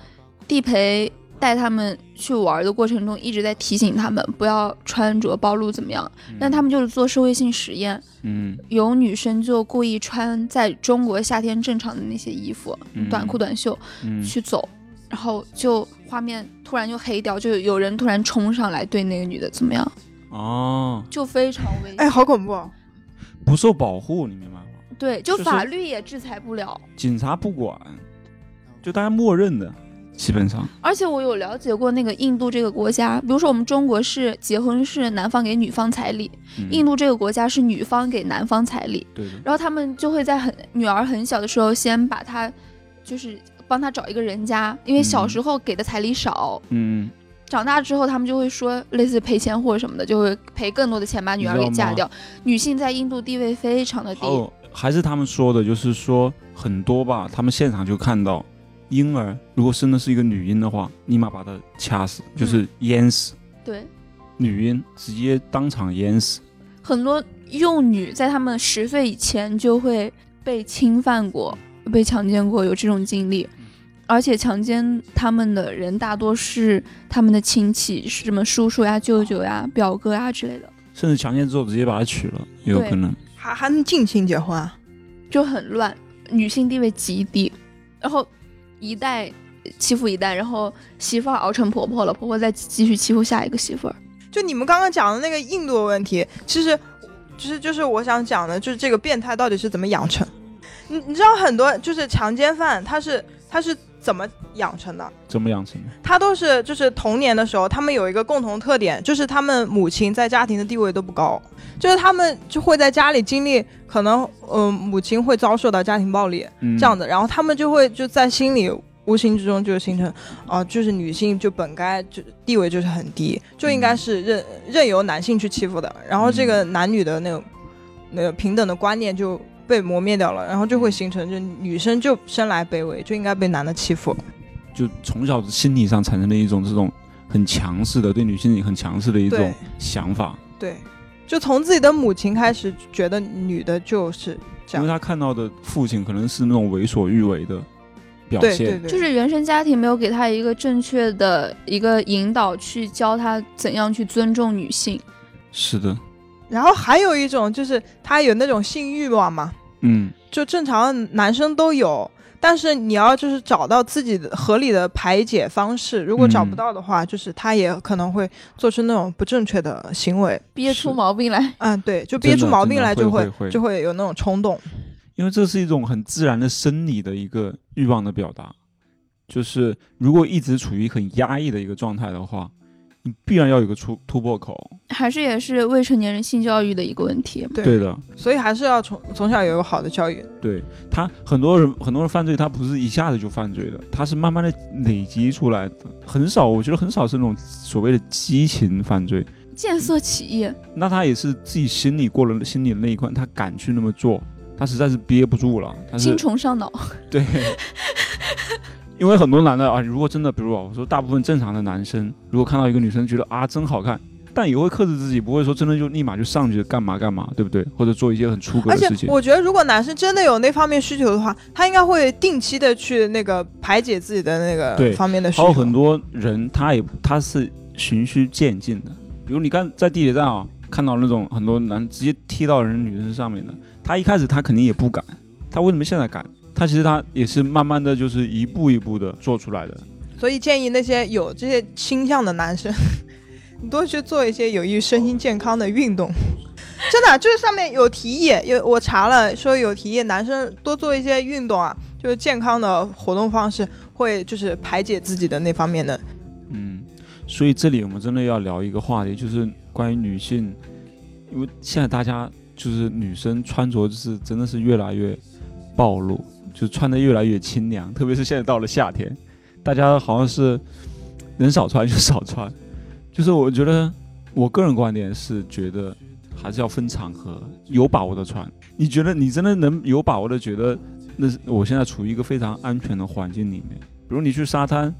[SPEAKER 4] 地陪带他们去玩的过程中，一直在提醒他们不要穿着暴露怎么样，但他们就是做社会性实验，
[SPEAKER 5] 嗯
[SPEAKER 4] 有女生就故意穿在中国夏天正常的那些衣服，
[SPEAKER 5] 嗯
[SPEAKER 4] 短裤短袖
[SPEAKER 5] 嗯
[SPEAKER 4] 去走，然后就画面突然就黑掉，就有人突然冲上来对那个女的怎么样，
[SPEAKER 5] 哦，
[SPEAKER 4] 就非常危险。
[SPEAKER 3] 哎，好恐怖哦！
[SPEAKER 5] 不受保护，你明白吗？
[SPEAKER 4] 对，就
[SPEAKER 5] 就是
[SPEAKER 4] 法律也制裁不了。
[SPEAKER 5] 警察不管，就大家默认的。基本上
[SPEAKER 4] 而且我有了解过那个印度这个国家，比如说我们中国是结婚是男方给女方彩礼，
[SPEAKER 5] 嗯
[SPEAKER 4] 印度这个国家是女方给男方彩礼，
[SPEAKER 5] 对的，
[SPEAKER 4] 然后他们就会在很女儿很小的时候先把她，就是帮她找一个人家，因为小
[SPEAKER 5] 嗯
[SPEAKER 4] 时候给的彩礼少，
[SPEAKER 5] 嗯，
[SPEAKER 4] 长大之后他们就会说类似赔钱货什么的，就会赔更多的钱把女儿给
[SPEAKER 5] 你知道
[SPEAKER 4] 嫁
[SPEAKER 5] 吗
[SPEAKER 4] 掉。女性在印度地位非常的低
[SPEAKER 5] 还，有哦还是他们说的，就是说很多吧，他们现场就看到婴儿如果生的是一个女婴的话，立马把她掐死，
[SPEAKER 3] 嗯
[SPEAKER 5] 就是淹死，
[SPEAKER 4] 对，
[SPEAKER 5] 女婴直接当场淹死。
[SPEAKER 4] 很多幼女在她们十岁以前就会被侵犯过、被强奸过，有这种经历。
[SPEAKER 5] 嗯
[SPEAKER 4] 而且强奸他们的人大多是他们的亲戚，是什么叔叔呀、舅舅呀、表哥呀之类的，
[SPEAKER 5] 甚至强奸之后直接把她娶了，也有
[SPEAKER 4] 对
[SPEAKER 5] 可能。
[SPEAKER 3] 还还能近亲结婚啊？
[SPEAKER 4] 就很乱，女性地位极低。然后一代欺负一代，然后媳妇儿熬成婆婆了，婆婆再继续欺负下一个媳妇儿。
[SPEAKER 3] 就你们刚刚讲的那个印度的问题，其实，其实就是我想讲的，就是这个变态到底是怎么养成？你你知道很多就是强奸犯，他是他是怎么养成的？
[SPEAKER 5] 怎么养成的？
[SPEAKER 3] 他都是就是童年的时候，他们有一个共同特点，就是他们母亲在家庭的地位都不高，就是他们就会在家里经历可能，嗯、母亲会遭受到家庭暴力
[SPEAKER 5] 嗯、
[SPEAKER 3] 这样的，然后他们就会就在心里无形之中就形成，啊、就是女性就本该就地位就是很低，就应
[SPEAKER 5] 嗯
[SPEAKER 3] 该是任任由男性去欺负的，然后这个男女的那种那个平等的观念就被磨灭掉了，然后就会形成就女生就生来卑微，就应该被男的欺负。
[SPEAKER 5] 就从小心理上产生了一种这种很强势的对女性很强势的一
[SPEAKER 3] 对
[SPEAKER 5] 种想法，
[SPEAKER 3] 对，就从自己的母亲开始，觉得女的就是这
[SPEAKER 5] 因为
[SPEAKER 3] 样。
[SPEAKER 5] 他看到的父亲可能是那种为所欲为的表
[SPEAKER 3] 对对
[SPEAKER 5] 现，
[SPEAKER 3] 对，
[SPEAKER 4] 就是原生家庭没有给她一个正确的一个引导，去教她怎样去尊重女性。
[SPEAKER 5] 是的，
[SPEAKER 3] 然后还有一种就是他有那种性欲望嘛，
[SPEAKER 5] 嗯，
[SPEAKER 3] 就正常男生都有，但是你要就是找到自己的合理的排解方式。如果找不
[SPEAKER 5] 嗯
[SPEAKER 3] 到的话，就是他也可能会做出那种不正确的行为。
[SPEAKER 4] 憋出
[SPEAKER 5] 是
[SPEAKER 4] 毛病来。
[SPEAKER 3] 嗯，对，就憋
[SPEAKER 5] 真
[SPEAKER 3] 出
[SPEAKER 5] 的
[SPEAKER 3] 毛
[SPEAKER 5] 真
[SPEAKER 3] 病
[SPEAKER 5] 的
[SPEAKER 3] 来
[SPEAKER 5] 会
[SPEAKER 3] 就
[SPEAKER 5] 会会
[SPEAKER 3] 就会有那种冲动。
[SPEAKER 5] 因为这是一种很自然的生理的一个欲望的表达，就是如果一直处于很压抑的一个状态的话，你必然要有个出突破口，
[SPEAKER 4] 还是也是未成年人性教育的一个问题。
[SPEAKER 3] 对
[SPEAKER 5] 对的，
[SPEAKER 3] 所以还是要从从小有好的教育。
[SPEAKER 5] 对他很多人很多人犯罪，他不是一下子就犯罪的，他是慢慢的累积出来的，很少，我觉得很少是那种所谓的激情犯罪，
[SPEAKER 4] 见色起意，
[SPEAKER 5] 那他也是自己心里过了心里的那一关，他敢去那么做，他实在是憋不住了，他是
[SPEAKER 4] 精虫上脑。
[SPEAKER 5] 对， 因为很多男的啊，如果真的，比如啊，我说大部分正常的男生，如果看到一个女生觉得啊真好看，但也会克制自己，不会说真的就立马就上去干嘛干嘛，对不对？或者做一些很出格
[SPEAKER 3] 而
[SPEAKER 5] 的
[SPEAKER 3] 且
[SPEAKER 5] 事情。
[SPEAKER 3] 我觉得，如果男生真的有那方面需求的话，他应该会定期的去那个排解自己的那
[SPEAKER 5] 对
[SPEAKER 3] 个方面的需
[SPEAKER 5] 还
[SPEAKER 3] 求。
[SPEAKER 5] 有很多人，他也他是循序渐进的，比如你看在地铁站啊，看到那种很多男直接踢到人女生上面的，他一开始他肯定也不敢，他为什么现在敢？他其实他也是慢慢的就是一步一步的做出来的，
[SPEAKER 3] 所以建议那些有这些倾向的男生， 你多去做一些有益身心健康的运动。真的，就是上面有提议，有我查了说有提议，男生多做一些运动啊，就是健康的活动方式，会就是排解自己的那方面的。
[SPEAKER 5] 嗯，所以这里我们真的要聊一个话题，就是关于女性，因为现在大家就是女生穿着就是真的是越来越暴露，就穿的越来越清凉，特别是现在到了夏天，大家好像是能少穿就少穿，就是我觉得我个人观点是觉得还是要分场合，有把握的穿。你觉得你真的能有把握的觉得，那是我现在处于一个非常安全的环境里面，比如你去沙滩。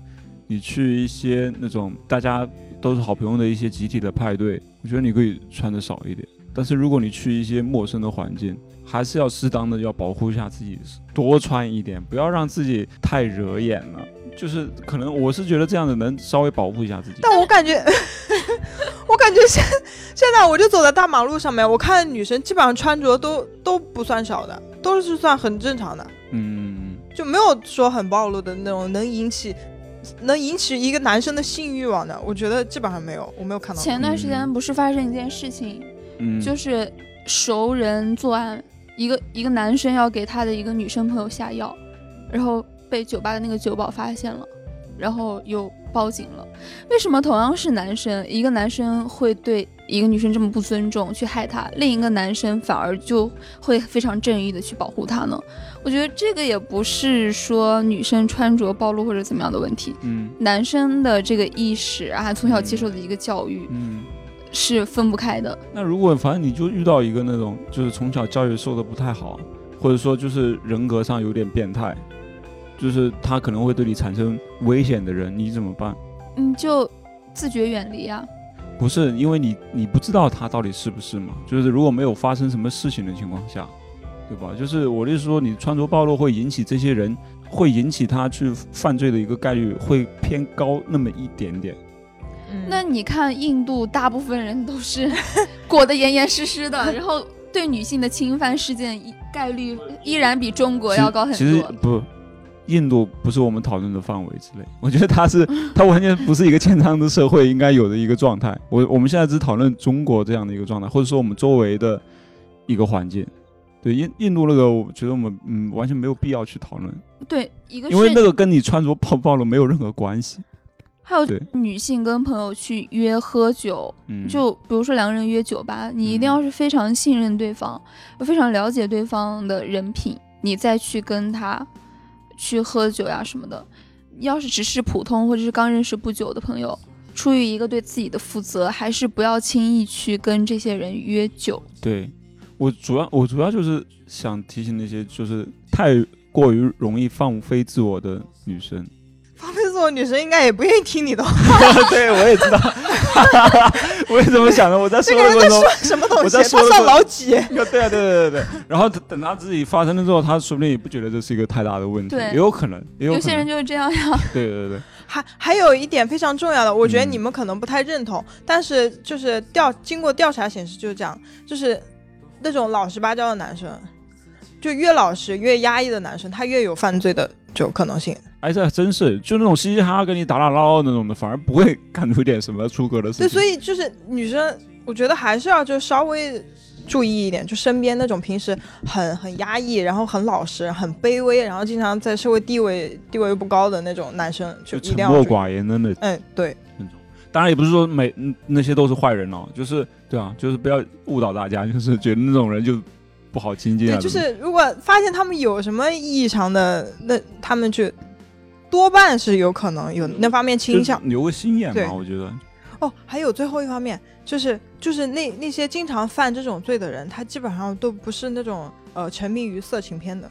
[SPEAKER 5] 你去一些那种大家都是好朋友的一些集体的派对，我觉得你可以穿的少一点。但是如果你去一些陌生的环境，还是要适当的要保护一下自己，多穿一点，不要让自己太惹眼了。就是可能我是觉得这样子能稍微保护一下自己。
[SPEAKER 3] 但我感觉， 我感觉现现在我就走在大马路上面，我看女生基本上穿着都都不算少的，都是算很正常的，
[SPEAKER 5] 嗯，
[SPEAKER 3] 就没有说很暴露的那种能引起能引起一个男生的性欲望的，我觉得基本上没有，我没有看到过。
[SPEAKER 4] 前段时间不是发生一件事情，
[SPEAKER 5] 嗯
[SPEAKER 4] 就是熟人作案，一个一个男生要给他的一个女生朋友下药，然后被酒吧的那个酒保发现了，然后又报警了。为什么同样是男生，一个男生会对一个女生这么不尊重，去害她，另一个男生反而就会非常正义的去保护她呢？我觉得这个也不是说女生穿着暴露或者怎么样的问题，
[SPEAKER 5] 嗯
[SPEAKER 4] 男生的这个意识啊，从小接受的一个教育
[SPEAKER 5] 嗯。
[SPEAKER 4] 是分不开的。
[SPEAKER 5] 那如果反正你就遇到一个那种就是从小教育受的不太好，或者说就是人格上有点变态，就是他可能会对你产生危险的人，你怎么办？
[SPEAKER 4] 你嗯就自觉远离啊。
[SPEAKER 5] 不是因为你你不知道他到底是不是嘛？就是如果没有发生什么事情的情况下，对吧？就是我的意思说，你穿着暴露会引起这些人，会引起他去犯罪的一个概率会偏高那么一点点。
[SPEAKER 3] 嗯
[SPEAKER 4] 那你看，印度大部分人都是 裹得严严实实的，然后对女性的侵犯事件一概率依然比中国要高很
[SPEAKER 5] 其实
[SPEAKER 4] 多。
[SPEAKER 5] 不，印度不是我们讨论的范围之内。 我觉得它是，它完全不是一个健康的社会应该有的一个状态。我我们现在只讨论中国这样的一个状态，或者说我们周围的一个环境。对印印度那个，我觉得我们嗯完全没有必要去讨论，
[SPEAKER 4] 对，一个
[SPEAKER 5] 因为
[SPEAKER 4] 是
[SPEAKER 5] 那个跟你穿着暴暴露没有任何关系。
[SPEAKER 4] 还有
[SPEAKER 5] 对
[SPEAKER 4] 女性跟朋友去约喝酒，
[SPEAKER 5] 嗯，
[SPEAKER 4] 就比如说两个人约酒吧，你一定要是非常信任对方，非常了解对方的人品，你再去跟他去喝酒呀什么的。要是只是普通或者是刚认识不久的朋友，出于一个对自己的负责，还是不要轻易去跟这些人约酒。
[SPEAKER 5] 对我主要我主要就是想提醒那些就是太过于容易放飞自我的女生。
[SPEAKER 3] 放飞自我女生应该也不愿意听你的话，
[SPEAKER 5] 对，我也知道，我也这么想的。我在说
[SPEAKER 3] 这
[SPEAKER 5] 的
[SPEAKER 3] 个人在
[SPEAKER 5] 过程中
[SPEAKER 3] 说，什么东
[SPEAKER 5] 我
[SPEAKER 3] 西？
[SPEAKER 5] 在
[SPEAKER 3] 他
[SPEAKER 5] 说的
[SPEAKER 3] 算
[SPEAKER 5] 过
[SPEAKER 3] 老几？
[SPEAKER 5] 对啊，对啊对对对。然后等他自己发生了之后，他说不定也不觉得这是一个太大的问题，
[SPEAKER 4] 对
[SPEAKER 5] 也有可能，也有
[SPEAKER 4] 有
[SPEAKER 5] 可
[SPEAKER 4] 些人
[SPEAKER 5] 能。
[SPEAKER 4] 就是这样 呀，
[SPEAKER 5] 对对对，
[SPEAKER 3] 还还有一点非常重要的，我觉得
[SPEAKER 5] 嗯
[SPEAKER 3] 你们可能不太认同，但是就是调经过调查显示就是这样，就是那种老实巴交的男生，就越老实越压抑的男生，他越有犯罪的就可能性。
[SPEAKER 5] 哎，这还真是，就那种嘻嘻哈哈跟你打打闹闹那种的，反而不会干出一点什么出格的事情。
[SPEAKER 3] 对，所以就是女生，我觉得还是要就稍微注意一点，就身边那种平时很很压抑，然后很老实、很卑微，然后经常在社会地位地位又不高的那种男生，就
[SPEAKER 5] 就
[SPEAKER 3] 一定
[SPEAKER 5] 沉
[SPEAKER 3] 要
[SPEAKER 5] 默
[SPEAKER 3] 注意。
[SPEAKER 5] 寡言的那
[SPEAKER 3] 嗯，对，
[SPEAKER 5] 当然也不是说每嗯那些都是坏人哦，就是对啊，就是不要误导大家，就是觉得那种人就不好亲近
[SPEAKER 3] 对，
[SPEAKER 5] 啊。
[SPEAKER 3] 就
[SPEAKER 5] 怎么
[SPEAKER 3] 是如果发现他们有什么异常的，那他们就多半是有可能有那方面倾向
[SPEAKER 5] 就。留个心眼
[SPEAKER 3] 对
[SPEAKER 5] 嘛，我 觉得。
[SPEAKER 3] 哦，还有最后一方面就是就是那那些经常犯这种罪的人，他基本上都不是那种呃沉迷于色情片的。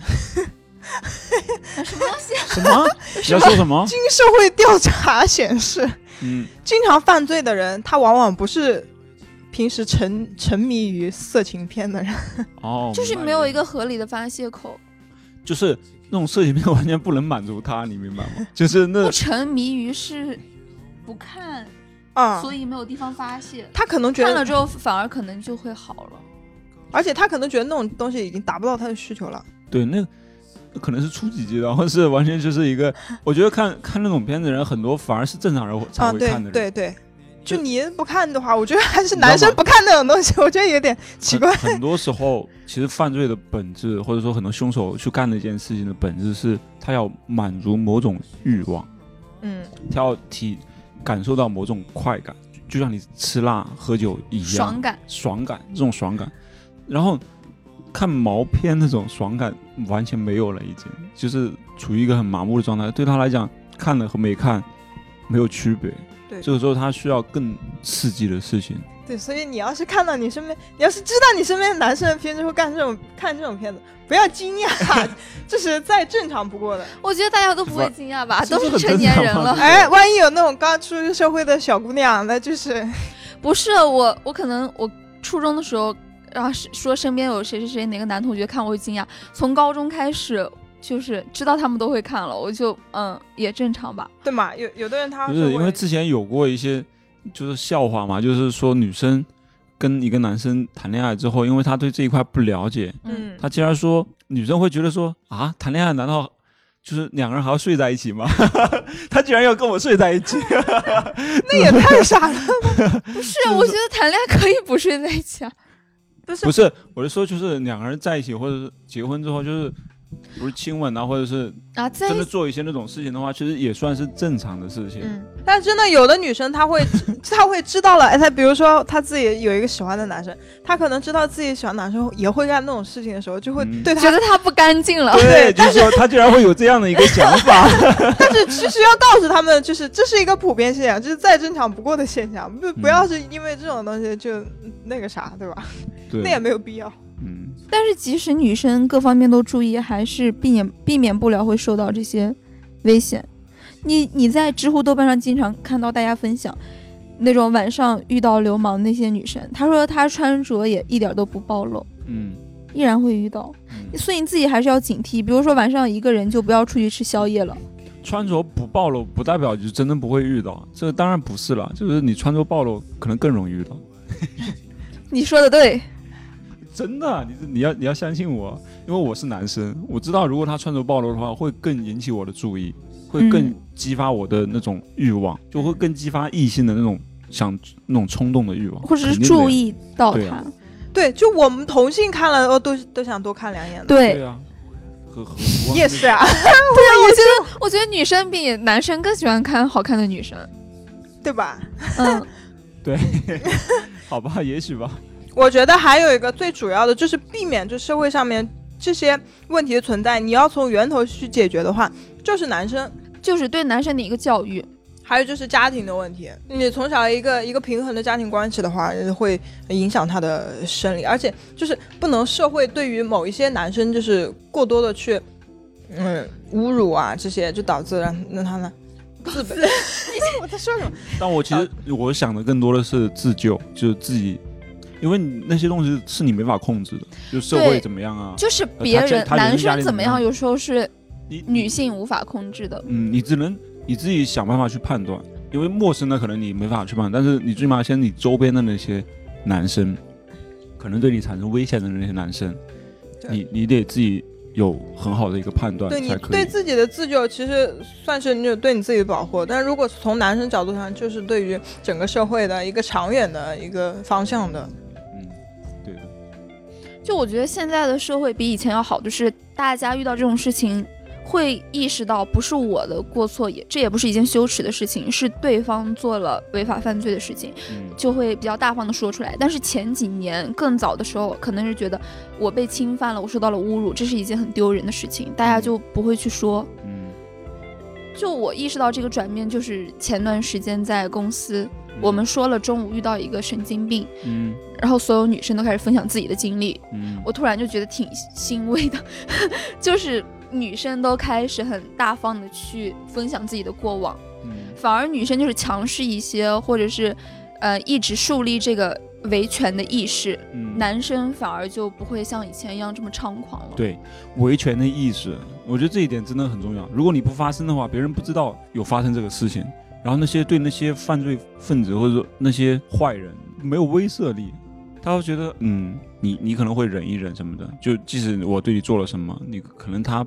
[SPEAKER 4] 什么东西？
[SPEAKER 5] 什么？你要说什么？
[SPEAKER 3] 经社会调查显示，
[SPEAKER 5] 嗯，
[SPEAKER 3] 经常犯罪的人，他往往不是平时沉沉迷于色情片的人。
[SPEAKER 5] 哦，
[SPEAKER 4] 就是
[SPEAKER 5] 明白
[SPEAKER 4] 没有
[SPEAKER 5] 了
[SPEAKER 4] 一个合理的发泄口，
[SPEAKER 5] 就是那种色情片完全不能满足他，你明白 吗？就是那
[SPEAKER 4] 不沉迷于是不看，
[SPEAKER 3] 啊、
[SPEAKER 4] 所以没有地方发泄。
[SPEAKER 3] 他可能觉
[SPEAKER 4] 看了
[SPEAKER 3] 得，
[SPEAKER 4] 之后反而可能就会好了。
[SPEAKER 3] 而且他可能觉得那种东西已经达不到他的需求了。
[SPEAKER 5] 对那那可能是初级阶段，或是完全就是一个，我觉得看看那种片子的人很多反而是正常人会才
[SPEAKER 3] 啊，
[SPEAKER 5] 会
[SPEAKER 3] 对
[SPEAKER 5] 看的人，
[SPEAKER 3] 对对，
[SPEAKER 5] 就
[SPEAKER 3] 就你不看的话，我觉得还是
[SPEAKER 5] 你知道
[SPEAKER 3] 男生
[SPEAKER 5] 吗
[SPEAKER 3] 不看那种东西，我觉得有点奇
[SPEAKER 5] 很
[SPEAKER 3] 怪。
[SPEAKER 5] 很多时候，其实犯罪的本质，或者说很多凶手去干的一件事情的本质是他要满足某种欲望，
[SPEAKER 3] 嗯，
[SPEAKER 5] 他要体感受到某种快感，就像你吃辣喝酒一样，
[SPEAKER 4] 爽感，
[SPEAKER 5] 爽感，这种爽感。然后看毛片那种爽感完全没有了，已经就是处于一个很麻木的状态。对他来讲，看了和没看没有区别。
[SPEAKER 3] 对
[SPEAKER 5] 这个时候他需要更刺激的事情。
[SPEAKER 3] 对，所以你要是看到你身边，你要是知道你身边的男生平时会干这种看这种片子，不要惊 讶，这是再正常不过的。
[SPEAKER 4] 我觉得大家都不会惊讶吧，
[SPEAKER 5] 这
[SPEAKER 4] 都
[SPEAKER 5] 不
[SPEAKER 4] 是
[SPEAKER 5] 是
[SPEAKER 4] 成
[SPEAKER 5] 很
[SPEAKER 4] 年
[SPEAKER 5] 正
[SPEAKER 4] 人
[SPEAKER 5] 常吗
[SPEAKER 4] 了。
[SPEAKER 3] 哎，万一有那种刚出社会的小姑娘，那就是
[SPEAKER 4] 不是我，我可能我初中的时候，然后是说身边有谁谁谁哪个男同学看我会惊讶，从高中开始就是知道他们都会看了，我就嗯也正常吧。
[SPEAKER 3] 对嘛？有有的人他
[SPEAKER 5] 不
[SPEAKER 3] 会嗯
[SPEAKER 5] 是因为之前有过一些就是笑话嘛，就是说女生跟一个男生谈恋爱之后，因为他对这一块不了解，
[SPEAKER 3] 嗯，
[SPEAKER 5] 他竟然说女生会觉得说啊，谈恋爱难道就是两个人还要睡在一起吗？ 他居然要跟我睡在一起，
[SPEAKER 3] 那也太傻了。
[SPEAKER 4] 不是，我觉得谈恋爱可以不睡在一起啊。
[SPEAKER 3] 不是
[SPEAKER 5] 不是，我是说就是两个人在一起或者是结婚之后，就是不是亲吻啊，或者是
[SPEAKER 4] 啊，在
[SPEAKER 5] 真的做一些那种事情的话，其实也算是正常的事情。
[SPEAKER 3] 嗯，但真的有的女生她会 她会知道了，哎，她比如说她自己有一个喜欢的男生，她可能知道自己喜欢男生也会干那种事情的时候，就会
[SPEAKER 5] 嗯
[SPEAKER 3] 对他
[SPEAKER 4] 觉得他不干净了。
[SPEAKER 5] 对，就是说他竟然会有这样的一个想法，
[SPEAKER 3] 但是其实要告诉他们，就是这是一个普遍现象，这是再正常不过的现象，
[SPEAKER 5] 嗯
[SPEAKER 3] 不不要是因为这种东西就那个啥，对吧？
[SPEAKER 5] 对
[SPEAKER 3] 那也没有必要。
[SPEAKER 5] 嗯，
[SPEAKER 4] 但是即使女生各方面都注意，还是避免避免不了会受到这些危险。你你在知乎、豆瓣上经常看到大家分享那种晚上遇到流氓那些女生，她说她穿着也一点都不暴露，
[SPEAKER 5] 嗯，
[SPEAKER 4] 依然会遇到，
[SPEAKER 5] 嗯
[SPEAKER 4] 所以你自己还是要警惕。比如说晚上一个人就不要出去吃宵夜了。
[SPEAKER 5] 穿着不暴露不代表就真的不会遇到，这当然不是了，就是你穿着暴露可能更容易遇到。
[SPEAKER 4] 你说的对，
[SPEAKER 5] 真的，你你要你要相信我，因为我是男生，我知道如果他穿着暴露的话，会更引起我的注意，会更
[SPEAKER 4] 嗯
[SPEAKER 5] 激发我的那种欲望，就会更激发异性的那种想那种冲动的欲望，
[SPEAKER 4] 或者是
[SPEAKER 5] 肯定的呀
[SPEAKER 4] 注。意到
[SPEAKER 5] 对
[SPEAKER 4] 他，
[SPEAKER 5] 啊
[SPEAKER 3] 对，就我们同性看了哦，都都想多看两眼的。
[SPEAKER 4] 对
[SPEAKER 5] 对啊，和和
[SPEAKER 3] 也是啊，
[SPEAKER 4] 我觉得，我觉得女生比男生更喜欢看好看的女生。
[SPEAKER 3] 对吧？
[SPEAKER 4] 嗯，
[SPEAKER 5] 好吧，也许吧。
[SPEAKER 3] 我觉得还有一个最主要的就是避免这社会上面这些问题的存在，你要从源头去解决的话，就是男生。
[SPEAKER 4] 就是对男生的一个教育。
[SPEAKER 3] 还有就是家庭的问题，你从小一个一个平衡的家庭关系的话，会影响他的生理，而且就是不能社会对于某一些男生就是过多的去，嗯，侮辱啊这些，就导致让让他呢自卑。我在说什么？
[SPEAKER 5] 但我其实我想的更多的是自救，就是自己，因为你那些东西是你没法控制的，就社会
[SPEAKER 4] 对
[SPEAKER 5] 怎么样啊，
[SPEAKER 4] 就是别
[SPEAKER 5] 他
[SPEAKER 4] 人
[SPEAKER 5] 他人
[SPEAKER 4] 男
[SPEAKER 5] 压
[SPEAKER 4] 生
[SPEAKER 5] 力
[SPEAKER 4] 怎
[SPEAKER 5] 怎
[SPEAKER 4] 么
[SPEAKER 5] 么
[SPEAKER 4] 样，
[SPEAKER 5] 样
[SPEAKER 4] 有时候是
[SPEAKER 5] 你
[SPEAKER 4] 女性无法控制的。
[SPEAKER 5] 嗯，你只能你自己想办法去判断，因为陌生的可能你没法去判断，但是你最起码先你周边的那些男生，可能对你产生危险的那些男生，
[SPEAKER 3] 对
[SPEAKER 5] 你你得自己有很好的一个判断
[SPEAKER 3] 对你
[SPEAKER 5] 才可
[SPEAKER 3] 对
[SPEAKER 5] 以。
[SPEAKER 3] 自己的自救，其实算是你有对你自己的保护，但如果从男生角度上，就是对于整个社会的一个长远的一个方向的。
[SPEAKER 5] 嗯，对的，
[SPEAKER 4] 就我觉得现在的社会比以前要好，就是大家遇到这种事情会意识到，不是我的过错，也这也不是一件羞耻的事情，是对方做了违法犯罪的事情，
[SPEAKER 5] 嗯，
[SPEAKER 4] 就会比较大方的说出来。但是前几年更早的时候，可能是觉得我被侵犯了，我受到了侮辱，这是一件很丢人的事情，大家就不会去说。
[SPEAKER 5] 嗯
[SPEAKER 4] 就我意识到这个转变，就是前段时间在公司，我们说了中午遇到一个神经病，
[SPEAKER 5] 嗯
[SPEAKER 4] 然后所有女生都开始分享自己的经历，
[SPEAKER 5] 嗯，
[SPEAKER 4] 我突然就觉得挺欣慰的， 就是女生都开始很大方的去分享自己的过往，
[SPEAKER 5] 嗯
[SPEAKER 4] 反而女生就是强势一些，或者是呃一直树立这个维权的意识，
[SPEAKER 5] 嗯
[SPEAKER 4] 男生反而就不会像以前一样这么猖狂了。
[SPEAKER 5] 对维权的意识，我觉得这一点真的很重要。如果你不发声的话，别人不知道有发生这个事情。然后那些对那些犯罪分子或者说那些坏人没有威慑力，他会觉得嗯，你你可能会忍一忍什么的。就即使我对你做了什么，你可能他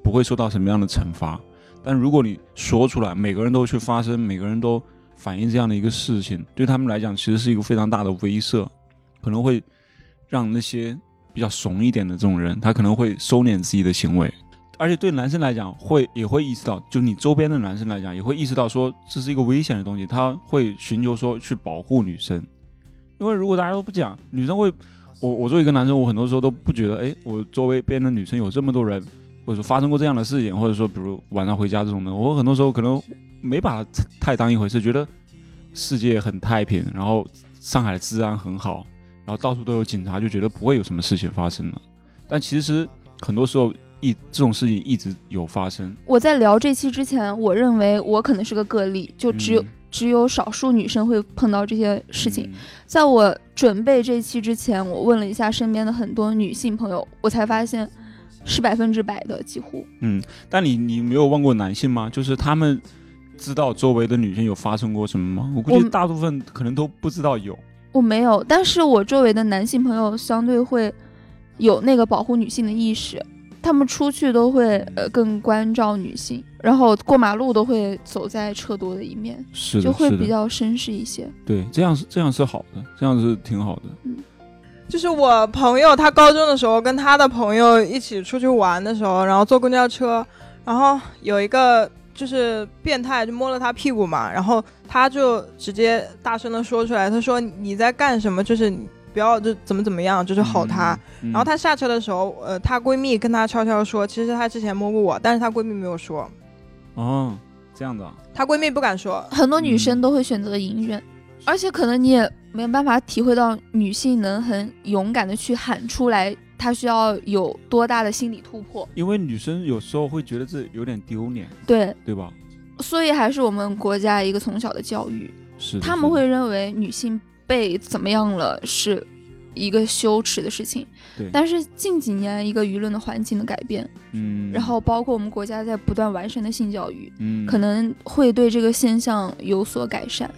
[SPEAKER 5] 不会受到什么样的惩罚。但如果你说出来，每个人都去发声，每个人都反映这样的一个事情，对他们来讲其实是一个非常大的威慑，可能会让那些比较怂一点的这种人，他可能会收敛自己的行为，而且对男生来讲，会也会意识到，就你周边的男生来讲，也会意识到说这是一个危险的东西，他会寻求说去保护女生，因为如果大家都不讲，女生会，我我作为一个男生，我很多时候都不觉得，哎，我周围边的女生有这么多人，或者说发生过这样的事情，或者说比如晚上回家这种的，我很多时候可能没把它太当一回事，觉得世界很太平，然后上海的治安很好，然后到处都有警察，就觉得不会有什么事情发生了。但其实很多时候一这种事情一直有发生，
[SPEAKER 4] 我在聊这期之前，我认为我可能是个个例，就只有、
[SPEAKER 5] 嗯
[SPEAKER 4] 只有少数女生会碰到这些事情。在我准备这期之前，我问了一下身边的很多女性朋友，我才发现是百分之百的，几乎
[SPEAKER 5] 嗯但你你没有问过男性吗？就是他们知道周围的女性有发生过什么吗？我估
[SPEAKER 4] 我
[SPEAKER 5] 计
[SPEAKER 4] 们
[SPEAKER 5] 大部分可能都不知道有。
[SPEAKER 4] 我没有。但是我周围的男性朋友相对会有那个保护女性的意识，他们出去都会呃更关照女性，然后过马路都会走在车多的一面，
[SPEAKER 5] 是
[SPEAKER 4] 就
[SPEAKER 5] 的，
[SPEAKER 4] 会
[SPEAKER 5] 是
[SPEAKER 4] 比
[SPEAKER 5] 的，
[SPEAKER 4] 较绅士一些。
[SPEAKER 5] 对，这样是这样是好的，这样是挺好的。
[SPEAKER 4] 嗯
[SPEAKER 3] 就是我朋友，他高中的时候跟他的朋友一起出去玩的时候，然后坐公交车，然后有一个就是变态就摸了他屁股嘛，然后他就直接大声的说出来，他说你在干什么？就是你不要就怎么怎么样，就是吼他。
[SPEAKER 5] 嗯，
[SPEAKER 3] 然后她下车的时候，呃，她闺蜜跟她悄悄说，其实她之前摸过我，但是她闺蜜没有说，
[SPEAKER 5] 哦，这样的啊，
[SPEAKER 3] 她闺蜜不敢说，
[SPEAKER 4] 很多女
[SPEAKER 5] 嗯
[SPEAKER 4] 生都会选择隐忍，而且可能你也没有办法体会到女性能很勇敢的去喊出来，她需要有多大的心理突破。
[SPEAKER 5] 因为女生有时候会觉得这有点丢脸，
[SPEAKER 4] 对，
[SPEAKER 5] 对吧？
[SPEAKER 4] 所以还是我们国家一个从小的教育，
[SPEAKER 5] 是的
[SPEAKER 4] 他
[SPEAKER 5] 是
[SPEAKER 4] 们
[SPEAKER 5] 的
[SPEAKER 4] 会认为女性被怎么样了是一个羞耻的事情。
[SPEAKER 5] 对
[SPEAKER 4] 但是近几年一个舆论的环境的改变，
[SPEAKER 5] 嗯，
[SPEAKER 4] 然后包括我们国家在不断完善的性教育，
[SPEAKER 5] 嗯，
[SPEAKER 4] 可能会对这个现象有所改善。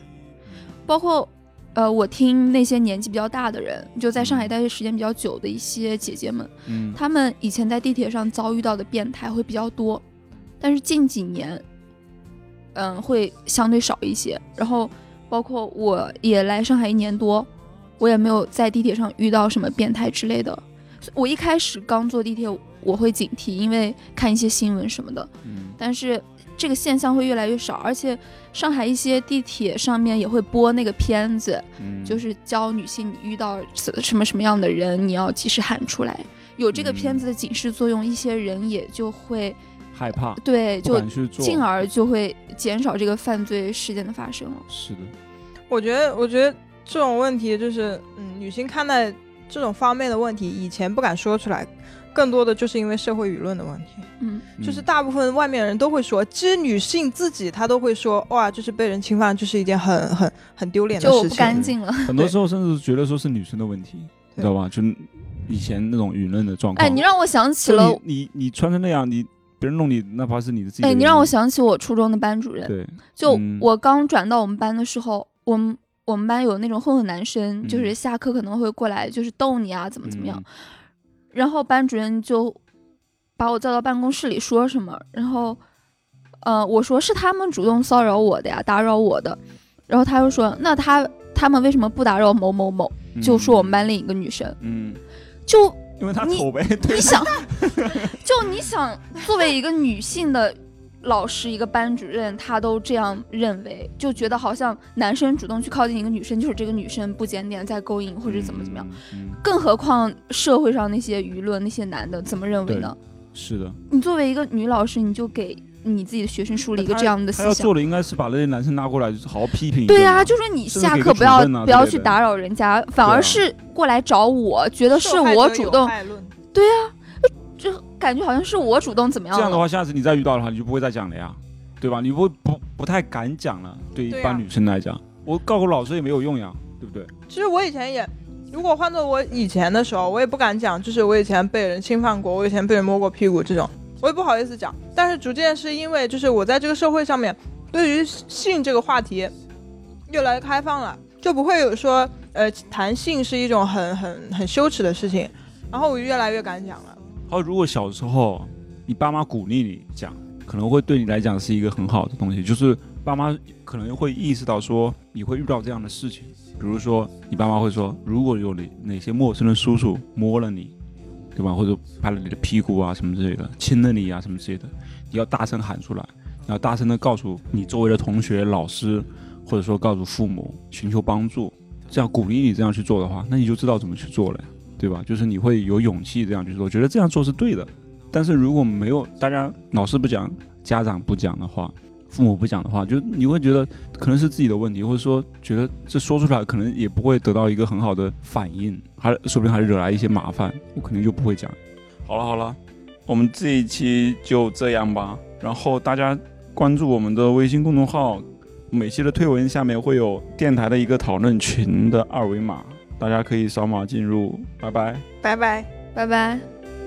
[SPEAKER 4] 包括呃，我听那些年纪比较大的人，就在上海待的时间比较久的一些姐姐们，
[SPEAKER 5] 嗯
[SPEAKER 4] 她们以前在地铁上遭遇到的变态会比较多，但是近几年，嗯，会相对少一些。然后包括我也来上海一年多，我也没有在地铁上遇到什么变态之类的。我一开始刚坐地铁，我会警惕，因为看一些新闻什么的。
[SPEAKER 5] 嗯
[SPEAKER 4] 但是这个现象会越来越少，而且上海一些地铁上面也会播那个片子，
[SPEAKER 5] 嗯
[SPEAKER 4] 就是教女性你遇到什什么什么样的人，你要及时喊出来。有这个片子的警示作用，一些人也就会
[SPEAKER 5] 害怕，
[SPEAKER 4] 对，
[SPEAKER 5] 不
[SPEAKER 4] 就
[SPEAKER 5] 敢去做，
[SPEAKER 4] 进而就会减少这个犯罪事件的发生了。
[SPEAKER 5] 是的，
[SPEAKER 3] 我觉得，我觉得这种问题就是，嗯，女性看待这种方面的问题，以前不敢说出来，更多的就是因为社会舆论的问题，
[SPEAKER 4] 嗯，
[SPEAKER 3] 就是
[SPEAKER 5] 嗯
[SPEAKER 3] 大部分外面人都会说，其实女性自己她都会说，哇，就是被人侵犯，就是一件很很很丢脸的
[SPEAKER 4] 就我
[SPEAKER 3] 事
[SPEAKER 4] 不
[SPEAKER 3] 情。
[SPEAKER 4] 干净了。
[SPEAKER 5] 很多
[SPEAKER 3] 对
[SPEAKER 5] 时候甚至觉得说是女生的问题，你
[SPEAKER 3] 对
[SPEAKER 5] 知道吧？就以前那种舆论的状况。
[SPEAKER 4] 哎，你让我想起
[SPEAKER 5] 就
[SPEAKER 4] 了，
[SPEAKER 5] 你你你穿成那样，你别人弄你，哪怕是你的自己的
[SPEAKER 4] 哎，
[SPEAKER 5] 原因。
[SPEAKER 4] 你让我想起我初中的班主任，
[SPEAKER 5] 对，
[SPEAKER 4] 就
[SPEAKER 5] 嗯
[SPEAKER 4] 我刚转到我们班的时候，我们我们班有那种混混男生，就是
[SPEAKER 5] 嗯
[SPEAKER 4] 下课可能会过来就是逗你啊，怎么怎么样。
[SPEAKER 5] 嗯
[SPEAKER 4] 然后班主任就把我叫到办公室里说什么，然后呃我说是他们主动骚扰我的呀，打扰我的。然后他又说那他他们为什么不打扰某某某？就说我们班另一个女生，
[SPEAKER 5] 嗯，
[SPEAKER 4] 就
[SPEAKER 5] 因为他
[SPEAKER 4] 你
[SPEAKER 5] 丑呗， 对
[SPEAKER 4] 你想，就你想，作为一个女性的老师，一个班主任，她都这样认为，就觉得好像男生主动去靠近一个女生，就是这个女生不检点，在勾引或者怎么怎么样。？
[SPEAKER 5] 嗯，嗯
[SPEAKER 4] 更何况社会上那些舆论，那些男的怎么认为呢？
[SPEAKER 5] 是的，
[SPEAKER 4] 你作为一个女老师，你就给你自己的学生树立一个
[SPEAKER 5] 他
[SPEAKER 4] 这样的
[SPEAKER 5] 他
[SPEAKER 4] 思
[SPEAKER 5] 要
[SPEAKER 4] 想
[SPEAKER 5] 做。的应该是把那些男生拉过来，就是好好批评一顿嘛。
[SPEAKER 4] 对啊呀、就说你
[SPEAKER 5] 甚至
[SPEAKER 4] 下
[SPEAKER 5] 给
[SPEAKER 4] 课
[SPEAKER 5] 个
[SPEAKER 4] 不
[SPEAKER 5] 处
[SPEAKER 4] 要
[SPEAKER 5] 分啊
[SPEAKER 4] 不
[SPEAKER 5] 之
[SPEAKER 4] 要
[SPEAKER 5] 类
[SPEAKER 4] 去
[SPEAKER 5] 的
[SPEAKER 4] 打扰人家，反
[SPEAKER 5] 对
[SPEAKER 4] 而
[SPEAKER 5] 啊
[SPEAKER 4] 是过来找我，觉得是我主动，就感觉好像是我主动怎么样
[SPEAKER 5] 这样的
[SPEAKER 4] 了。
[SPEAKER 5] 话，下次你再遇到的话，你就不会再讲了呀，对吧？你不不不太敢讲了，对一
[SPEAKER 3] 对
[SPEAKER 5] 般
[SPEAKER 3] 啊
[SPEAKER 5] 女生来讲，我告诉老师也没有用呀，对不对？
[SPEAKER 3] 其实我以前也，如果换做我以前的时候，我也不敢讲，就是我以前被人侵犯过，我以前被人摸过屁股这种，我也不好意思讲。但是逐渐是因为，就是我在这个社会上面，对于性这个话题越来越开放了，就不会有说，呃，谈性是一种很很很羞耻的事情，然后我越来越敢讲了。
[SPEAKER 5] 好，如果小时候你爸妈鼓励你讲，可能会对你来讲是一个很好的东西，就是爸妈可能会意识到说你会遇到这样的事情，比如说你爸妈会说，如果有哪哪些陌生的叔叔摸了你，对吧，或者拍了你的屁股啊什么之类的，亲了你啊什么之类的，你要大声喊出来，你要大声的告诉你周围的同学、老师，或者说告诉父母，寻求帮助，这样鼓励你这样去做的话，那你就知道怎么去做了。对吧？就是你会有勇气这样去做，觉得这样做是对的。但是如果没有大家老师不讲，家长不讲的话，父母不讲的话，就你会觉得可能是自己的问题，或者说觉得这说出来可能也不会得到一个很好的反应，还说不定还惹来一些麻烦，我肯定就不会讲。好了好了，我们这一期就这样吧。然后大家关注我们的微信公众号，每期的推文下面会有电台的一个讨论群的二维码，大家可以扫码进入。拜拜。
[SPEAKER 3] 拜拜。
[SPEAKER 4] 拜拜。